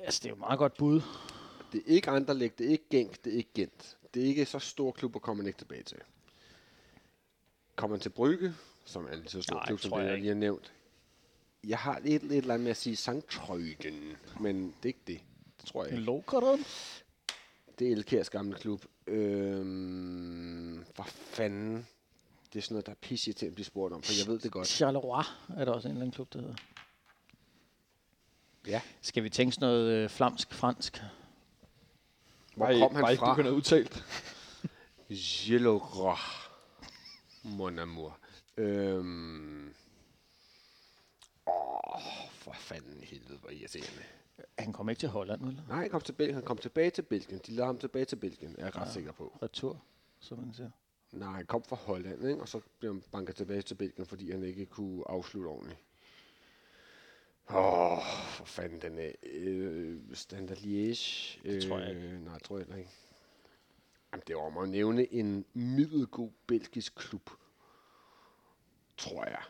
Speaker 3: Altså, det er jo et meget godt bud.
Speaker 4: Det er ikke Anderlecht, det er ikke Genk, det er ikke Gent. Det er ikke så stor klub, og kommer man ikke tilbage til. Kommer man til Brygge, som er en lige så stor
Speaker 3: Nej,
Speaker 4: klub, som
Speaker 3: tror
Speaker 4: det,
Speaker 3: jeg
Speaker 4: jeg
Speaker 3: ikke.
Speaker 4: lige har nævnt. Jeg har lidt, lidt langt med at sige Sankt men det er ikke det. Det tror jeg ikke.
Speaker 3: Lokeren?
Speaker 4: Det er Elkærs gamle klub. Øhm, for fanden. Det er sådan noget, der er pisse til at blive spurgt om, for jeg ved det godt.
Speaker 3: Charleroi er der også en eller anden klub, der hedder.
Speaker 4: Ja.
Speaker 3: Skal vi tænke sådan noget øh, flamsk-fransk?
Speaker 4: Hvor
Speaker 2: Bare I-
Speaker 4: kom
Speaker 2: bare I
Speaker 4: han
Speaker 2: ikke
Speaker 4: fra?
Speaker 2: begynder at udtale.
Speaker 4: Gelora. Mon amour. Øhm. Åh, for fanden i helvede, hvor irriterende.
Speaker 3: Han kom ikke til Holland, vel?
Speaker 4: Nej, han kom, til Belgien. han kom tilbage til Belgien. De lavede ham tilbage til Belgien, er jeg ret sikker på.
Speaker 3: Retur, som man siger.
Speaker 4: Nej, han kom fra Holland, ikke? og så blev han banket tilbage til Belgien, fordi han ikke kunne afslutte ordentligt. Åh, oh, for fanden den er. Øh, Standard Liège. Øh,
Speaker 3: Det tror jeg
Speaker 4: Nej, tror jeg heller ikke. Jamen, det var om at nævne en middelgod belgisk klub. Tror jeg.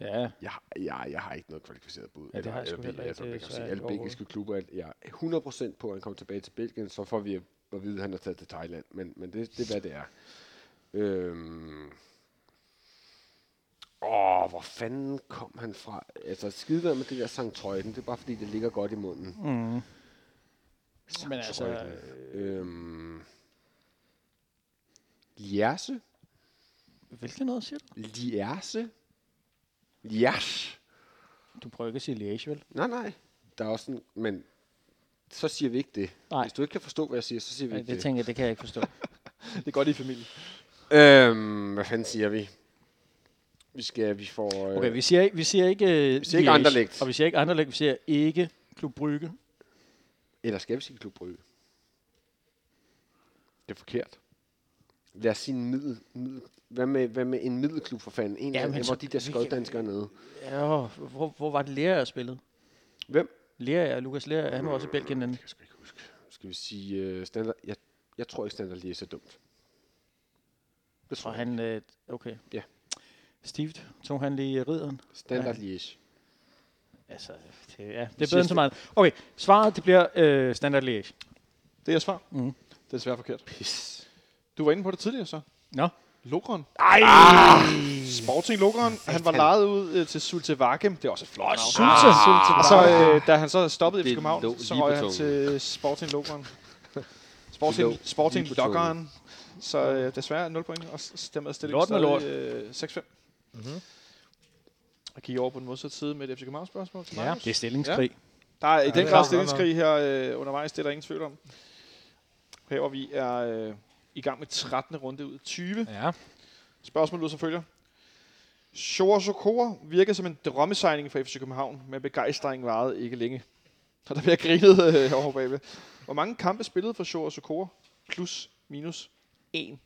Speaker 3: Ja,
Speaker 4: Jeg, har- jeg, jeg har ikke noget kvalificeret bud.
Speaker 3: Ja, det har jeg sgu
Speaker 4: eller,
Speaker 3: heller ikke,
Speaker 4: eller, altså, man
Speaker 3: det
Speaker 4: kan
Speaker 3: er
Speaker 4: sige,
Speaker 3: svært
Speaker 4: alle belgiske klubber, at jeg er 100% på, at han kom tilbage til Belgien, så får vi at vide, at han er taget til Thailand. Men, men det, det er, hvad det er. Øhm, Åh, hvor fanden kom han fra? Altså, skide være med det der Sankt Trøjden. Det er bare fordi, det ligger godt i munden.
Speaker 3: Mm. Men
Speaker 4: Sankt
Speaker 3: altså,
Speaker 4: Trøjden. Øhm. Jerse?
Speaker 3: hvilken noget siger du?
Speaker 4: Lierse? Liers?
Speaker 3: Du prøver ikke at sige Liège, vel?
Speaker 4: Nej, nej. Der er også en, men så siger vi ikke det.
Speaker 3: Nej.
Speaker 4: Hvis du ikke kan forstå, hvad jeg siger, så siger vi
Speaker 3: Ja,
Speaker 4: ikke
Speaker 3: det
Speaker 4: det. det.
Speaker 3: tænker jeg, det kan jeg ikke forstå.
Speaker 2: Det er godt i familie.
Speaker 4: Øhm, hvad fanden siger vi? Vi skal, vi får... øh,
Speaker 3: Okay, vi siger, ikke- vi siger ikke Vi
Speaker 4: siger ikke Anderlecht.
Speaker 3: Og vi siger ikke Anderlecht, vi siger ikke Klub Brygge.
Speaker 4: Eller skal vi sige Klub Brygge? Det er forkert. Lad os sige en middel... middel hvad, med, hvad med en middelklub for fanden? En
Speaker 3: Ja,
Speaker 4: ja,
Speaker 3: men
Speaker 4: af,
Speaker 3: så-
Speaker 4: hvor de der
Speaker 3: vi kan-
Speaker 4: skoddanskere er nede.
Speaker 3: Ja, hvor, hvor var det Lerager spillet?
Speaker 4: Hvem?
Speaker 3: Lerager, Lukas Lerager, han var også i Belgien den.
Speaker 4: Skal vi sige uh, standard... Jeg, jeg tror ikke, standard lige er så dumt. Det tror
Speaker 3: Og
Speaker 4: jeg.
Speaker 3: han, øh, okay.
Speaker 4: Ja.
Speaker 3: Steve tog han lige ridderen.
Speaker 4: Standard
Speaker 3: Ja.
Speaker 4: ja. Liège.
Speaker 3: Altså, det, ja, det er bedre end så meget. Okay, svaret det bliver øh, standard Liège.
Speaker 2: Det er jeres svar.
Speaker 3: Mhm.
Speaker 2: Mm. Det er desværre forkert.
Speaker 4: Pis.
Speaker 2: Du var inde på det tidligere så.
Speaker 3: Nå.
Speaker 2: Lokeren.
Speaker 4: Ej! Ah!
Speaker 2: Sporting Lokeren. Han var
Speaker 4: Satan.
Speaker 2: lejet ud øh, til Sulte Vargem. Det er også et flot navn.
Speaker 3: Sulte. Ah,
Speaker 2: Og så, øh, da han så stoppede i
Speaker 4: Det
Speaker 2: FC København,
Speaker 4: lå
Speaker 2: så
Speaker 4: lige
Speaker 2: røg
Speaker 4: på
Speaker 2: han
Speaker 4: tungen.
Speaker 2: til Sporting
Speaker 4: <laughs>
Speaker 2: Lokeren.
Speaker 4: Det lå
Speaker 2: Sporting, Sporting
Speaker 4: lige på tungen.
Speaker 2: Lokkeren. Så øh, desværre 0 point, og s- dermed stillingen
Speaker 3: Lorten er lort.
Speaker 2: øh, 6-5. Mm-hmm.
Speaker 4: Mhm.
Speaker 2: Og kigge over på den modsatte side med et FC København spørgsmål til
Speaker 3: Ja,
Speaker 2: Magnus.
Speaker 3: det er stillingskrig.
Speaker 2: Der er i
Speaker 5: Ja,
Speaker 2: den
Speaker 5: det
Speaker 2: grad
Speaker 5: er-
Speaker 2: stillingskrig her øh, undervejs, det er der ingen tvivl om. Her hvor vi er øh, i gang med 13. runde ud af 20.
Speaker 6: Ja.
Speaker 2: Spørgsmålet lyder som følger. Shore Sokora virker som en drømmesigning for FC København, men begejstringen varede ikke længe. Og der bliver grinet øh, over bagved. Hvor mange kampe spillede for Shore Sokora? Plus, minus, en.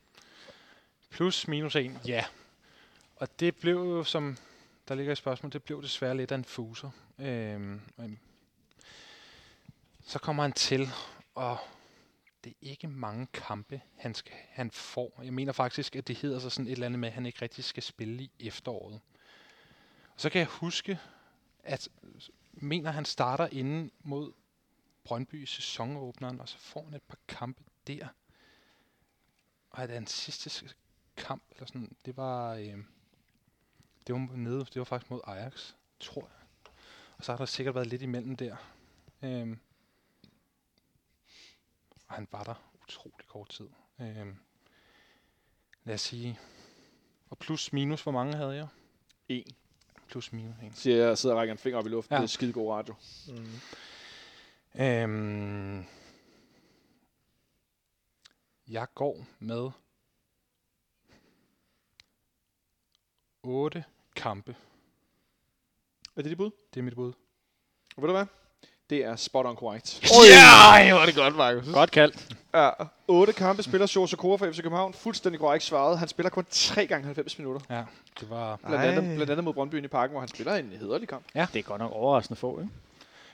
Speaker 6: Plus, minus en, ja. Og det blev jo, som der ligger i spørgsmålet, det blev desværre lidt af en fuser. Øhm, men så kommer han til, og det er ikke mange kampe, han, skal, han får. Jeg mener faktisk, at det hedder så sådan et eller andet med, at han ikke rigtig skal spille i efteråret. Og så kan jeg huske, at øh, mener han starter inden mod Brøndby i sæsonåbneren, og så får han et par kampe der. Og at hans sidste s- kamp, eller sådan, det var, øh, det var nede, det var faktisk mod Ajax, tror jeg. Og så har der sikkert været lidt imellem der. Øh, og han var der utrolig kort tid. Øh, lad os sige, og plus minus, hvor mange havde jeg?
Speaker 2: En,
Speaker 6: Plus minus en.
Speaker 2: siger jeg og sidder og rækker en finger op i luften.
Speaker 6: Ja.
Speaker 2: Ja. Det er skide god radio.
Speaker 6: Øhm, jeg går med 8 kampe.
Speaker 2: Er det dit bud?
Speaker 6: Det er mit bud.
Speaker 2: Og ved du hvad? Det er spot on correct.
Speaker 6: Ja, hvor er det godt, Markus.
Speaker 3: Godt kaldt.
Speaker 2: Ja, otte kampe spiller Shore Sokora for FC København. Fuldstændig korrekt svaret. Han spiller kun 3 gange 90 minutter.
Speaker 6: Ja, det var...
Speaker 2: Blandt andet,
Speaker 5: Ej.
Speaker 2: blandt andet mod Brøndbyen i parken, hvor han spiller en hederlig kamp.
Speaker 3: Det er godt nok overraskende få, ikke?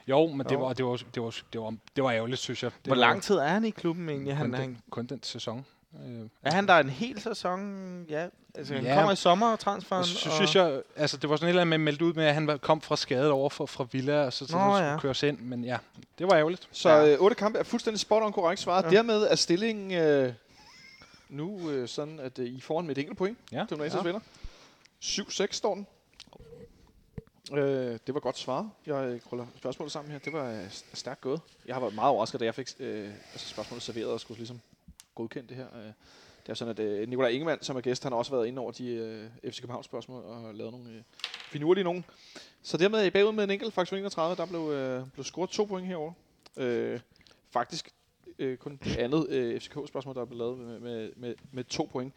Speaker 6: Jo, men det
Speaker 2: Jo.
Speaker 6: var, det var, det var, det var, det var ærgerligt, synes jeg. Det
Speaker 5: Hvor
Speaker 6: var
Speaker 5: lang tid er han i klubben egentlig?
Speaker 6: kun,
Speaker 5: Han,
Speaker 6: den,
Speaker 5: han,
Speaker 6: kun den sæson. Øh,
Speaker 5: er han der en hel sæson? Ja, altså han
Speaker 6: Ja.
Speaker 5: kommer i sommertransferen.
Speaker 6: og så synes jeg, altså det var sådan et eller andet med at melde ud med, at han var- kom fra skade over for, fra Villa, og så til
Speaker 5: Nå,
Speaker 6: Nå,
Speaker 5: ja.
Speaker 6: ja. køres ind, men ja, det var ærgerligt.
Speaker 2: Så
Speaker 5: Ja.
Speaker 2: øh, otte kampe er fuldstændig spot on korrekt svaret. Ja. Dermed er stillingen øh, nu øh, sådan, at øh, I er foran med et enkelt point.
Speaker 6: Ja.
Speaker 2: Det var ja. vinder. 7-6 står den. Øh, det var godt svaret. Jeg øh, krøller spørgsmålet sammen her. Det var øh, st- stærkt gået. Jeg har været meget overrasket, da jeg fik øh, altså spørgsmålet serveret og skulle ligesom godkende det her. Øh, det er jo sådan, at øh, Nikolaj Ingemann, som er gæst, han har også været inde over de øh, FC København spørgsmål og lavet nogle øh, finurlige nogen. Så dermed er I bagud med en enkelt, faktisk 31. Der blev, øh, blev scoret to point herovre. Øh, faktisk øh, kun det andet øh, FCK-spørgsmål, der er blevet lavet med, med, med, med to point.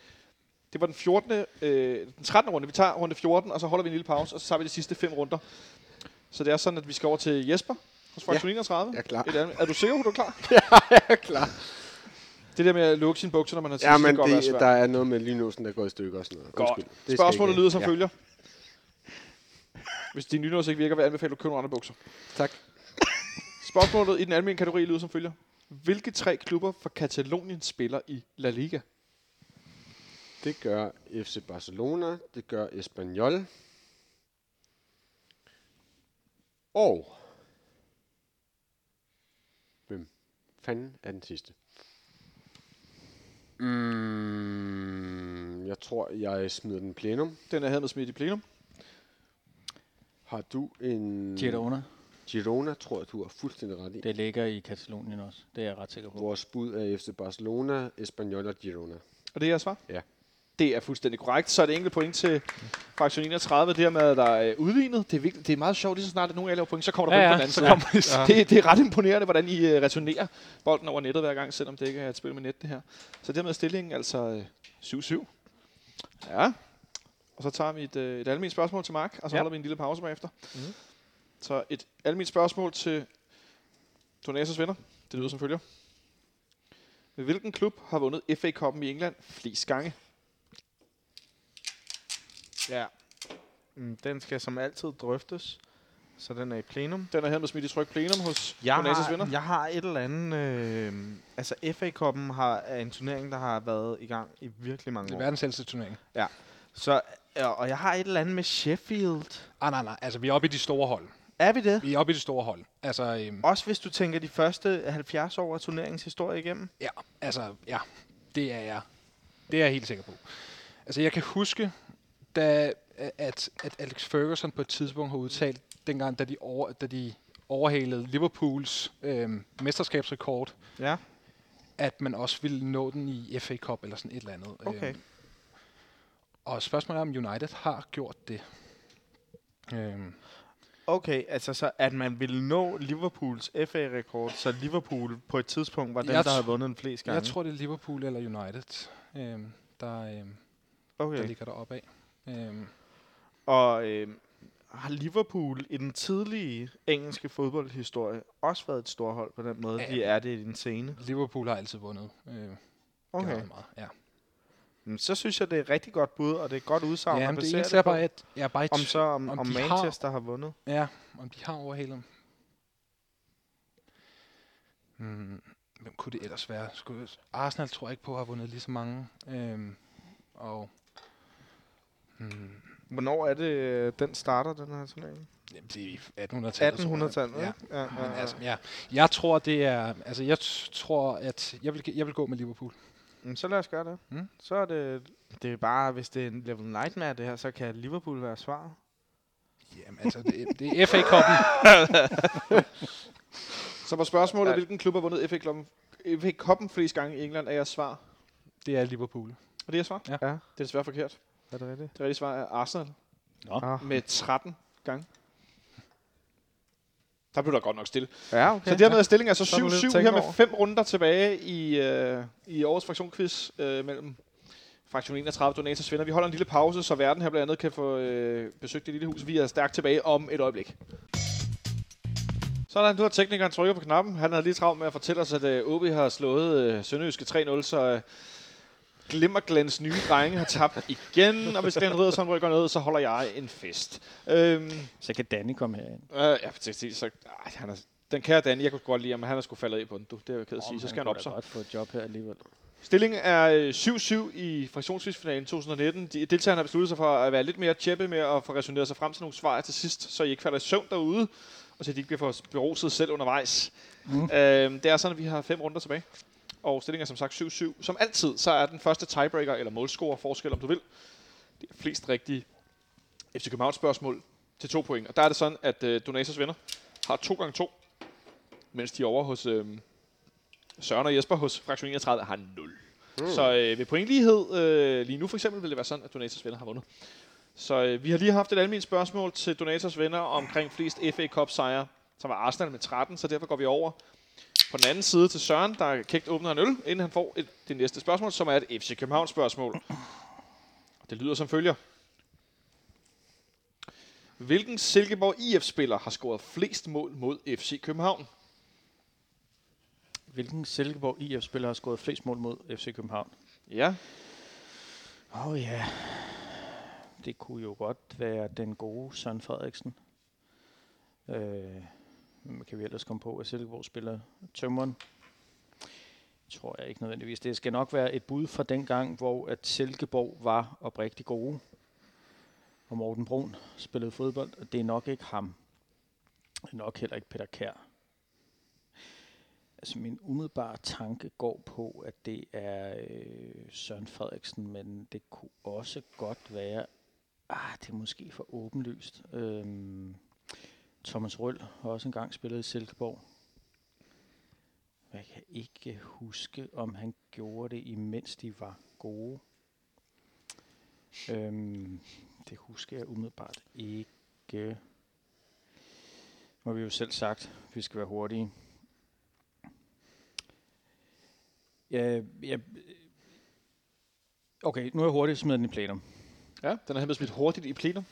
Speaker 2: Det var den 14. Øh, den 13. runde. Vi tager runde 14, og så holder vi en lille pause, og så tager vi de sidste fem runder. Så det er sådan, at vi skal over til Jesper hos Faktor 31.
Speaker 4: Jeg er klar.
Speaker 2: Et andet. Er du sikker på, du er
Speaker 4: <laughs>
Speaker 2: klar?
Speaker 4: Jeg er klar.
Speaker 2: Det der med at lukke sine bukser, når man har tid,
Speaker 4: Ja,
Speaker 2: det
Speaker 4: men
Speaker 2: kan godt være
Speaker 4: det,
Speaker 2: svært.
Speaker 4: der er noget med lynlåsen, der går i stykker og sådan noget.
Speaker 2: Godt.
Speaker 4: Undskyld. Det skal
Speaker 2: Spørgsmålet
Speaker 4: ikke-
Speaker 2: lyder som ja. følger. Hvis din nytårs ikke virker, vil jeg anbefale, at du køber nogle andre bukser.
Speaker 4: Tak.
Speaker 2: Spørgsmålet i den almindelige kategori lyder som følger. Hvilke tre klubber fra Katalonien spiller i La Liga?
Speaker 4: Det gør FC Barcelona, det gør Espanyol. Og hvem fanden er den sidste? Mm, jeg tror, jeg smider den plenum.
Speaker 2: Den er hermed smidt i plenum.
Speaker 4: Har du en...
Speaker 3: Girona,
Speaker 4: Girona, tror jeg, du har fuldstændig ret i.
Speaker 3: det ligger i Katalonien også. Det er jeg ret sikker på.
Speaker 4: Vores bud er FC Barcelona, Espanyol og Girona.
Speaker 2: Og det er jeres svar?
Speaker 4: Ja.
Speaker 2: Det er fuldstændig korrekt. Så er det enkelt point til fraktion 31, det her med, at der er udlignet. Det er, vigtigt. det er meget sjovt, lige så snart at nogen af jer laver point, så kommer der
Speaker 6: Ja,
Speaker 2: point på
Speaker 6: ja,
Speaker 2: den anden
Speaker 6: så
Speaker 2: side.
Speaker 6: kommer
Speaker 2: det, det er ret imponerende, hvordan I øh, returnerer bolden over nettet hver gang, selvom det ikke er et spil med net, det her. Så dermed er stillingen altså øh, 7-7. Ja. Og så tager vi et, øh, et almindeligt spørgsmål til Mark, og så
Speaker 5: Ja.
Speaker 2: holder vi en lille pause bagefter. Mm. Så et almindeligt spørgsmål til Donatas venner. Det lyder som følger. Hvilken klub har vundet FA Cup'en i England flest gange? Ja,
Speaker 5: Mm, Den skal som altid drøftes, så den er i plenum.
Speaker 2: den er hermed smidt i tryk plenum hos
Speaker 5: Jeg
Speaker 2: Donatas venner.
Speaker 5: har, jeg har et eller andet... Øh, altså, FA-koppen har, er en turnering, der har været i gang i virkelig
Speaker 6: Det
Speaker 5: mange
Speaker 6: er
Speaker 5: år.
Speaker 6: verdens ældste turnering.
Speaker 5: Så, og og jeg har et eller andet med Sheffield.
Speaker 6: Ah, nej, nej. Altså, vi er oppe i de store hold.
Speaker 5: Er vi det?
Speaker 6: Vi er oppe i de store hold. Altså, øhm,
Speaker 5: Også hvis du tænker de første 70 år af turneringens historie igennem.
Speaker 6: ja, altså, ja. Det er jeg. Det er jeg helt sikker på. Altså, jeg kan huske, da, at, at Alex Ferguson på et tidspunkt har udtalt, dengang, da de, over, da de overhalede Liverpools øhm, mesterskabsrekord,
Speaker 5: Ja,
Speaker 6: at man også ville nå den i FA Cup eller sådan et eller andet.
Speaker 5: okay.
Speaker 6: Øhm, og spørgsmålet er, om United har gjort det. Øhm,
Speaker 5: Okay, altså så at man ville nå Liverpools FA-rekord, så Liverpool på et tidspunkt var den,
Speaker 6: Jeg
Speaker 5: der
Speaker 6: tr-
Speaker 5: havde vundet den flest gange.
Speaker 6: jeg tror, det er Liverpool eller United, øhm, der, øhm, der
Speaker 5: okay.
Speaker 6: ligger deroppe af. Øhm,
Speaker 5: Og øh, har Liverpool i den tidlige engelske fodboldhistorie også været et storhold på den måde,
Speaker 6: Ja.
Speaker 5: de er det i den scene?
Speaker 6: Liverpool har altid vundet. Øh,
Speaker 5: Okay.
Speaker 6: okay. meget. Ja.
Speaker 5: Jamen, Så synes jeg, det er et rigtig godt bud, og det er et godt udsagn
Speaker 6: ja,
Speaker 5: at
Speaker 6: men det
Speaker 5: basere
Speaker 6: eneste er
Speaker 5: på.
Speaker 6: bare, at jeg er bare i
Speaker 5: om,
Speaker 6: tvivl
Speaker 5: så, om,
Speaker 6: om
Speaker 5: om,
Speaker 6: de har-
Speaker 5: Manchester har vundet.
Speaker 6: Ja, om de har overhalet dem. Hmm, hvem kunne det ellers være? Skulle, Arsenal tror jeg ikke på har vundet lige så mange. Øhm, og hmm,
Speaker 5: Hvornår er det, øh, den starter, den her turnering?
Speaker 6: jamen, det er i 1800-tallet. tror jeg.
Speaker 5: 1800-tallet,
Speaker 6: Ja.
Speaker 5: ikke? Ja, ja,
Speaker 6: Men
Speaker 5: ja.
Speaker 6: altså, ja. Jeg tror, det er... Altså, jeg t- tror, at jeg vil, jeg vil gå med Liverpool.
Speaker 5: Jamen, så lad os gøre det.
Speaker 6: Mm.
Speaker 5: Så er det... Det er bare, hvis det er en level nightmare, det her, så kan Liverpool være svaret.
Speaker 6: Jamen, altså, det, det er FA-koppen.
Speaker 2: Så på spørgsmålet, ja. hvilken klub har vundet FA Cup'en FA Cup'en flest gange i England, er jeres svar.
Speaker 6: Det er Liverpool.
Speaker 2: Og det er jeres svar?
Speaker 6: Ja.
Speaker 5: Ja.
Speaker 2: Det er desværre forkert.
Speaker 5: Er det rigtigt?
Speaker 2: Det rigtige svar er Arsenal
Speaker 5: Ah.
Speaker 2: med 13 gange. Der blev der godt nok stille.
Speaker 5: Ja,
Speaker 2: Okay,
Speaker 5: okay.
Speaker 2: så dermed er stillingen altså
Speaker 5: Så er der lidt at
Speaker 2: 7-7
Speaker 5: tænke
Speaker 2: her med
Speaker 5: over.
Speaker 2: fem runder tilbage i, øh, i årets fraktionquiz øh, mellem fraktion 31 Donatas venner. Vi holder en lille pause, så verden her blandt andet kan få øh, besøgt det lille hus. Vi er stærkt tilbage om et øjeblik. Sådan, nu har teknikeren trykket på knappen. Han havde lige travlt med at fortælle os, at øh, OB har slået øh, Sønderjyske 3-0, så øh, Glimmerglens nye drenge har tabt igen. Og hvis Glenn Riddersson rykker ned, så holder jeg en fest. Øhm,
Speaker 3: Så kan Danny komme herind.
Speaker 2: Øh, ja, præcis. Så, ej, han er, den kære Dan, jeg kunne godt lide ham, men han er sgu faldet i på den. Du, det er jeg ked af at sige. Så skal han op
Speaker 3: så.
Speaker 2: sig.
Speaker 3: godt få et job her alligevel.
Speaker 2: Stillingen er øh, 7-7 i fraktionsvisfinalen 2019. De, deltagerne har besluttet sig for at være lidt mere tjeppe med at få resoneret sig frem til nogle svar til sidst, så I ikke falder i søvn derude, og så de ikke bliver for beruset selv undervejs. Mm. Øh, det er sådan, at vi har fem runder tilbage. Og stillingen er som sagt 7-7. Som altid, så er den første tiebreaker, eller målscorer, forskel om du vil. Det er flest rigtige FC Københavns spørgsmål til to point. Og der er det sådan, at øh, Donatas venner har to gange to, mens de er over hos øh, Søren og Jesper hos Fraktion 31 har 0. Mm. Så øh, ved pointlighed øh, lige nu for eksempel vil det være sådan, at Donatas venner har vundet. Så øh, vi har lige haft et almindeligt spørgsmål til Donatas venner omkring flest FA Cup sejre, som var Arsenal med 13, så derfor går vi over på den anden side til Søren, der kægt åbner en øl, inden han får et, det næste spørgsmål, som er et FC København spørgsmål. Det lyder som følger. Hvilken Silkeborg IF-spiller har scoret flest mål mod FC København?
Speaker 3: Hvilken Silkeborg IF-spiller har skåret flest mål mod FC København?
Speaker 2: Ja,
Speaker 3: Åh oh, ja. Yeah. Det kunne jo godt være den gode Søren Frederiksen. Øh, hvem kan vi ellers komme på, at Silkeborg spiller tømmeren? Tror jeg ikke nødvendigvis. Det skal nok være et bud fra den gang, hvor at Silkeborg var oprigtig gode. Og Morten Brun spillede fodbold, og det er nok ikke ham. Det er nok heller ikke Peter Kær. Altså min umiddelbare tanke går på, at det er øh, Søren Frederiksen, men det kunne også godt være, Ah, det er måske for åbenlyst. Øhm, Thomas Røll har også engang spillet i Silkeborg. Jeg kan ikke huske, om han gjorde det, imens de var gode. Øhm, det husker jeg umiddelbart ikke. Nu har vi jo selv sagt, at vi skal være hurtige. Ja, jeg, okay, nu er jeg hurtigt smidt den i plenum.
Speaker 2: Ja, den er hermed smidt hurtigt i plenum.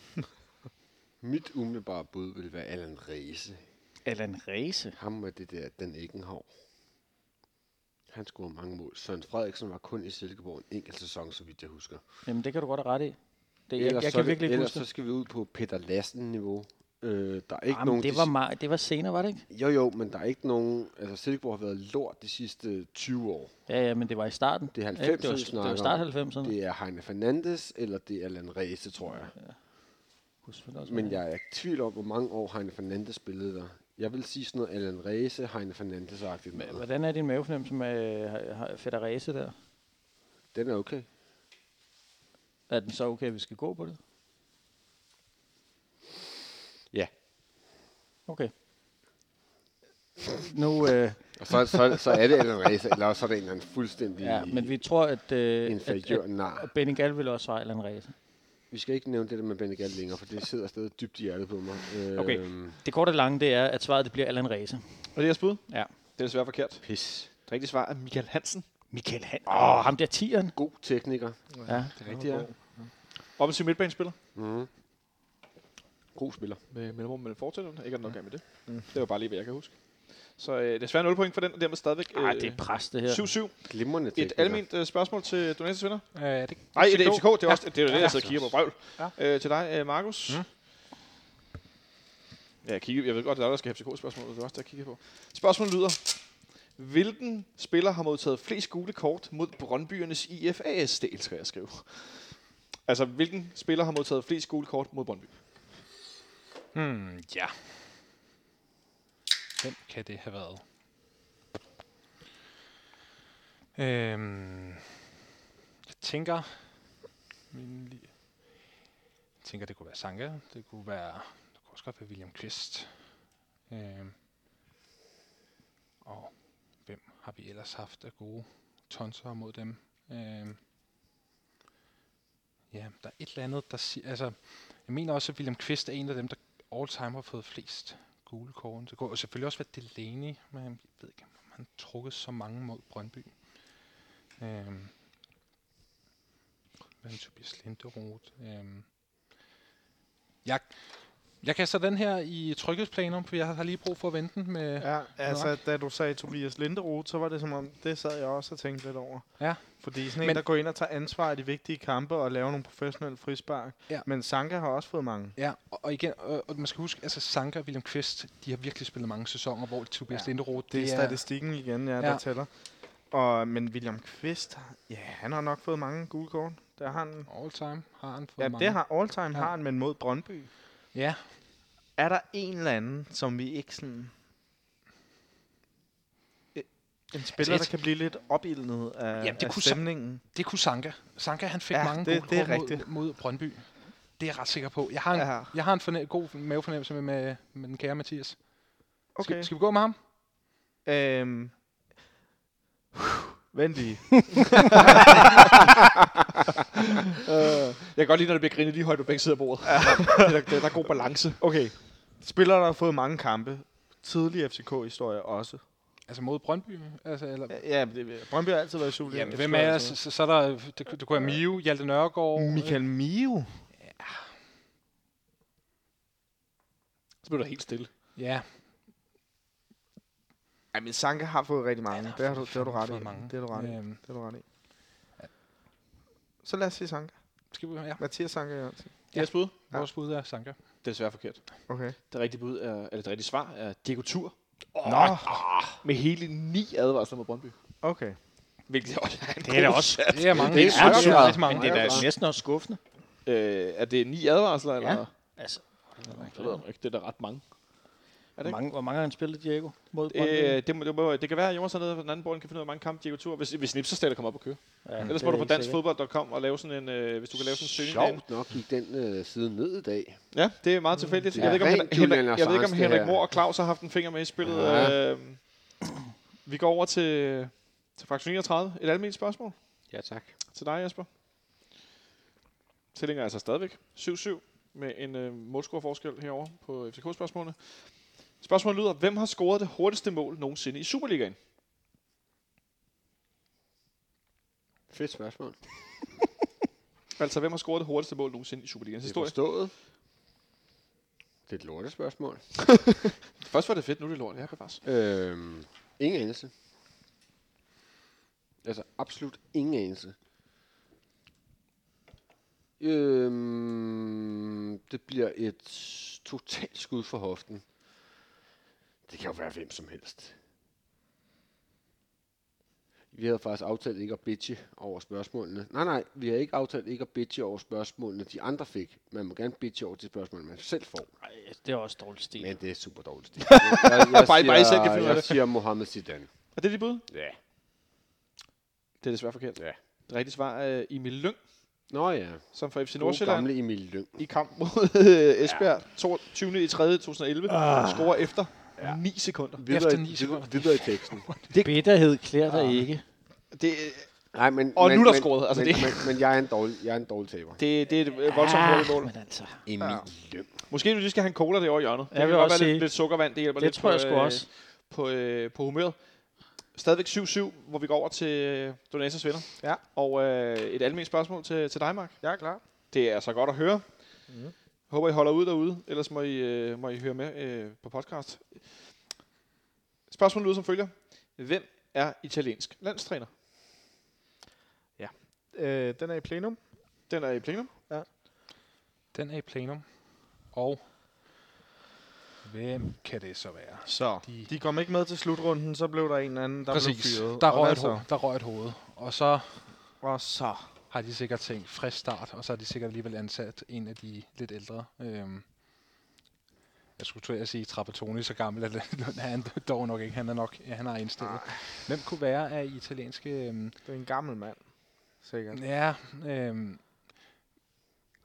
Speaker 4: Mit umiddelbare bud vil være Allan Reese.
Speaker 3: Allan Reese.
Speaker 4: Ham med det der, den ikke har. Han scorede mange mål. Søren Frederiksen var kun i Silkeborg en enkelt sæson, så vidt jeg husker.
Speaker 3: Jamen, det kan du godt have ret i. Det, jeg,
Speaker 4: Ellers,
Speaker 3: jeg
Speaker 4: så,
Speaker 3: kan
Speaker 4: er det-
Speaker 3: virkelig ikke
Speaker 4: ellers
Speaker 3: huske
Speaker 4: så
Speaker 3: det.
Speaker 4: skal vi ud på Peter Lassen-niveau. Øh, der er ikke
Speaker 3: Jamen,
Speaker 4: nogen
Speaker 3: det, var meget, det var senere, var det ikke?
Speaker 4: Jo, jo, men der er ikke nogen... Altså, Silkeborg har været lort de sidste 20 år.
Speaker 3: Ja, ja, men det var i starten.
Speaker 4: Det er
Speaker 3: ikke?
Speaker 4: 90'erne,
Speaker 3: det var,
Speaker 4: vi
Speaker 3: det
Speaker 4: snakker
Speaker 3: var
Speaker 4: om.
Speaker 3: start 90'erne. Det
Speaker 4: Det er Heine Fernandes, eller det er Allan Reese, tror jeg.
Speaker 3: kunne selvfølgelig også
Speaker 4: Men
Speaker 3: være.
Speaker 4: jeg er i tvivl om, hvor mange år Heine Fernandes spillede der. Jeg vil sige sådan noget Allan Reese, Heine Fernandes-agtigt med.
Speaker 3: Hvordan er din mavefornemmelse med øh, Federese der?
Speaker 4: Den er okay.
Speaker 3: Er den så okay, at vi skal gå på det?
Speaker 4: Ja.
Speaker 3: Okay. Nu, øh,
Speaker 4: Og så, så, så er det Allan Reese, eller også er det en eller anden fuldstændig
Speaker 3: ja, men vi tror, at, øh, at,
Speaker 4: inferiør
Speaker 3: at
Speaker 4: nar.
Speaker 3: at Benny Gall vil også svare Allan Reese.
Speaker 4: Vi skal ikke nævne det der med Benegal længere, for det sidder stadig dybt i hjertet på mig.
Speaker 3: Okay.
Speaker 4: Øhm,
Speaker 3: Det korte og lange, det er, at svaret det bliver Allan Reese.
Speaker 2: Er det jeres bud?
Speaker 3: Ja.
Speaker 2: Det er desværre forkert.
Speaker 4: pis.
Speaker 2: Det rigtige svar er Michael Hansen.
Speaker 3: Michael Han. Åh, oh, ham der tieren.
Speaker 4: God tekniker.
Speaker 3: Ja.
Speaker 2: Det rigtige er offensiv midtbanespiller.
Speaker 4: Mm. God spiller.
Speaker 2: Med mellemrum mellem fortællerne. Ikke er der noget galt med det. Mm. Det var bare lige, hvad jeg kan huske. Så øh, desværre 0 point for den, og dermed stadigvæk øh,
Speaker 3: Ah, det er pres, det her.
Speaker 2: 7-7.
Speaker 4: Glimrende
Speaker 2: Et
Speaker 4: tekniker.
Speaker 2: almindeligt øh, spørgsmål til Donatis venner.
Speaker 6: Øh, er det
Speaker 2: Nej, det er FCK. Det er også det, er jo det
Speaker 6: Ja.
Speaker 2: jeg sidder og kigger på. Brøvl.
Speaker 6: Ja.
Speaker 2: Øh, til dig, øh, Markus. Mm. Ja, jeg, kigger, jeg ved godt, at der skal have FCK-spørgsmål, det er også der, jeg kigger på. Spørgsmålet lyder, hvilken spiller har modtaget flest gule kort mod Brøndbyernes IFAS? Det elsker jeg at skrive. Altså, hvilken spiller har modtaget flest gule kort mod Brøndby?
Speaker 6: Hmm, ja. Hvem kan det have været? Øhm, jeg tænker... Min li- jeg tænker, det kunne være Sanka. Det kunne være... Det kunne også godt være William Kvist. Øhm, og hvem har vi ellers haft af gode tonser mod dem? Øhm, ja, der er et eller andet, der siger... Altså, jeg mener også, at William Kvist er en af dem, der all time har fået flest gule kort. Det kunne selvfølgelig også være Delaney, men jeg ved ikke, om han trukket så mange mod Brøndby. Øhm. Hvad med Tobias Linderoth? Øhm. Jeg, jeg kaster den her i tryghedsplaner, for jeg har lige brug for at vente den med... <laughs>
Speaker 5: Ja, altså da du sagde Tobias Linderoth, så var det som om, det sad jeg også og tænkte lidt over.
Speaker 6: Ja.
Speaker 5: Fordi sådan en,
Speaker 6: Men-
Speaker 5: men, der går ind og tager ansvar i de vigtige kampe og laver nogle professionelle frispark.
Speaker 6: Ja.
Speaker 5: Men Sanka har også fået mange.
Speaker 6: Ja, og, og igen, og, og man skal huske, altså Sanka og William Kvist, de har virkelig spillet mange sæsoner, hvor Tobias ja,
Speaker 5: Ja,
Speaker 6: Linderoth,
Speaker 5: Det er statistikken igen, ja, der
Speaker 6: Ja.
Speaker 5: tæller. Og, men William Kvist, ja, han har nok fået mange gule kort. Der har han,
Speaker 6: all time, har han fået
Speaker 5: ja,
Speaker 6: mange.
Speaker 5: det har all time
Speaker 6: Ja.
Speaker 5: ja. har han, men mod Brøndby.
Speaker 6: Ja,
Speaker 5: Er der en eller anden, som vi ikke sådan... En spiller,
Speaker 6: Altså, et-
Speaker 5: der kan blive lidt opildnet af,
Speaker 6: Jamen, det
Speaker 5: af
Speaker 6: kunne så-
Speaker 5: stemningen.
Speaker 6: Det kunne Sanka. Sanka han fik ja,
Speaker 5: Ja,
Speaker 6: mange
Speaker 5: det-
Speaker 6: gode
Speaker 5: det er
Speaker 6: kort mod,
Speaker 5: rigtigt.
Speaker 6: mod Brøndby. Det er jeg ret sikker på. Jeg har en, ja.
Speaker 5: Ja.
Speaker 6: jeg har en forne- god mavefornemmelse med, med, med den kære Mathias.
Speaker 5: Okay.
Speaker 6: Skal, skal vi gå med ham?
Speaker 5: Øhm. Vent lige.
Speaker 2: Jeg kan godt lide, når det bliver grinet lige højt på begge sider af bordet. <laughs> der, der, der, er god balance.
Speaker 5: Okay. Spillere, der har fået mange kampe. Tidlig FCK-historie også.
Speaker 6: Altså mod Brøndby? Altså, eller, ja,
Speaker 5: Ja, men det, Brøndby har altid været i Superligaen.
Speaker 6: Jamen,
Speaker 5: Det
Speaker 6: hvem
Speaker 5: tror jeg
Speaker 6: er
Speaker 5: altid.
Speaker 6: så, så, så er der, det, det kunne være Mio, Hjalte Nørgaard.
Speaker 5: Michael Mio.
Speaker 2: Så blev der helt stille.
Speaker 6: øh, Ja,
Speaker 5: Ja, men Sanka har fået rigtig mange.
Speaker 6: Han har
Speaker 5: Det har du, det har du
Speaker 6: fandme
Speaker 5: ret i.
Speaker 6: fået mange.
Speaker 5: Det har du ret i.
Speaker 6: Øhm.
Speaker 5: Det har du ret i. Så lad os sige Sanka.
Speaker 6: skal vi, ja.
Speaker 5: Mathias Sanka Jørgensen.
Speaker 2: Det er bud.
Speaker 6: vores bud er Sanka.
Speaker 2: Det er desværre forkert.
Speaker 5: Okay.
Speaker 2: Det rigtige bud er, eller det rigtige svar er Diego Tur.
Speaker 5: Nå,
Speaker 2: Med hele ni advarsler mod Brøndby.
Speaker 5: okay.
Speaker 2: Hvilket også er en
Speaker 3: Det er da
Speaker 2: god
Speaker 3: også
Speaker 6: Det er mange.
Speaker 2: det er
Speaker 6: rigtig,
Speaker 2: sindssygt meget.
Speaker 6: rigtig mange.
Speaker 3: Men det er da næsten også skuffende.
Speaker 2: Øh, er det ni advarsler? Eller?
Speaker 3: Altså,
Speaker 2: Det ved jeg nu ikke. Det er da ret mange. Er det
Speaker 3: Hvor
Speaker 2: ikke?
Speaker 3: mange, hvor mange har han spillet, Diego? Mod Brøndby?
Speaker 2: Øh, det, må, det, må, det kan være, at Jonas hernede fra den anden borg kan finde ud af, hvor mange kampe Diego Tur, hvis, hvis Nipserstater kommer op og køre.
Speaker 3: ja,
Speaker 2: Ellers
Speaker 3: det
Speaker 2: må
Speaker 3: er
Speaker 2: du på
Speaker 3: ikke sikkert.
Speaker 2: danskfodbold.com og lave sådan en, øh, hvis du kan lave sådan en søgning. derinde.
Speaker 4: Sjovt nok gik den øh, side ned i dag.
Speaker 2: Ja, det er meget tilfældigt.
Speaker 4: Det
Speaker 2: Jeg ved ikke, om,
Speaker 4: er
Speaker 2: Henrik,
Speaker 4: rent Julian
Speaker 2: Henrik, jeg ved ikke, om
Speaker 4: Assange, det
Speaker 2: Henrik
Speaker 4: her.
Speaker 2: Mor og Claus har haft en finger med i spillet.
Speaker 4: Ja.
Speaker 2: Ja. vi går over til, til fraktion 39. Et almindeligt spørgsmål
Speaker 4: Ja, tak.
Speaker 2: til dig, Jesper. Stillinger er altså stadigvæk 7-7 med en øh, målscoreforskel herover på FCK-spørgsmålene. Spørgsmålet lyder, hvem har scoret det hurtigste mål nogensinde i Superligaen?
Speaker 4: Fedt spørgsmål.
Speaker 2: Altså, hvem har scoret det hurtigste mål nogensinde i Superligaens
Speaker 4: Det er
Speaker 2: historie?
Speaker 4: forstået. Det er et lortespørgsmål.
Speaker 2: Først var det fedt, nu er det lort. Ja, bevares.
Speaker 4: Øhm, ingen anelse. Altså, absolut ingen anelse. Øhm, det bliver et totalt skud for hoften. Det kan jo være hvem som helst. Vi havde faktisk aftalt ikke at bitche over spørgsmålene. Nej, nej, vi havde ikke aftalt ikke at bitche over spørgsmålene, de andre fik. Man må gerne bitche over de spørgsmål, man selv får.
Speaker 3: Ej, det er også dårlig stil.
Speaker 4: Men det er super dårligt. stil. Jeg, jeg, jeg,
Speaker 2: Bare I- bare I selv kan finde ud af
Speaker 4: siger, jeg
Speaker 2: det.
Speaker 4: siger Mohammed Zidane.
Speaker 2: Er det dit bud?
Speaker 4: Ja.
Speaker 2: Det er desværre forkert.
Speaker 4: Ja.
Speaker 2: Det rigtige svar er Emil Lyng,
Speaker 4: Nå ja.
Speaker 2: som fra FC
Speaker 4: God
Speaker 2: Nordsjælland
Speaker 4: gamle Emil Lyng.
Speaker 2: i kamp <laughs> mod øh, Esbjerg 22. i 3. 2011.
Speaker 3: Ah.
Speaker 2: Scorer efter
Speaker 4: Ja.
Speaker 2: 9 sekunder.
Speaker 4: Videre,
Speaker 6: ni
Speaker 4: i-
Speaker 6: sekunder.
Speaker 4: videre, videre i teksten.
Speaker 3: Bitterhed klæder dig ikke.
Speaker 2: Det,
Speaker 4: Nej, men,
Speaker 2: Og
Speaker 4: men,
Speaker 2: nu er der
Speaker 4: men-
Speaker 2: scoret, altså
Speaker 4: men,
Speaker 2: det-
Speaker 4: Men, men, jeg, er en dårlig, jeg er en dårlig taber.
Speaker 2: det, det er et øh, voldsomt hurtigt mål.
Speaker 3: men altså,
Speaker 4: Emil
Speaker 2: Ja.
Speaker 4: Lyng.
Speaker 2: Måske du lige skal have en cola derovre i hjørnet. Det
Speaker 3: Jeg vil
Speaker 2: kan godt
Speaker 3: også
Speaker 2: være lidt,
Speaker 3: sige-
Speaker 2: lidt sukkervand, det hjælper
Speaker 3: det
Speaker 2: lidt
Speaker 3: tror
Speaker 2: på,
Speaker 3: jeg sgu
Speaker 2: øh,
Speaker 3: også.
Speaker 2: På, øh, på humøret. Stadigvæk 7-7, hvor vi går over til øh, Donators venner.
Speaker 5: Ja.
Speaker 2: Og øh, et almindeligt spørgsmål til, til dig, Mark.
Speaker 5: Jeg er klar.
Speaker 2: Det er så godt at høre. Mm. Håber, I holder ud derude, ellers må I, øh, må I høre med øh, på podcast. Spørgsmålet lyder som følger. Hvem er italiensk landstræner?
Speaker 5: Øh, den er i plenum.
Speaker 2: Den er i plenum.
Speaker 6: Den er i plenum. Og hvem kan det så være?
Speaker 5: Så
Speaker 6: De-
Speaker 5: de, de kom ikke med til slutrunden, så blev der en eller anden, der
Speaker 6: Præcis.
Speaker 5: blev fyret.
Speaker 6: Der
Speaker 5: Og
Speaker 6: røg,
Speaker 5: hvad
Speaker 6: et
Speaker 5: så?
Speaker 6: hoved, der røg et hoved. Og så
Speaker 5: Og så.
Speaker 6: har de sikkert tænkt frisk start, og så har de sikkert alligevel ansat en af de lidt ældre. Øhm, jeg skulle tro at sige Trapattoni, så gammel er Lund er han <laughs> dog nok ikke. Han er nok, ja, han har indstillet.
Speaker 5: Nej.
Speaker 6: Hvem kunne være af italienske... Øhm,
Speaker 5: Det er en gammel mand. Sikkert.
Speaker 6: ja, øhm,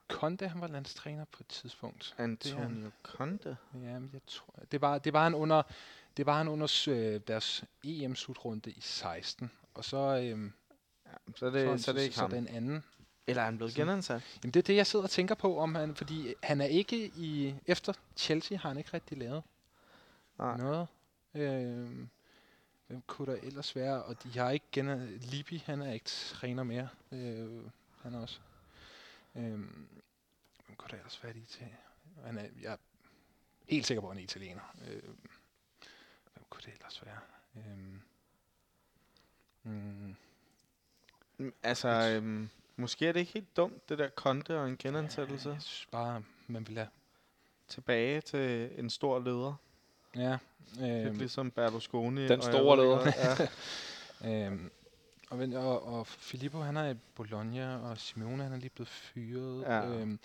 Speaker 6: Conte, han var landstræner på et tidspunkt.
Speaker 5: Antonio Conte.
Speaker 6: Ja, men jeg tror, det var, det var han under, det var han under øh, deres EM-slutrunde i 16. Og så, øhm,
Speaker 5: Så er
Speaker 6: så,
Speaker 5: det, så er det ikke
Speaker 6: så, så
Speaker 5: ham.
Speaker 6: den anden.
Speaker 5: Eller er han blevet genansat?
Speaker 6: Jamen, det er det, jeg sidder og tænker på, om han, fordi han er ikke i... Efter Chelsea har han ikke rigtig lavet
Speaker 5: Nej.
Speaker 6: noget. Øhm, hvem kunne der ellers være? Og de har ikke gen... Libi, han er ikke træner mere. Øh, han er også. Øhm, hvem kunne der ellers være i Italien? Han er, jeg er helt sikker på, at han er italiener. Øh, hvem kunne det ellers være? Øhm, mm,
Speaker 5: Mm, Altså, øhm, måske er det ikke helt dumt, det der Conte og en genansættelse
Speaker 6: jeg synes bare, man vil have...
Speaker 5: tilbage til en stor leder.
Speaker 6: Ja,
Speaker 5: Øhm,
Speaker 6: øhm,
Speaker 5: ligesom Berlusconi.
Speaker 2: Den
Speaker 5: og
Speaker 2: store
Speaker 5: jeg ved
Speaker 2: leder.
Speaker 5: ikke hvad. Ja.
Speaker 6: Øhm, og, vent, og, og Filippo, han er i Bologna, og Simeone, han er lige blevet fyret.
Speaker 5: Ja.
Speaker 6: Øhm,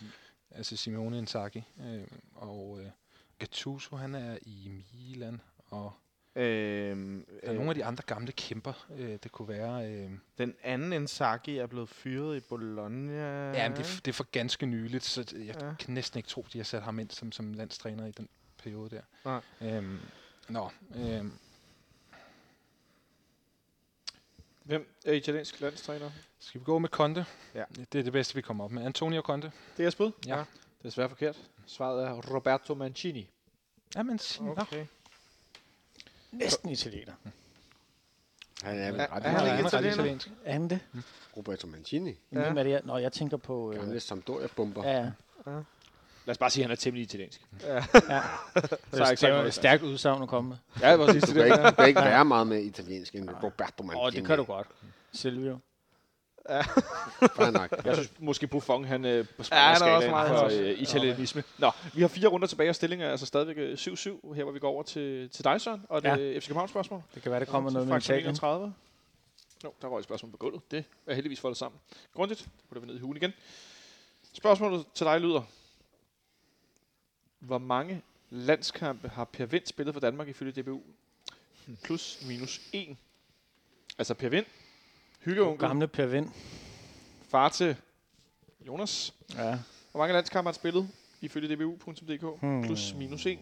Speaker 6: altså Simeone Inzaghi. Øhm, og øh, Gattuso, han er i Milan. Og <laughs>
Speaker 5: øhm,
Speaker 6: der er nogle af de andre gamle kæmper, øh, det kunne være. Øh,
Speaker 5: Den anden Inzaghi er blevet fyret i Bologna.
Speaker 6: ja, men det, er f- det er for ganske nyligt, så det- jeg
Speaker 5: Ja.
Speaker 6: kan næsten ikke tro, de har sat ham ind som, som landstræner i den periode der.
Speaker 5: Nej.
Speaker 6: Øhm, nå, øhm,
Speaker 2: Hvem er italiensk landstræner?
Speaker 6: skal vi gå med Conte?
Speaker 5: Ja.
Speaker 6: Det er det bedste, vi kommer op med. Antonio Conte.
Speaker 2: Det er spud.
Speaker 6: Ja.
Speaker 2: Det er svært forkert. Svaret er Roberto Mancini.
Speaker 6: Ja, men sig okay.
Speaker 5: Okay.
Speaker 3: Næsten italiener.
Speaker 4: Han er vel
Speaker 5: Er-
Speaker 4: ret
Speaker 5: er han
Speaker 4: meget
Speaker 5: ikke
Speaker 4: gammel.
Speaker 5: italiener?
Speaker 3: Er han det?
Speaker 4: Roberto Mancini.
Speaker 5: Ja.
Speaker 3: Ja. Hvem er det? Nå, jeg tænker på... Øh,
Speaker 4: Gamle Sampdoria-bomber.
Speaker 3: ja, ja.
Speaker 2: Lad os bare sige, at han er temmelig italiensk.
Speaker 3: Det er
Speaker 2: ikke så
Speaker 3: stærkt,
Speaker 2: meget.
Speaker 3: stærkt udsagn at komme med.
Speaker 2: Ja, præcis.
Speaker 4: Du kan ikke, du kan ikke være meget med italiensk end Roberto Mancini.
Speaker 3: Åh, det kan du godt. Silvio.
Speaker 4: Fair nok.
Speaker 2: Jeg synes måske Buffon, han øh,
Speaker 5: Ja,
Speaker 2: springer
Speaker 5: han er
Speaker 2: ja,
Speaker 5: også
Speaker 2: skalaen
Speaker 5: meget
Speaker 2: for
Speaker 5: også.
Speaker 2: øh, italienisme. Nå, vi har fire runder tilbage, og stillingen er altså stadigvæk øh, 7-7, her hvor vi går over til, til dig, Søren, og det
Speaker 3: Ja.
Speaker 2: ja. FC København-spørgsmål.
Speaker 3: Det kan være, der kommer
Speaker 2: Til
Speaker 3: noget med
Speaker 2: fraktion
Speaker 3: Italien.
Speaker 2: 31. Nå, der røg et spørgsmål på gulvet. Det er heldigvis foldet sammen. Grundigt. Det putter vi ned i hugen igen. Spørgsmålet til dig lyder. Hvor mange landskampe har Per Vind spillet for Danmark ifølge DBU. Hmm. Plus minus 1. Altså Per Vind, hyggeonkel,
Speaker 3: Gamle Per Vind.
Speaker 2: far til Jonas.
Speaker 3: Ja.
Speaker 2: Hvor mange landskampe har han spillet ifølge dbu.dk?
Speaker 3: Hmm.
Speaker 2: Plus minus 1.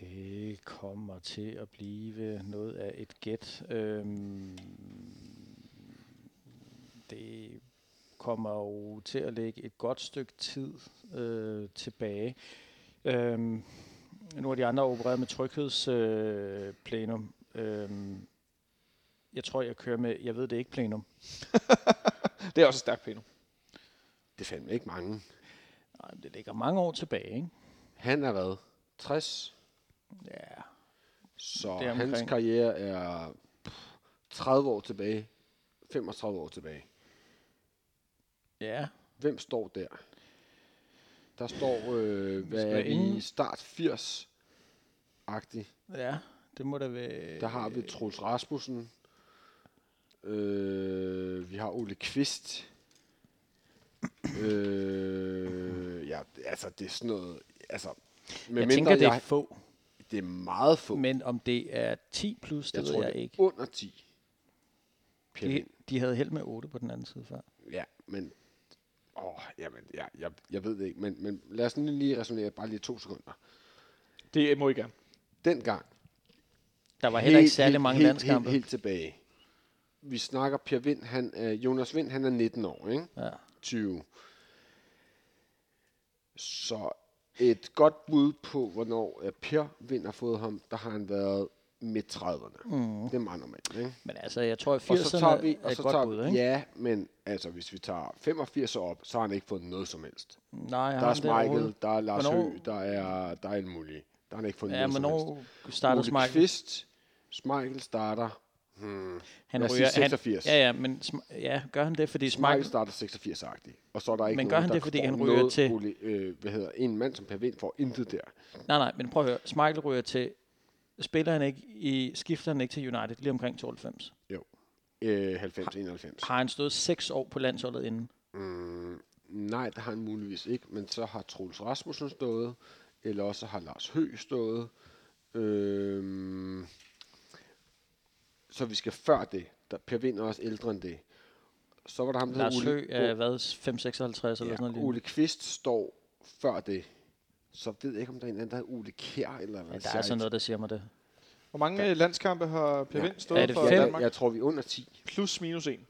Speaker 3: Det kommer til at blive noget af et gæt. Øhm, det kommer jo til at lægge et godt stykke tid øh, tilbage. Øhm, nu har de andre opereret med tryghedsplenum. Øh, plenum. øhm, jeg tror, jeg kører med, jeg ved det ikke, plenum.
Speaker 2: Det er også et stærkt pæno.
Speaker 4: Det er fandme ikke mange.
Speaker 3: Nej, men det ligger mange år tilbage, ikke?
Speaker 4: Han er hvad? 60?
Speaker 3: Ja.
Speaker 4: Så
Speaker 3: Det er
Speaker 4: hans
Speaker 3: omkring.
Speaker 4: karriere er pff, 30 år tilbage. 35 år tilbage.
Speaker 3: Ja.
Speaker 4: Hvem står der? Der står, øh, hvad er
Speaker 3: skal ind.
Speaker 4: vi, start 80-agtig.
Speaker 3: Ja, det må da være...
Speaker 4: Der har vi Troels Rasmussen. Øh, vi har Ole Kvist. øh, ja, altså det er sådan noget... Altså, med
Speaker 3: jeg tænker, det er
Speaker 4: jeg,
Speaker 3: få.
Speaker 4: det er meget få.
Speaker 3: Men om det er 10 plus, det
Speaker 4: jeg
Speaker 3: jeg ved
Speaker 4: tror,
Speaker 3: jeg
Speaker 4: det er
Speaker 3: ikke.
Speaker 4: under 10. Per
Speaker 3: De,
Speaker 4: Vind.
Speaker 3: de havde held med 8 på den anden side før.
Speaker 4: Ja, men... Åh, jamen, ja, jeg, jeg ved det ikke, men, men lad os nu lige resonere, bare lige to sekunder.
Speaker 2: Det må I gerne.
Speaker 4: Dengang,
Speaker 3: Der var heller ikke særlig mange
Speaker 4: helt,
Speaker 3: landskampe.
Speaker 4: Helt, helt tilbage. Vi snakker Per Vind, han, øh, Jonas Vind, han er 19 år, ikke?
Speaker 3: Ja.
Speaker 4: 20. Så et godt bud på, hvornår øh, Per Vind har fået ham, der har han været midt 30'erne. Mm. Det er meget normalt, ikke?
Speaker 3: Men altså, jeg tror, at
Speaker 4: Og så tager
Speaker 3: 80'erne
Speaker 4: vi,
Speaker 3: Mhm. er
Speaker 4: og
Speaker 3: et
Speaker 4: så
Speaker 3: godt
Speaker 4: tager,
Speaker 3: bud, ikke?
Speaker 4: ja, men altså, hvis vi tager 85 og op, så har han ikke fået noget som helst.
Speaker 3: Nej,
Speaker 4: Der er Michael, der er Lars
Speaker 3: Hvornår-
Speaker 4: Høgh, der er, der er alt muligt. Der har han ikke fået
Speaker 3: Ja,
Speaker 4: noget som helst.
Speaker 3: hvornår starter
Speaker 4: Ole
Speaker 3: Michael?
Speaker 4: Kvist, Smeichel starter... Hmm,
Speaker 3: Han
Speaker 4: lad os sige 86.
Speaker 3: Han, ja, ja, men Sm- ja, gør han det, fordi
Speaker 4: Smeichel
Speaker 3: Michael...
Speaker 4: starter 86-agtig. Og så er der ikke
Speaker 3: Men
Speaker 4: nogen,
Speaker 3: gør han
Speaker 4: der
Speaker 3: det, fordi
Speaker 4: får
Speaker 3: han ryger
Speaker 4: noget
Speaker 3: til-
Speaker 4: Ole, øh, hvad hedder, en mand som Per Vind får intet der.
Speaker 3: Nej, nej, men prøv at høre. Michael ryger til... Spiller han ikke i... Skifter han ikke til United lige omkring 92?
Speaker 4: Øh, 90-91.
Speaker 3: Har han stået 6 år på landsholdet inden?
Speaker 4: Mm, nej, det har han muligvis ikke, men så har Troels Rasmussen stået, eller også har Lars Høgh stået. Øhm, så vi skal før det. Der, per Vind er også ældre end det. Så var der ham, der
Speaker 3: Lars
Speaker 4: hed Ole,
Speaker 3: Høgh er, hvad, 5,56 eller
Speaker 4: Ja,
Speaker 3: sådan noget? lignende.
Speaker 4: Ole Kvist står før det. Så ved jeg ikke, om der er en eller anden, der hedder Ole Kjær, eller hvad.
Speaker 3: Ja, der er sådan noget, der siger mig det.
Speaker 2: Hvor mange ja. landskampe har Per
Speaker 4: Ja.
Speaker 2: Vind
Speaker 3: Er
Speaker 2: stået
Speaker 3: det
Speaker 2: for
Speaker 3: fem?
Speaker 4: Ja,
Speaker 2: Danmark?
Speaker 4: der, jeg tror, vi er under 10.
Speaker 2: Plus minus 1.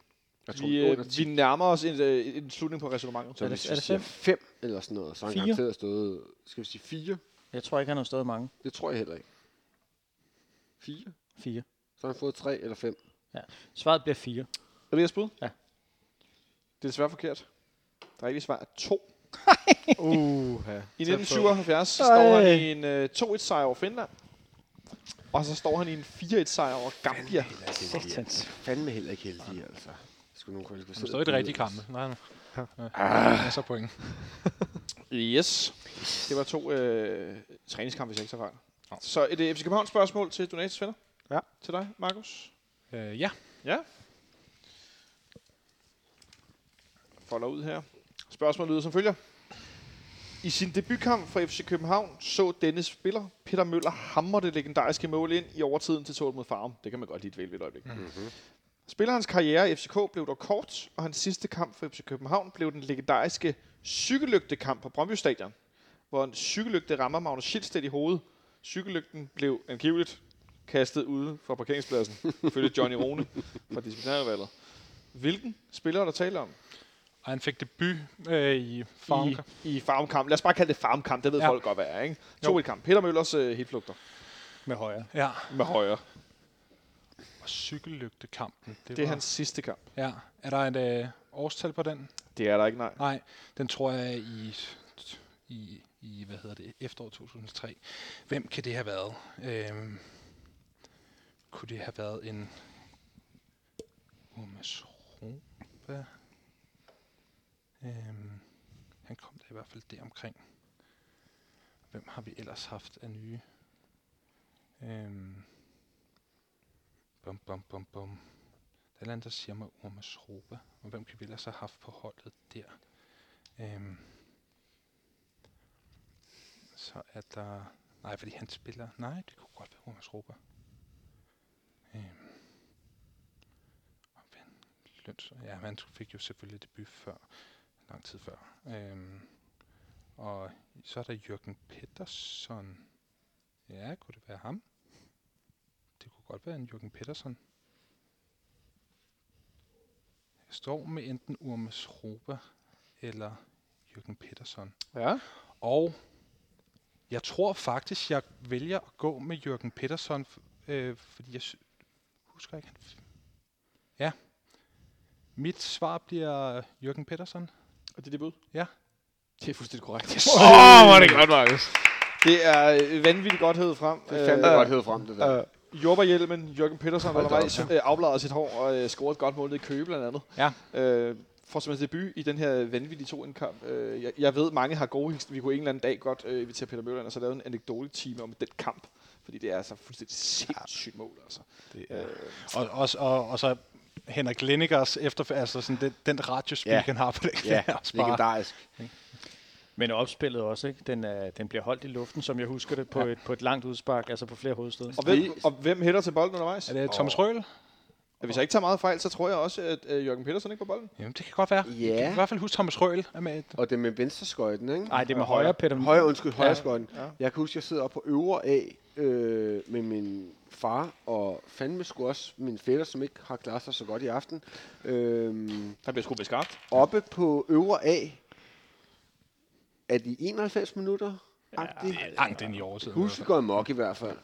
Speaker 4: Jeg tror,
Speaker 2: Vi,
Speaker 4: vi er under
Speaker 2: øh,
Speaker 4: 10.
Speaker 2: vi nærmer os en, øh, en slutning på resonemanget.
Speaker 4: Så
Speaker 3: Er
Speaker 4: hvis
Speaker 3: det-
Speaker 4: vi
Speaker 3: er det
Speaker 4: siger
Speaker 3: fem?
Speaker 4: 5 eller sådan noget, så har han
Speaker 3: Fire?
Speaker 4: garanteret stået, skal vi sige 4?
Speaker 3: Jeg tror ikke, han har stået mange.
Speaker 4: Det tror jeg heller ikke. 4?
Speaker 3: Fire.
Speaker 4: Så har han fået 3 eller 5.
Speaker 3: Svaret bliver fire.
Speaker 2: Er det jeres bud?
Speaker 3: Ja.
Speaker 2: Det er desværre forkert. Der er ikke svar. To.
Speaker 5: Uh, ja.
Speaker 2: I 1977 står han i en øh, 2-1-sejr over Finland. Og så står han i en 4-1-sejr over Gambia.
Speaker 3: Satans.
Speaker 4: Fandme heller ikke heldig, altså. Skulle nogen kunne
Speaker 6: Han står ikke rigtig kampe. Nej, nej.
Speaker 4: Ah,
Speaker 6: Masser af point.
Speaker 2: Yes. Det var to øh, træningskampe, hvis jeg ikke tager fejl. Så et øh, FC København spørgsmål til Donatis venner.
Speaker 5: Ja.
Speaker 2: Til dig, Markus.
Speaker 6: Øh, ja.
Speaker 2: folder ud her. Spørgsmålet lyder som følger. I sin debutkamp for FC København så denne spiller, Peter Møller, hammer det legendariske mål ind i overtiden til tålet mod Farum. Det kan man godt lide et ved et øjeblik. Mm-hmm. Spillerens karriere i FCK blev dog kort, og hans sidste kamp for FC København blev den legendariske cykellygtekamp på Brøndby Stadion, hvor en cykellygte rammer Magnus Schildstedt i hovedet. Cykellygten blev angiveligt kastet ude fra parkeringspladsen, ifølge Johnny Rone fra disciplinærvalget. Hvilken spiller er der tale om?
Speaker 6: Og han fik debut øh, i Farm.
Speaker 2: i, i farmkamp. Lad os bare kalde det farmkamp, det ved ja.
Speaker 6: Ja.
Speaker 2: folk godt, hvad er, ikke? 2 1 kamp. Peter Møllers øh, hitflugter
Speaker 3: Med højre.
Speaker 6: Ja.
Speaker 2: med højre.
Speaker 6: Og cykellygtekampen.
Speaker 2: Det er hans sidste kamp.
Speaker 6: Ja. Er der et øh, årstal på den?
Speaker 2: Det er der ikke, nej.
Speaker 6: Nej, den tror jeg er i, i, i hvad hedder det, efteråret 2003. Hvem kan det have været? Øhm, kunne det have været en... Umas Rumba? Øhm, han kom da i hvert fald der omkring. Hvem har vi ellers haft af nye? Øhm, bum, bum, bum, bum. Der er et eller andet, der siger mig Urmas Roba. Og hvem kan vi ellers have haft på holdet der? Øhm. Så er der... Nej, fordi han spiller... Nej, det kunne godt være Jonas Roba. Øhm. Og Van Løns... Ja, han fik jo selvfølgelig debut før. Lang tid før. Øhm. Og så er der Jørgen Petersen. Ja, kunne det være ham? Det kunne godt være en Jørgen Petersen. Jeg står med enten Urmes Roba eller Jørgen Petersen.
Speaker 2: Ja.
Speaker 6: Og jeg tror faktisk, jeg vælger at gå med Jørgen Petersen, f- øh, fordi jeg sy- husker ikke... han f- Ja. Mit svar bliver Jørgen Petersen.
Speaker 2: Og det er det bud?
Speaker 6: Ja.
Speaker 2: Det er fuldstændig korrekt. Yes.
Speaker 5: Åh, oh, hvor er det godt, Markus.
Speaker 2: Det er øh, vanvittigt godt hævet frem.
Speaker 4: Det er fandme
Speaker 2: Øh,
Speaker 4: godt hævet frem, det der.
Speaker 2: Øh, Jordberghjelmen, Jørgen Petersen var
Speaker 4: Hold da
Speaker 2: undervejs,
Speaker 4: op,
Speaker 2: øh, afbladrede sit hår og øh, scorede et godt mål ned i Køge blandt andet.
Speaker 6: Ja.
Speaker 2: Øh, for som hans debut i den her vanvittige to kamp. Øh, jeg, jeg, ved, mange har gode hilsen. Vi kunne en eller anden dag godt øh, invitere Peter Møller ind og så lave en anekdotetime om den kamp. Fordi det er altså fuldstændig sindssygt mål, altså.
Speaker 6: Det
Speaker 2: Øh,
Speaker 6: Og, og, og, og så Henrik Lennigers efter, altså sådan den, den radiospeak,
Speaker 4: Ja.
Speaker 6: ja. han har på
Speaker 4: <laughs>
Speaker 6: det.
Speaker 4: Ja,
Speaker 6: den er også bare-
Speaker 4: legendarisk.
Speaker 3: Men opspillet også, ikke? Den, er, den bliver holdt i luften, som jeg husker det, på, ja. et, på et langt udspark, altså på flere hovedstød.
Speaker 2: og, hvem, og hvem hætter til bolden undervejs?
Speaker 6: Er det Thomas Røhl?
Speaker 2: Hvis jeg ikke tager meget fejl, så tror jeg også, at øh, Jørgen Petersen ikke på bolden.
Speaker 6: Jamen, det kan godt være.
Speaker 4: Ja.
Speaker 6: Jeg kan i hvert fald huske Thomas Røhl. Er med.
Speaker 4: Og det med venstreskøjten, ikke?
Speaker 3: Nej, det er med højre, Peter.
Speaker 4: Højre, undskyld, højre
Speaker 3: Ja.
Speaker 4: skøjten.
Speaker 2: Ja.
Speaker 4: Jeg kan huske, jeg sidder oppe på øvre A øh, med min far, og fandme skulle også min fætter, som ikke har klaret sig så godt i aften. Øh,
Speaker 2: Der bliver sgu beskarpt.
Speaker 4: oppe på øvre A, er de 91 minutter? Ja,
Speaker 6: Det er langt ind i årtiden.
Speaker 4: Huset går amok i hvert fald.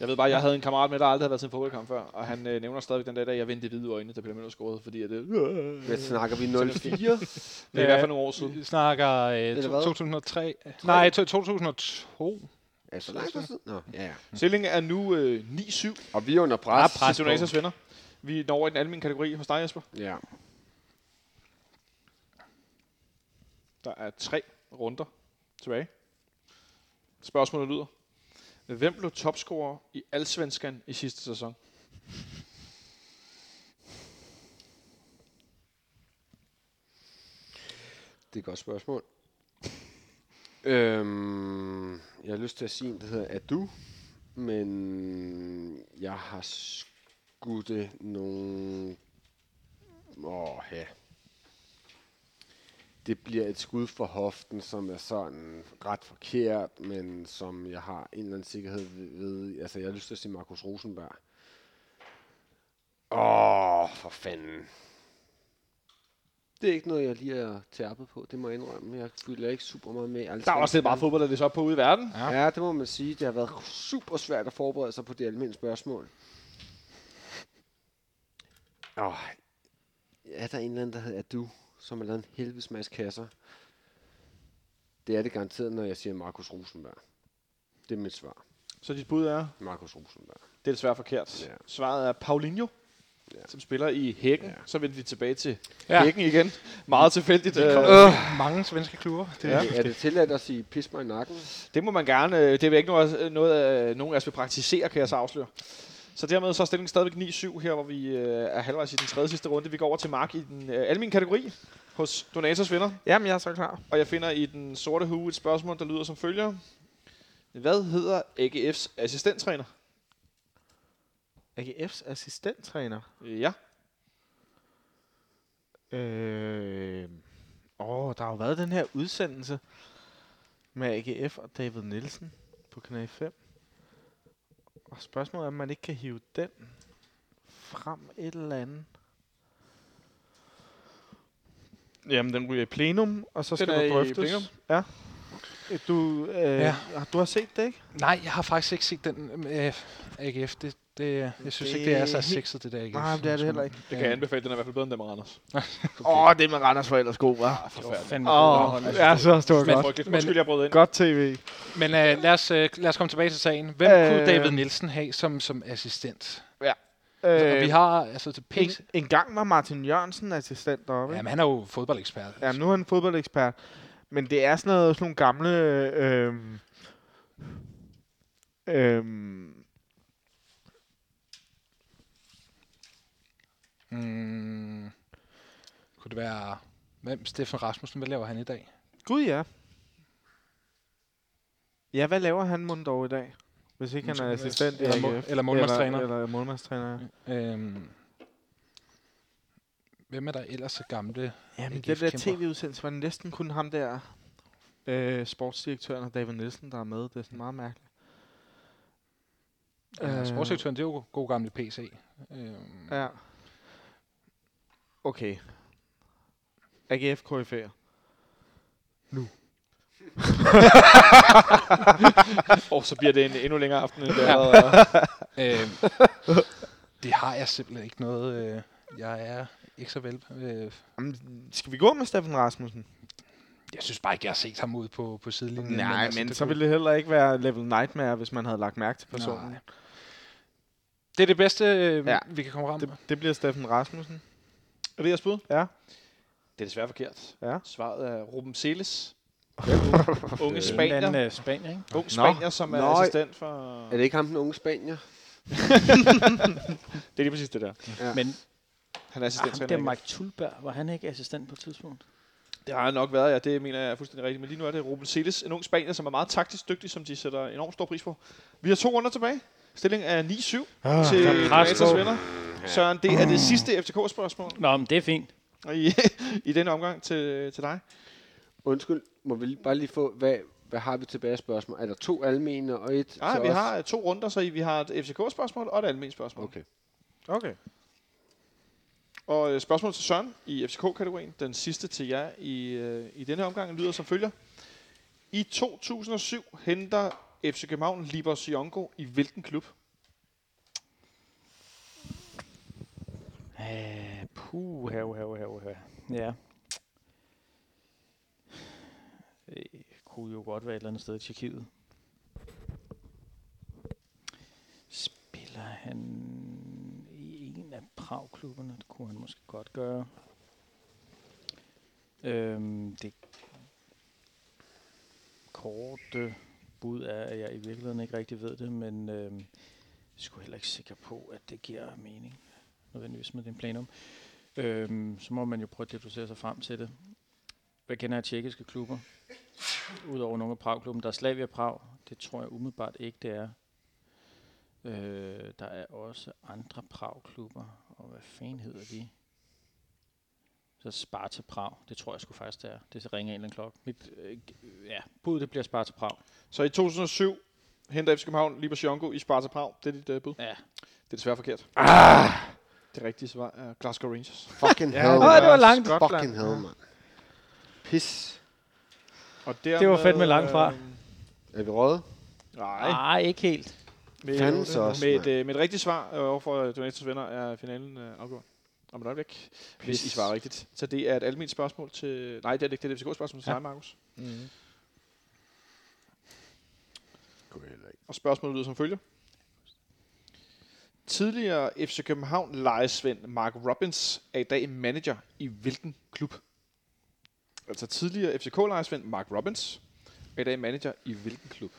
Speaker 2: Jeg ved bare, jeg havde en kammerat med, der aldrig havde været til en fodboldkamp før, og han øh, nævner stadigvæk den dag, da jeg vendte i hvide øjne, da Peter Møller scorede, fordi at, øh, det
Speaker 4: Hvad snakker vi? 04?
Speaker 2: er i hvert fald nogle år siden.
Speaker 6: Vi snakker øh,
Speaker 4: Eller
Speaker 6: to-
Speaker 4: hvad?
Speaker 6: 2003. Nej, to- 2002.
Speaker 4: Ja, så langt siden. Nå, ja, ja.
Speaker 2: Stillingen er nu øh, 9-7
Speaker 4: Og vi er under pres.
Speaker 2: til Donatas venner. Vi når over i den almindelige kategori hos dig, Jesper.
Speaker 4: Ja.
Speaker 2: Der er tre runder tilbage. Spørgsmålet lyder. Hvem blev topscorer i Allsvenskan i sidste sæson?
Speaker 4: Det er et godt spørgsmål. Øhm, jeg har lyst til at sige en, der hedder Adu, men jeg har skudt det nogle... Åh, ja. Det bliver et skud for hoften, som er sådan ret forkert, men som jeg har en eller anden sikkerhed ved- ved. Altså, jeg har lyst til at sige Markus Rosenberg. Åh, for fanden. Det er ikke noget, jeg lige er tærpet på. Det må jeg indrømme. Jeg følger ikke super meget med. Altså, i
Speaker 2: Der er også lidt meget
Speaker 4: Allsvenskan.
Speaker 2: fodbold, der det så op på ude i verden.
Speaker 4: Ja, det må man sige. Det har været super svært at forberede sig på de almindelige spørgsmål. Åh, er der en eller anden, der hedder du, som har lavet en helvedes masse kasser? Det er det garanteret, når jeg siger Markus Rosenberg. Det er mit svar.
Speaker 2: Så dit bud er?
Speaker 4: Markus Rosenberg.
Speaker 2: Det er desværre forkert.
Speaker 4: Ja.
Speaker 2: Svaret er Paulinho,
Speaker 4: Ja.
Speaker 2: som spiller i Hækken.
Speaker 4: Ja.
Speaker 2: Så vendte vi tilbage til
Speaker 6: Ja.
Speaker 2: Hækken igen. Meget tilfældigt. øh,
Speaker 6: Mange svenske klubber. Det,
Speaker 4: Ja. Er det tilladt at sige pis mig i nakken?
Speaker 2: Det må man gerne. øh, Det er vel ikke noget, noget øh, nogen af os vil praktisere, kan jeg så afsløre. Så dermed så er stillingen stadigvæk 9-7 her, hvor vi øh, er halvvejs i den tredje sidste runde. Vi går over til Mark i den øh, almindelige kategori hos Donatas venner.
Speaker 5: Jamen, jeg er så klar.
Speaker 2: Og jeg finder i den sorte hue et spørgsmål, der lyder som følger. Hvad hedder AGF's assistenttræner?
Speaker 5: AGF's assistenttræner.
Speaker 2: Ja,
Speaker 5: Øh, åh, der har jo været den her udsendelse med AGF og David Nielsen på Kanal 5. Og spørgsmålet er, om man ikke kan hive den frem et eller andet. Jamen, den ryger i plenum, og så skal
Speaker 2: er i
Speaker 5: den drøftes.
Speaker 2: plenum.
Speaker 5: Ja. Øh, Du, øh,
Speaker 6: Ja.
Speaker 5: ja. du har set det, ikke?
Speaker 6: nej, jeg har faktisk ikke set den øh, AGF. Det, det, jeg synes det, ikke, det er så sexet, det der AGF.
Speaker 5: Nej, men det er det heller ikke.
Speaker 2: det kan jeg anbefale. Den er i hvert fald bedre end dem, Anders.
Speaker 5: Åh, okay. oh, det med Randers forældres god, var.
Speaker 3: Fandme
Speaker 5: Åh,
Speaker 3: fodbold.
Speaker 5: ja, så stort
Speaker 6: Men-
Speaker 5: godt.
Speaker 2: Frygteligt. Undskyld, jeg brød ind.
Speaker 5: Godt tv.
Speaker 6: Men øh, lad, os, øh, lad os komme tilbage til sagen. Hvem øh, kunne
Speaker 5: Øh.
Speaker 6: David Nielsen have som, som assistent? Øh, og
Speaker 5: Øh,
Speaker 6: vi har altså til
Speaker 5: en,
Speaker 6: pæs.
Speaker 5: en gang var Martin Jørgensen assistent deroppe. ikke?
Speaker 6: Jamen, han er jo fodboldekspert.
Speaker 5: Ja, nu er han fodboldekspert. Men det er sådan, noget, sådan nogle gamle... Øh, øh,
Speaker 6: Mm, kunne det være... Hvem? Steffen Rasmussen, hvad laver han i dag?
Speaker 5: Gud ja. Ja, hvad laver han mund dog i dag? Hvis ikke han
Speaker 6: Måske
Speaker 5: er
Speaker 6: han er
Speaker 5: assistent i
Speaker 6: eller må-
Speaker 5: AGF?
Speaker 6: eller målmandstræner.
Speaker 5: Eller, eller målmandstræner, ja.
Speaker 6: Øhm, hvem er der ellers så gamle?
Speaker 5: Jamen,
Speaker 6: AGF
Speaker 5: det der
Speaker 6: kæmper.
Speaker 5: tv-udsendelse var næsten kun ham der, øh, sportsdirektøren og David Nielsen, der er med. Det er sådan meget mærkeligt.
Speaker 6: Øh.
Speaker 5: Øh.
Speaker 6: Sportsdirektøren, det er jo god gamle PC. Øhm,
Speaker 5: Ja. Okay. AGF KF'er.
Speaker 2: Og så bliver det en endnu længere aften, end det er.
Speaker 5: <laughs>
Speaker 6: øh, det har jeg simpelthen ikke noget... Øh, jeg er ikke så vel... Øh,
Speaker 5: Jamen, skal vi gå med Steffen Rasmussen?
Speaker 6: jeg synes bare ikke, jeg har set ham ude på, på sidelinjen. altså,
Speaker 5: Nej, men, men
Speaker 6: det
Speaker 5: så
Speaker 6: kunne-
Speaker 5: ville det heller ikke være level nightmare, hvis man havde lagt mærke til personen.
Speaker 6: Nej. Det er det bedste, øh,
Speaker 5: Ja.
Speaker 6: ja. vi kan komme frem med.
Speaker 5: Det, det bliver Steffen Rasmussen.
Speaker 2: Er det jeres bud?
Speaker 5: Ja.
Speaker 2: Det er desværre forkert.
Speaker 5: Ja.
Speaker 2: Svaret er Ruben
Speaker 5: <laughs>
Speaker 2: Seles.
Speaker 3: Øh,
Speaker 2: Unge
Speaker 3: en
Speaker 2: spanier.
Speaker 3: anden, øh, Spanier, ikke?
Speaker 2: Ung spanier, som er
Speaker 4: Nå.
Speaker 2: assistent for...
Speaker 4: Er det ikke ham, den unge spanier?
Speaker 2: Det er lige præcis det der.
Speaker 4: Ja.
Speaker 2: Han er
Speaker 3: Men ah, ham der
Speaker 2: assistenttræner.
Speaker 3: Mike Tulberg, var han ikke assistent på et tidspunkt?
Speaker 2: Det har han nok været, ja. Det mener jeg er fuldstændig rigtigt. Men lige nu er det Ruben Seles, en ung spanier, som er meget taktisk dygtig, som de sætter enormt stor pris på. Vi har to runder tilbage. Stilling er 9-7
Speaker 5: Ah,
Speaker 2: til
Speaker 3: der er pres
Speaker 2: Matas
Speaker 3: på. Mm.
Speaker 2: venner. Søren, det er det sidste FCK-spørgsmål
Speaker 3: Nå, men det er fint.
Speaker 2: i, <laughs> i denne omgang til, til dig.
Speaker 4: Undskyld, må vi lige- bare lige få, hvad, hvad har vi tilbage af spørgsmål? Er der to almene og et
Speaker 2: Nej,
Speaker 4: til
Speaker 2: vi
Speaker 4: os?
Speaker 2: har øh, to runder, så I- vi har et FCK-spørgsmål og et almindeligt spørgsmål.
Speaker 4: Okay.
Speaker 5: Okay.
Speaker 2: Og øh, spørgsmålet til Søren i FCK-kategorien, den sidste til jer i, øh, i denne omgang, lyder som følger. I 2007 henter FC København Liber Siongo i hvilken klub?
Speaker 3: Øh, puh, have, have, have, have. Ja. Det kunne jo godt være et eller andet sted i Tjekkiet. Spiller han i en af Prag-klubberne? Det kunne han måske godt gøre. Øhm, det korte bud er, at jeg i virkeligheden ikke rigtig ved det, men øhm, jeg skulle heller ikke sikker på, at det giver mening nødvendigvis med din planum. Øhm, så må man jo prøve at deducere sig frem til det. Hvad kender jeg af tjekkiske klubber? Udover nogle af Prag-klubben. Der er Slavia Prag. Det tror jeg umiddelbart ikke, det er. Øh, der er også andre Prag-klubber. Og hvad fanden hedder de? Så Sparta Prag. Det tror jeg sgu faktisk, det er. Det er ringer en eller anden klokke. Mit, øh, g- ja, bud det bliver Sparta Prag.
Speaker 2: Så i 2007 henter FC København Liber Siongo i Sparta Prag. Det er dit uh, bud.
Speaker 3: Ja.
Speaker 2: Det er desværre forkert. Ah! Det rigtige svar er Glasgow Rangers.
Speaker 4: Fucking
Speaker 5: Ja,
Speaker 4: hell,
Speaker 5: det var-
Speaker 4: mand.
Speaker 5: det var langt.
Speaker 4: Fucking hell,
Speaker 5: Ja.
Speaker 4: mand. Pis.
Speaker 2: Og dermed,
Speaker 3: Det var fandme langt fra.
Speaker 2: Øh,
Speaker 4: Er vi røde?
Speaker 2: nej.
Speaker 3: Nej, ikke helt.
Speaker 2: Med,
Speaker 4: Fanden så også,
Speaker 2: med, et,
Speaker 4: mand.
Speaker 2: øh, med et rigtigt svar øh, overfor Donatos venner er finalen øh, afgjort. Om et øjeblik, hvis I
Speaker 4: Pis.
Speaker 2: svarer rigtigt. Så det er et almindeligt spørgsmål til... Nej, det er det ikke. Det er et FCK-spørgsmål til
Speaker 3: Ja.
Speaker 2: dig, Markus.
Speaker 5: Mm.
Speaker 4: Kunne jeg heller ikke.
Speaker 2: Og spørgsmålet lyder som følger. Tidligere FC København lejesvend Mark Robbins er i dag manager i hvilken klub? Altså tidligere FCK lejesvend Mark Robbins er i dag manager i hvilken klub?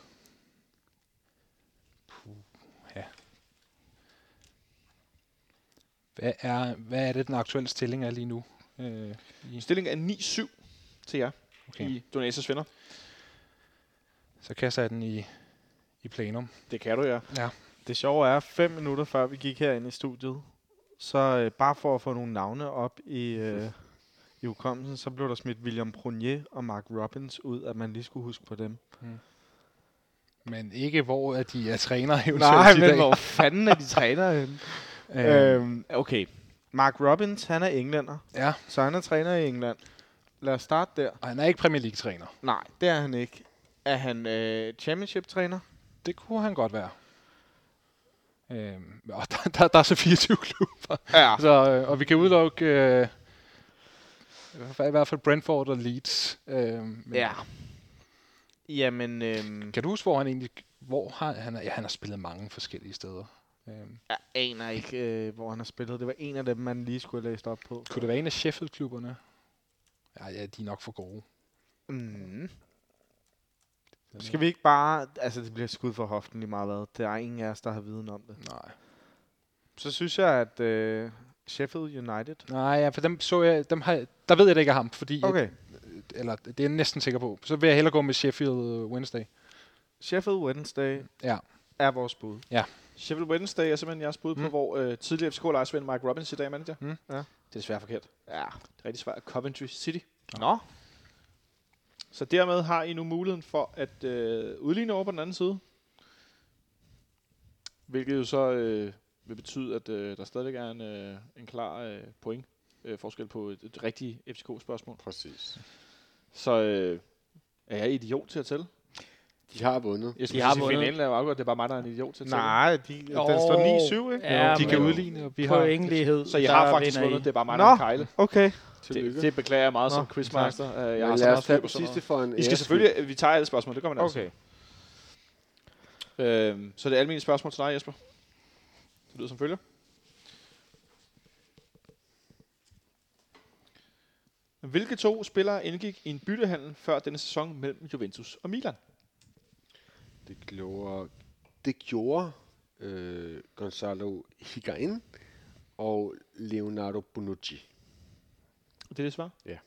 Speaker 6: Hvad er, hvad er det, den aktuelle stilling er lige nu? Øh, i,
Speaker 2: Stillingen er 9-7 til jer okay.
Speaker 6: okay.
Speaker 2: i Donatas venner.
Speaker 6: Så kaster jeg den i, i plenum.
Speaker 2: Det kan du, ja.
Speaker 5: Det sjove er, fem minutter før vi gik herind i studiet, så øh, bare for at få nogle navne op i, øh, i hukommelsen, så blev der smidt William Prunier og Mark Robbins ud, at man lige skulle huske på dem.
Speaker 6: Men ikke hvor at de er træner <laughs> eventuelt i
Speaker 5: Nej, men
Speaker 6: dag.
Speaker 5: hvor fanden er de træner henne?
Speaker 6: Øh,
Speaker 5: øhm, okay. Mark Robbins, han er englænder,
Speaker 6: ja,
Speaker 5: så han er træner i England. Lad os starte der.
Speaker 6: og han er ikke Premier League-træner.
Speaker 5: Nej, det er han ikke. Er han øh, championship-træner?
Speaker 6: Det kunne han godt være. Øhm, og der, der, der er så 24 klubber.
Speaker 5: Ja.
Speaker 6: Så, øh, og vi kan udelukke øh, i hvert fald- i hvert fald Brentford og Leeds. Øh, men
Speaker 5: Ja. Jamen, øh,
Speaker 6: Kan du huske, hvor han egentlig... Hvor har, han, har- ja, han har spillet mange forskellige steder. Øh,
Speaker 5: jeg aner ikke, øh, hvor han har spillet. Det var en af dem, man lige skulle have læst op på.
Speaker 6: kunne det være en af Sheffield-klubberne? Ja, ja, de er nok for gode.
Speaker 5: Mm. Skal vi ikke bare... Altså, det bliver skud for hoften lige meget hvad. Der er ingen af os, der har viden om det.
Speaker 6: Nej.
Speaker 5: Så synes jeg, at øh, Sheffield United...
Speaker 6: Nej, ja, for dem så jeg... Dem har, der ved jeg det ikke er ham, fordi...
Speaker 5: Okay.
Speaker 6: Eller det er jeg næsten sikker på. Så vil jeg hellere gå med Sheffield øh, Wednesday.
Speaker 5: Sheffield Wednesday
Speaker 6: Ja.
Speaker 5: er vores bud.
Speaker 2: Sheffield Wednesday er simpelthen jeres bud på,
Speaker 5: Mm.
Speaker 2: hvor øh, tidligere fck lejersvend Mike Robbins i dag er manager.
Speaker 6: Mm.
Speaker 2: Det
Speaker 5: Ja.
Speaker 2: er desværre forkert.
Speaker 5: Ja.
Speaker 2: Det rigtige svar er Coventry City.
Speaker 5: Nå.
Speaker 2: Så dermed har I nu muligheden for at øh, udligne over på den anden side. Hvilket jo så øh, vil betyde, at øh, der stadigvæk er en, øh, en klar øh, point øh, forskel på et, et rigtigt FCK-spørgsmål.
Speaker 4: Præcis.
Speaker 2: Så øh, er jeg idiot til at tælle?
Speaker 4: De har vundet.
Speaker 2: Jeg
Speaker 3: De har
Speaker 2: sige,
Speaker 3: vundet.
Speaker 2: finalen er jo afgjort, det er bare mig, der er en idiot til at tælle.
Speaker 5: Nej, de, den
Speaker 3: Jo.
Speaker 5: står 9-7, ikke?
Speaker 3: Ja,
Speaker 6: de
Speaker 3: men-
Speaker 6: kan udligne, og vi har...
Speaker 3: Pointlighed,
Speaker 2: Så jeg
Speaker 3: der
Speaker 2: har faktisk
Speaker 3: vinder I.
Speaker 2: vundet, det er bare mig,
Speaker 5: Nå.
Speaker 2: der er en kejle.
Speaker 5: Okay.
Speaker 2: Det, det beklager jeg meget
Speaker 5: Nå,
Speaker 2: som quizmaster. Øh, Jeg
Speaker 4: Jeg
Speaker 2: har
Speaker 4: Men
Speaker 2: så
Speaker 4: lad
Speaker 2: meget
Speaker 4: os tage
Speaker 2: styr på
Speaker 4: den
Speaker 2: sådan noget.
Speaker 4: sidste for en
Speaker 2: I skal
Speaker 4: æres
Speaker 2: selvfølgelig, øh, vi tager alle spørgsmål, det gør man altså.
Speaker 5: Okay.
Speaker 2: Øhm, så det er almindelige spørgsmål til dig, Jesper. Det lyder som følger. Hvilke to spillere indgik i en byttehandel før denne sæson mellem Juventus og Milan?
Speaker 4: skyld. Det gjorde, det gjorde øh, Gonzalo Higuain og Leonardo Bonucci.
Speaker 2: Det er det svar?
Speaker 4: Ja.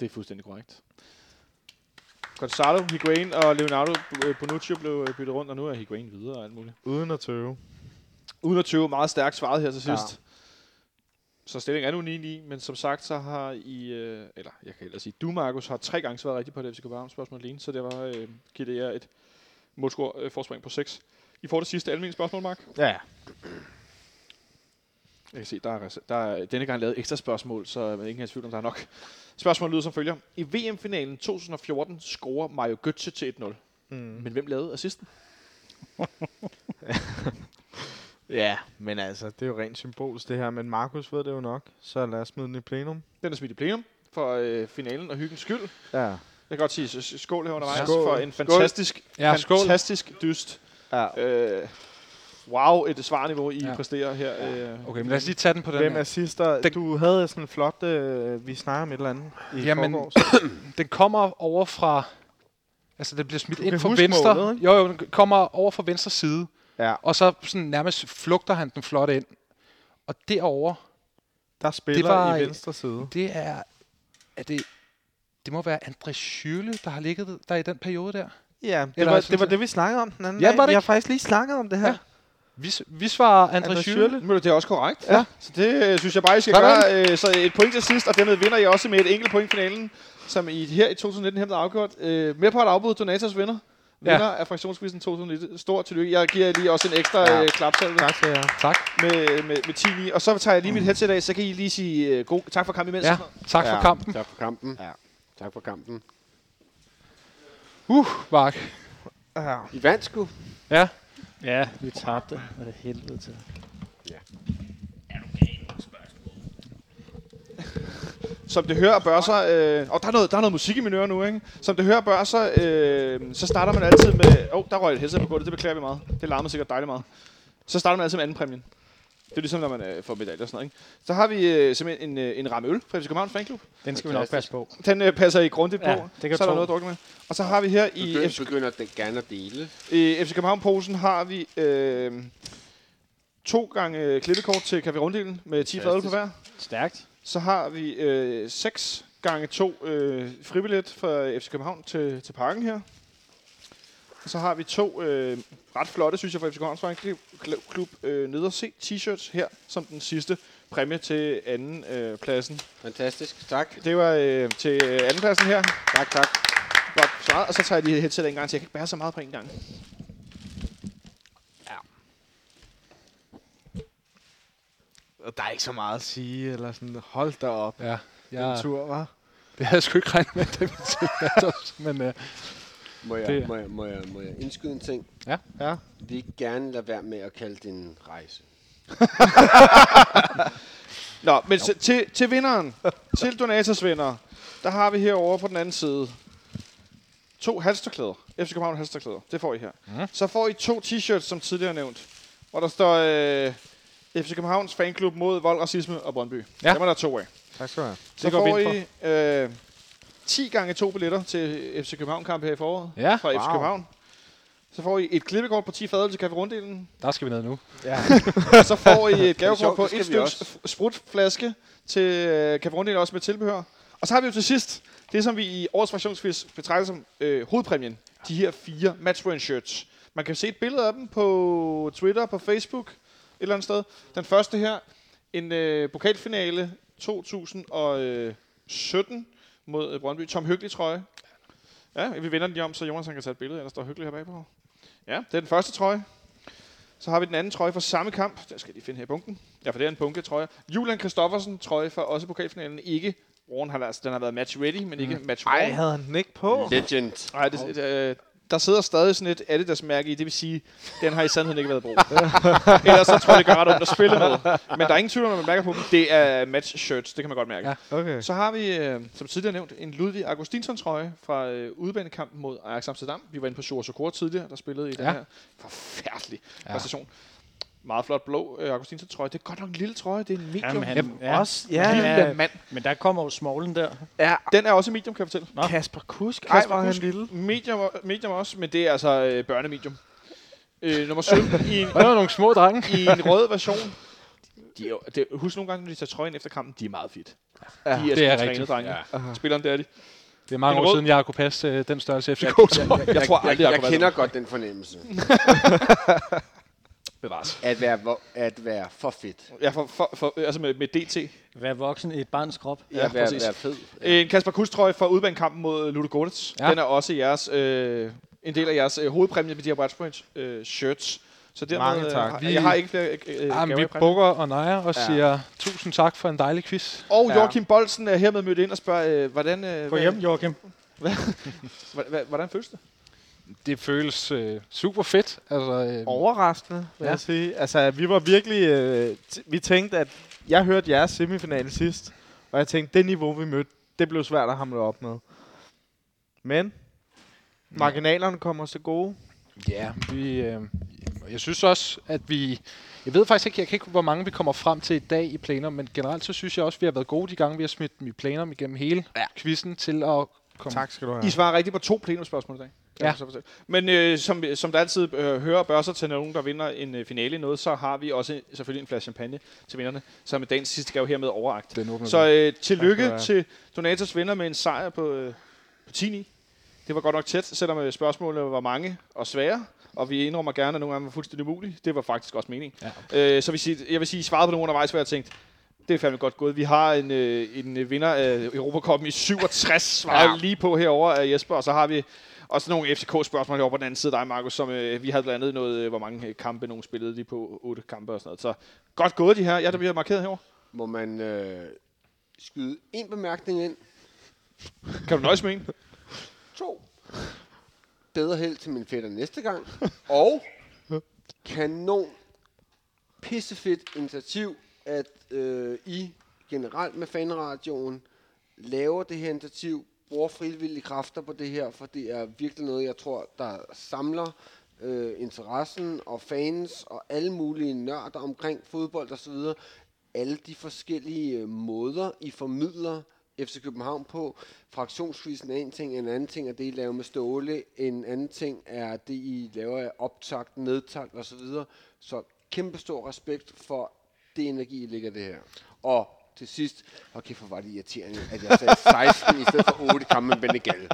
Speaker 2: Det er fuldstændig korrekt. Gonzalo, Higuain og Leonardo øh, Bonucci blev øh, byttet rundt, og nu er Higuain videre og alt muligt.
Speaker 5: Uden at tøve.
Speaker 2: 120 meget stærkt svaret her til sidst. Ja. Så stillingen er nu 9-9, men som sagt, så har I, øh, eller jeg kan ellers sige, du, Markus, har tre gange svaret rigtigt på det FCK København spørgsmål alene, så det var, øh, giver det jer et målscore øh, forspring på 6. I får det sidste almindelige spørgsmål, Mark.
Speaker 5: Ja.
Speaker 2: Jeg kan se, der er, res- der er denne gang lavet ekstra spørgsmål, så man ingen er i tvivl, om der er nok. Spørgsmålet lyder som følger. I VM-finalen 2014 scorer Mario Götze til 1-0.
Speaker 5: Mm.
Speaker 2: Men hvem lavede assisten?
Speaker 5: Ja, men altså, det er jo rent symbolsk det her, men Markus ved det jo nok, så lad os smide den i plenum.
Speaker 2: Den er smidt i plenum for øh, finalen og hyggens skyld.
Speaker 5: Ja.
Speaker 2: Jeg kan godt sige s- s- skål her undervejs skål.
Speaker 5: Skål.
Speaker 2: for en fantastisk,
Speaker 6: Ja, skål.
Speaker 2: fantastisk dyst.
Speaker 5: ja.
Speaker 2: Øh, wow, et svarniveau, I ja.
Speaker 6: Ja.
Speaker 2: præsterer her. Øh.
Speaker 6: Okay, men lad os lige tage den på den
Speaker 5: Hvem
Speaker 6: her.
Speaker 5: er sidster?
Speaker 6: Den-
Speaker 5: Du havde sådan en flot, øh, vi snakker om et eller andet i
Speaker 6: Jamen,
Speaker 5: forgårs.
Speaker 6: Den kommer over fra... Altså, den bliver smidt
Speaker 5: kan
Speaker 6: ind fra
Speaker 5: huske
Speaker 6: venstre.
Speaker 5: målet, ikke?
Speaker 6: jo, jo, den kommer over fra venstre side.
Speaker 5: Ja.
Speaker 6: Og så sådan nærmest flugter han den flot ind. Og derover
Speaker 5: Der spiller det
Speaker 6: var-
Speaker 5: i venstre side.
Speaker 6: det er... er det, det må være André Schürrle, der har ligget der i den periode der.
Speaker 5: Ja, det,
Speaker 6: Eller
Speaker 5: var,
Speaker 6: synes
Speaker 5: det var
Speaker 6: jeg-
Speaker 5: det, vi snakkede om den anden
Speaker 6: Ja,
Speaker 5: dag.
Speaker 6: var det
Speaker 5: Vi har
Speaker 6: ikke?
Speaker 5: faktisk lige snakket om det her.
Speaker 6: Ja. Vi, s- vi svarer André,
Speaker 5: André
Speaker 6: André
Speaker 5: Schürrle.
Speaker 6: Schürrle.
Speaker 2: Men det er også korrekt.
Speaker 5: Ja.
Speaker 2: Så det øh, synes jeg bare, I skal
Speaker 6: Sådan.
Speaker 2: gøre. Øh, så et point til sidst, og dermed vinder I også med et enkelt point i finalen, som I her i 2019 hermed har afgjort. Øh, med på et afbud, Donatas vinder.
Speaker 6: Ja.
Speaker 2: Vinder af fraktionsquizzen 2019. Stort tillykke. Jeg giver jer lige også en ekstra ja.
Speaker 5: Ja.
Speaker 2: øh, klapsalve
Speaker 5: Tak til jer.
Speaker 6: Tak.
Speaker 2: med, med, med 10 i. Og så tager jeg lige mit headset af, så kan I lige sige øh, god, tak for kampen imens.
Speaker 6: Ja, tak for
Speaker 4: Ja.
Speaker 6: kampen.
Speaker 4: Tak for kampen.
Speaker 5: Ja.
Speaker 4: Tak for kampen.
Speaker 6: Uh, Mark.
Speaker 5: Ja.
Speaker 4: I vandt sgu.
Speaker 6: Ja.
Speaker 3: Ja, vi tabte. Hvad helvede til.
Speaker 2: Som det hører og bør sig, øh, og der er, noget, der er noget musik i mine ører nu, ikke? Som det hører og bør sig, øh, så starter man altid med... Åh, oh, der røg et headset på gulvet, det beklager vi meget. Det larmede sikkert dejligt meget. Så starter man altid med anden præmien. Det er ligesom, når man øh, får medaljer og sådan noget, ikke? Så har vi øh, simpelthen en, øh, en ramme øl fra FC København Fanklub.
Speaker 3: Den skal vi nok passe på.
Speaker 2: Den øh, passer I grundigt
Speaker 3: Ja,
Speaker 2: på.
Speaker 3: det kan jeg
Speaker 2: så er der
Speaker 3: tro.
Speaker 2: noget at drukke med. Og så har vi her
Speaker 4: Du
Speaker 2: i FC,
Speaker 4: begynder den gerne at dele.
Speaker 2: i FC København-posen har vi øh, to gange øh, klippekort til Café Runddelen med 10 fadøl på
Speaker 4: Fantastisk.
Speaker 2: hver.
Speaker 3: Stærkt.
Speaker 2: Så har vi øh, 6 gange 2 øh, fribillet fra FC København til, til parken her. Og så har vi to øh, ret flotte, synes jeg, fra FC Københavns Fankl- Kl- Klub øh, nede og se t-shirts her, som den sidste præmie til anden øh, pladsen.
Speaker 4: Fantastisk. Tak.
Speaker 2: Det var øh, til øh, anden pladsen her.
Speaker 4: Tak, tak.
Speaker 2: Godt svaret. Og så tager jeg lige headset en gang til. Jeg kan ikke bære så meget på en gang.
Speaker 5: Der er ikke så meget at sige, eller sådan, hold da op.
Speaker 6: Ja.
Speaker 5: Ja.
Speaker 6: Jeg,
Speaker 5: Den tur, var.
Speaker 6: det havde jeg sgu ikke regnet med, <laughs> at det ville til os, men uh,
Speaker 4: Må jeg,
Speaker 6: Det-
Speaker 4: må, jeg, må, jeg, må jeg indskyde en ting?
Speaker 6: Ja.
Speaker 5: Ja.
Speaker 4: Vi gerne lade være med at kalde det en rejse.
Speaker 2: Nå, men så, til, til
Speaker 6: <laughs>
Speaker 2: vinderen, til Donatas vinder, der har vi herovre på den anden side to halsterklæder. FC København halsterklæder. Det får I her.
Speaker 6: Mhm.
Speaker 2: Mm. Så får I to t-shirts, som tidligere nævnt, hvor der står øh, FC Københavns fanklub mod vold, racisme og Brøndby. Ja.
Speaker 6: Ja.
Speaker 2: Dem er der to af.
Speaker 5: Tak skal du have.
Speaker 2: Så
Speaker 6: går vi
Speaker 2: får
Speaker 6: ind
Speaker 2: I øh, 10 gange to billetter til FC København-kamp her i foråret
Speaker 6: ja,
Speaker 2: fra FC København. Så får I et klippekort på 10 fadøl til Café Runddelen.
Speaker 6: der skal vi ned nu.
Speaker 2: Så får I et
Speaker 4: Det er
Speaker 2: gavekort
Speaker 4: sjovt,
Speaker 2: på
Speaker 4: det
Speaker 2: et
Speaker 4: skal vi
Speaker 2: stykke
Speaker 4: også.
Speaker 2: sp- sprutflaske til øh, Cabernet også med tilbehør. Og så har vi jo til sidst det, som vi i årets fraktionsquiz betragter som øh, hovedpræmien. de her fire matchwin shirts. Man kan se et billede af dem på Twitter, på Facebook, et eller andet sted. Den første her, en øh, pokalfinale 2017 øh, mod øh, Brøndby. Tom Hyggelig trøje. Ja, vi vender den lige om, så Jonas han kan tage et billede, ellers står Hyggelig her bagpå. Ja, det er den første trøje. Så har vi den anden trøje fra samme kamp. Den skal jeg lige finde her i bunken. Ja, for det er en bunke, trøje. Julian Kristoffersen trøje fra også pokalfinalen. Ikke Warren har, altså, den har været match ready, men ikke match
Speaker 5: Ej,
Speaker 2: worn.
Speaker 5: havde han den ikke på?
Speaker 4: Legend.
Speaker 2: Nej, det, øh, der sidder stadig sådan et Adidas-mærke i, det vil sige, den har i sandheden ikke været brugt. Ellers så tror jeg, det gør ret ondt at spille med. Men der er ingen tvivl om, at man mærker på dem. Det er match shirts, det kan man godt mærke.
Speaker 6: Ja.
Speaker 2: Ja.
Speaker 5: Okay.
Speaker 2: Så har vi, øh, som tidligere nævnt, en Ludvig Augustinsson-trøje fra øh, udbanekampen mod Ajax Amsterdam. Vi var inde på Sjur Sokor tidligere, der spillede i ja.
Speaker 6: Ja.
Speaker 2: den her forfærdelige
Speaker 6: Ja.
Speaker 2: ja. præstation. Meget flot blå øh, Augustinsson-trøje. Det er godt nok en lille trøje, det er en medium.
Speaker 3: Jamen,
Speaker 2: Jamen,
Speaker 3: han, ja.
Speaker 5: Også, ja,
Speaker 3: Lille
Speaker 5: ja.
Speaker 2: mand.
Speaker 3: Men der kommer jo smollen der.
Speaker 5: ja.
Speaker 2: Den er også medium, kan jeg fortælle.
Speaker 5: Kasper Kusk. Ej,
Speaker 2: Kasper
Speaker 5: hvor er han
Speaker 2: Kusk.
Speaker 5: lille.
Speaker 2: Medium, medium også, men det er altså øh, børnemedium. Øh, nummer 17 i en,
Speaker 6: Og der var nogle små drenge.
Speaker 2: i en rød version. De er, jo- det, husk nogle gange, når de tager trøjen efter kampen, de er meget fedt. Ja, de er,
Speaker 6: det er
Speaker 2: sgu trænede
Speaker 6: rigtigt.
Speaker 2: drenge.
Speaker 6: Ja.
Speaker 2: Ja. Spilleren, det er de.
Speaker 6: Det er mange
Speaker 2: En
Speaker 6: år
Speaker 2: rød-
Speaker 6: siden, jeg kunne passe øh, den størrelse FCK.
Speaker 4: Jeg, jeg,
Speaker 2: tror
Speaker 4: jeg,
Speaker 2: aldrig, jeg
Speaker 4: jeg,
Speaker 2: kunne være
Speaker 4: kender godt den fornemmelse.
Speaker 2: <laughs> Bevares.
Speaker 4: At være, vo- at være for fedt.
Speaker 2: Ja, for, for, for, altså med, med DT.
Speaker 3: Vær voksen i et barns krop.
Speaker 4: Ja, at være,
Speaker 2: præcis. Øh.
Speaker 4: være fed.
Speaker 2: Ja. En Kasper Kustrøj fra udbanekampen mod Ludo Gornitz.
Speaker 6: Ja.
Speaker 2: Ja. Den er også jeres, øh, en del af jeres øh, hovedpræmie med de her Bradford øh, shirts. Så dermed,
Speaker 5: Mange
Speaker 2: øh,
Speaker 5: tak.
Speaker 2: Har,
Speaker 5: Vi-
Speaker 2: jeg har ikke flere øh, øh,
Speaker 6: Ja, men
Speaker 2: gaver
Speaker 6: vi
Speaker 2: i præmie.
Speaker 6: bukker og nejer og siger tusind tak for en dejlig quiz.
Speaker 2: Og
Speaker 4: Ja.
Speaker 2: Joachim Bolsen er hermed mødt ind og spørger, øh, hvordan, øh,
Speaker 3: Gå
Speaker 2: hvad-
Speaker 3: hjem, Joachim.
Speaker 2: hvordan, hvordan føles det?
Speaker 6: Det føles øh, super fedt. Altså, øh,
Speaker 5: Overraskende, vil
Speaker 6: Ja.
Speaker 5: ja. jeg sige. Altså, vi var virkelig... Øh, t- vi tænkte, at... Jeg hørte jeres semifinale sidst, og jeg tænkte, det niveau, vi mødte, det blev svært at hamle op med. Men... Mm. Marginalerne kommer os til gode.
Speaker 6: Ja, vi, øh, og jeg synes også, at vi... Jeg ved faktisk ikke, jeg kan ikke, hvor mange vi kommer frem til i dag i plenum, men generelt så synes jeg også, at vi har været gode de gange, vi har smidt dem i plenum igennem hele ja. quizzen til at komme...
Speaker 5: Tak skal du have.
Speaker 2: I svarer rigtigt på to plenumspørgsmål i dag. kan
Speaker 6: Ja.
Speaker 2: jeg så fortælle. Men øh, som, som der altid øh, hører og bør sig til nogen, der vinder en øh, finale i noget, så har vi også øh, selvfølgelig en flaske champagne til vinderne, som er dagens sidste gave hermed overagt.
Speaker 6: Den åbner
Speaker 2: Så
Speaker 6: vi.
Speaker 2: øh,
Speaker 5: Tak skal du
Speaker 2: tillykke
Speaker 5: have.
Speaker 2: til Donatas vinder med en sejr på, øh, på 10 Det var godt nok tæt, selvom øh, spørgsmålene var mange og svære, og vi indrømmer gerne, at nogle af dem var fuldstændig umulige. Det var faktisk også meningen. Ja. Øh, så vil sige, jeg vil sige, I svarede på nogle undervejs, hvor jeg tænkte, det er fandme godt gået. Vi har en, øh, en øh, vinder af Europacupen i
Speaker 6: <laughs>
Speaker 2: 67, svarede ja. lige på herover af Jesper, og så har vi også nogle FCK-spørgsmål herovre på den anden side af dig, Markus, som øh, vi havde blandt andet noget, øh, hvor mange øh, kampe nogen spillede lige på, otte kampe og sådan noget. Så godt gået de her. Ja, der bliver markeret herover.
Speaker 4: Må man øh, skyde en bemærkning ind?
Speaker 2: Kan du nøjes med en?
Speaker 4: To. Bedre held til min fætter
Speaker 2: <laughs>
Speaker 4: næste gang. Og kanon pissefedt initiativ, at øh, I generelt med fanradioen laver det her initiativ, bruger frivillige kræfter på det her, for det er virkelig noget, jeg tror, der samler øh, interessen og fans og alle mulige nørder omkring fodbold osv. Alle de forskellige øh, måder, I formidler FC København på. Fraktionskrisen er en ting, en anden ting er det, I laver med Ståle, en anden ting er det, I laver af optakt, nedtakt osv. Så kæmpe stor respekt for det energi, I lægger i det her. Og til sidst, og kæft, hvor var det irriterende, at jeg sagde 16 i stedet for 8 kampe med Benegal.
Speaker 2: Men,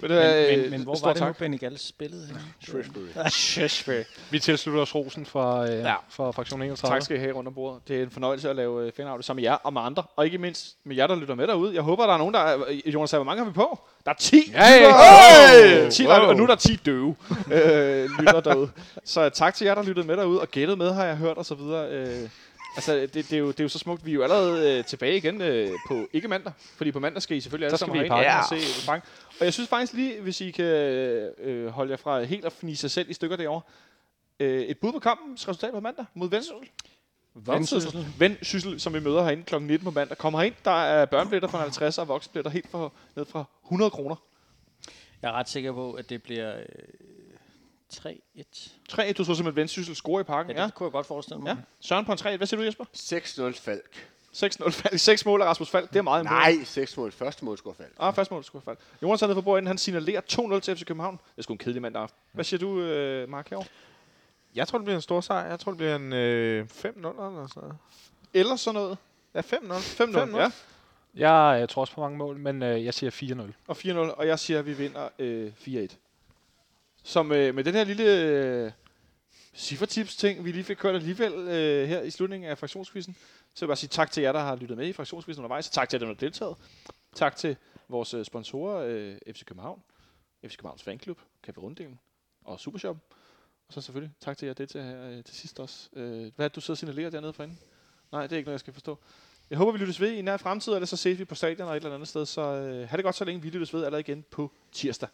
Speaker 3: Men,
Speaker 2: øh,
Speaker 3: men, men hvor var det nu,
Speaker 2: tak.
Speaker 3: Benny spillede? henne?
Speaker 6: Vi tilslutter os rosen fra, øh, ja. fra fraktion 31.
Speaker 2: Tak skal I have rundt om bordet. Det er en fornøjelse at lave øh, fanavle sammen med jer og med andre. Og ikke mindst med jer, der lytter med derude. Jeg håber, der er nogen, der... Er, øh, Jonas, hvor mange har vi på? Der er 10!
Speaker 6: Ja, ja,
Speaker 2: Hey! 10 der, og nu er der 10 døve øh, lytter derude. Så øh, tak til jer, der lyttede med derude og gættede med, har jeg hørt og så videre. Øh, altså, det, det, er jo, det er jo så smukt. Vi er jo allerede øh, tilbage igen øh, på ikke mandag. Fordi på mandag skal I selvfølgelig alle
Speaker 6: skal
Speaker 2: sammen
Speaker 6: vi i
Speaker 2: herind og se Frank. Og jeg synes faktisk lige, hvis I kan øh, holde jer fra helt at fnise sig selv i stykker derovre. Øh, et bud på kampens resultat på mandag mod Vendsyssel. Vendsyssel. Vendsyssel, som vi møder herinde kl. 19 på mandag. Kommer herind, der er børnebilletter fra 50 og voksenbilletter helt fra, ned fra 100 kroner.
Speaker 3: Jeg er ret sikker på, at det bliver øh, 3-1.
Speaker 2: 3 du tror simpelthen Vendsyssel score i
Speaker 3: Ja,
Speaker 2: parken.
Speaker 3: det
Speaker 2: Ja,
Speaker 3: kunne jeg godt forestille mig.
Speaker 2: ja. Søren på en 3 Hvad siger du, Jesper?
Speaker 4: 6-0 Falk.
Speaker 2: 6-0 Falk. 6 mål af Rasmus Falk. Det er meget imponerende.
Speaker 4: Nej, 6 mål. Første mål skulle Falk.
Speaker 2: Ah, fast mål, skulle Falk. Jonas er nede for bordenden. Han signalerer 2-0 til FC København. Det er sgu en kedelig mandag aften. Hvad siger du, øh, Mark, herovre?
Speaker 5: Jeg tror, det bliver en stor sejr. Jeg tror, det bliver en øh, 5-0 eller sådan noget.
Speaker 2: Eller sådan noget.
Speaker 5: Ja, 5-0.
Speaker 2: 5-0, ja.
Speaker 6: Jeg øh, tror også på mange mål, men øh, jeg siger 4-0.
Speaker 2: Og 4-0. Og jeg siger, at vi vinder øh, 4-1. som øh, med den her lille øh, ciffertips-ting, vi lige fik kørt alligevel øh, her i slutningen af fraktionskvisten, så vil jeg bare sige tak til jer, der har lyttet med i fraktionskvisten undervejs. Tak til jer, der har deltaget. Tak til vores øh, sponsorer, øh, FC København, FC Københavns Fanklub, Café Runddelen og Supershop. Og så selvfølgelig tak til jer, der deltager her øh, til sidst også. Øh, hvad er det, du sidder og signalerer dernede for enden? Nej, det er ikke noget, jeg skal forstå. Jeg håber, vi lyttes ved i nær fremtid, eller så ses vi på stadion eller et eller andet sted. Så øh, have det godt, så længe vi lyttes ved allerede igen på tirsdag.